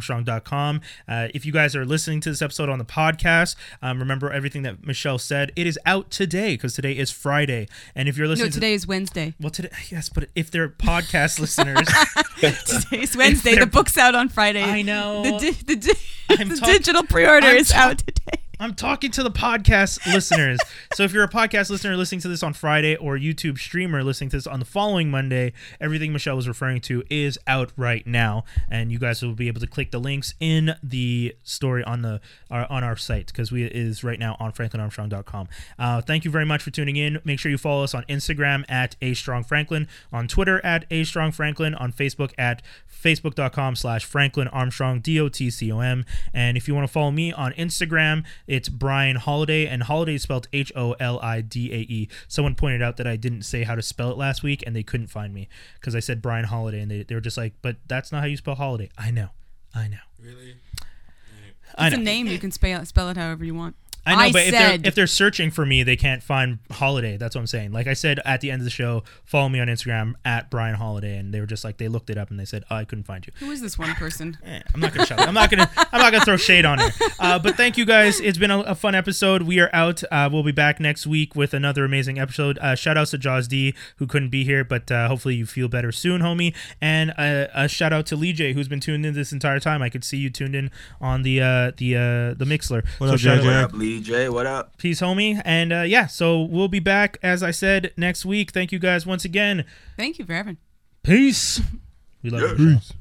A: FranklinArmstrong.com. Uh, if you guys are listening to this episode on the podcast, um, remember everything that Michelle said. It is out today because today is Friday, and if you're
B: No,
A: listening to
B: today is Wednesday.
A: well, today yes, but if they're podcast listeners,
B: Today's Wednesday.
A: they're-
B: The book's out on Friday.
A: I know.
B: The, di- the, di-
A: I'm
B: the
A: talk-
B: digital pre-order
A: I'm
B: is
A: talk-
B: out today.
A: I'm talking to the podcast listeners. So if you're a podcast listener listening to this on Friday or a YouTube streamer listening to this on the following Monday, everything Michelle was referring to is out right now, and you guys will be able to click the links in the story on the our, on our site because we it is right now on franklinarmstrong.com. Uh, thank you very much for tuning in. Make sure you follow us on Instagram at a strong franklin, on Twitter at a strong franklin, on Facebook at facebook.com slash franklin armstrong d-o-t-c-o-m and if you want to follow me on instagram it's brian holiday and holiday is spelled h-o-l-i-d-a-e E. someone pointed out that i didn't say how to spell it last week and they couldn't find me because i said brian holiday and they, they were just like but that's not how you spell holiday i know i know
C: Really?
A: i
B: It's
A: know
B: a name. You can spell spell it however you want.
A: I know,
B: I
A: but if
B: said-
A: they're if they're searching for me, they can't find Holiday. That's what I'm saying. Like I said at the end of the show, follow me on Instagram at Brian Holiday, and they were just like they looked it up and they said oh, I couldn't find you.
B: Who is this one person?
A: Eh, I'm not gonna shout. I'm not gonna. I'm not gonna throw shade on it. Uh, but thank you guys. It's been a, a fun episode. We are out. Uh, we'll be back next week with another amazing episode. Uh, shout outs to Jaws D who couldn't be here, but uh, hopefully you feel better soon, homie. And uh, a shout out to Lee J who's been tuned in this entire time. I could see you tuned in on the uh, the uh, the Mixler.
C: What up,
A: shout out-
C: JJ?
D: What up, Lee J? What up?
A: Peace, homie. And uh, yeah, so we'll be back, as I said, next week. Thank you guys once again.
B: Thank you for having.
A: Peace. We love you. Michelle.
C: Peace.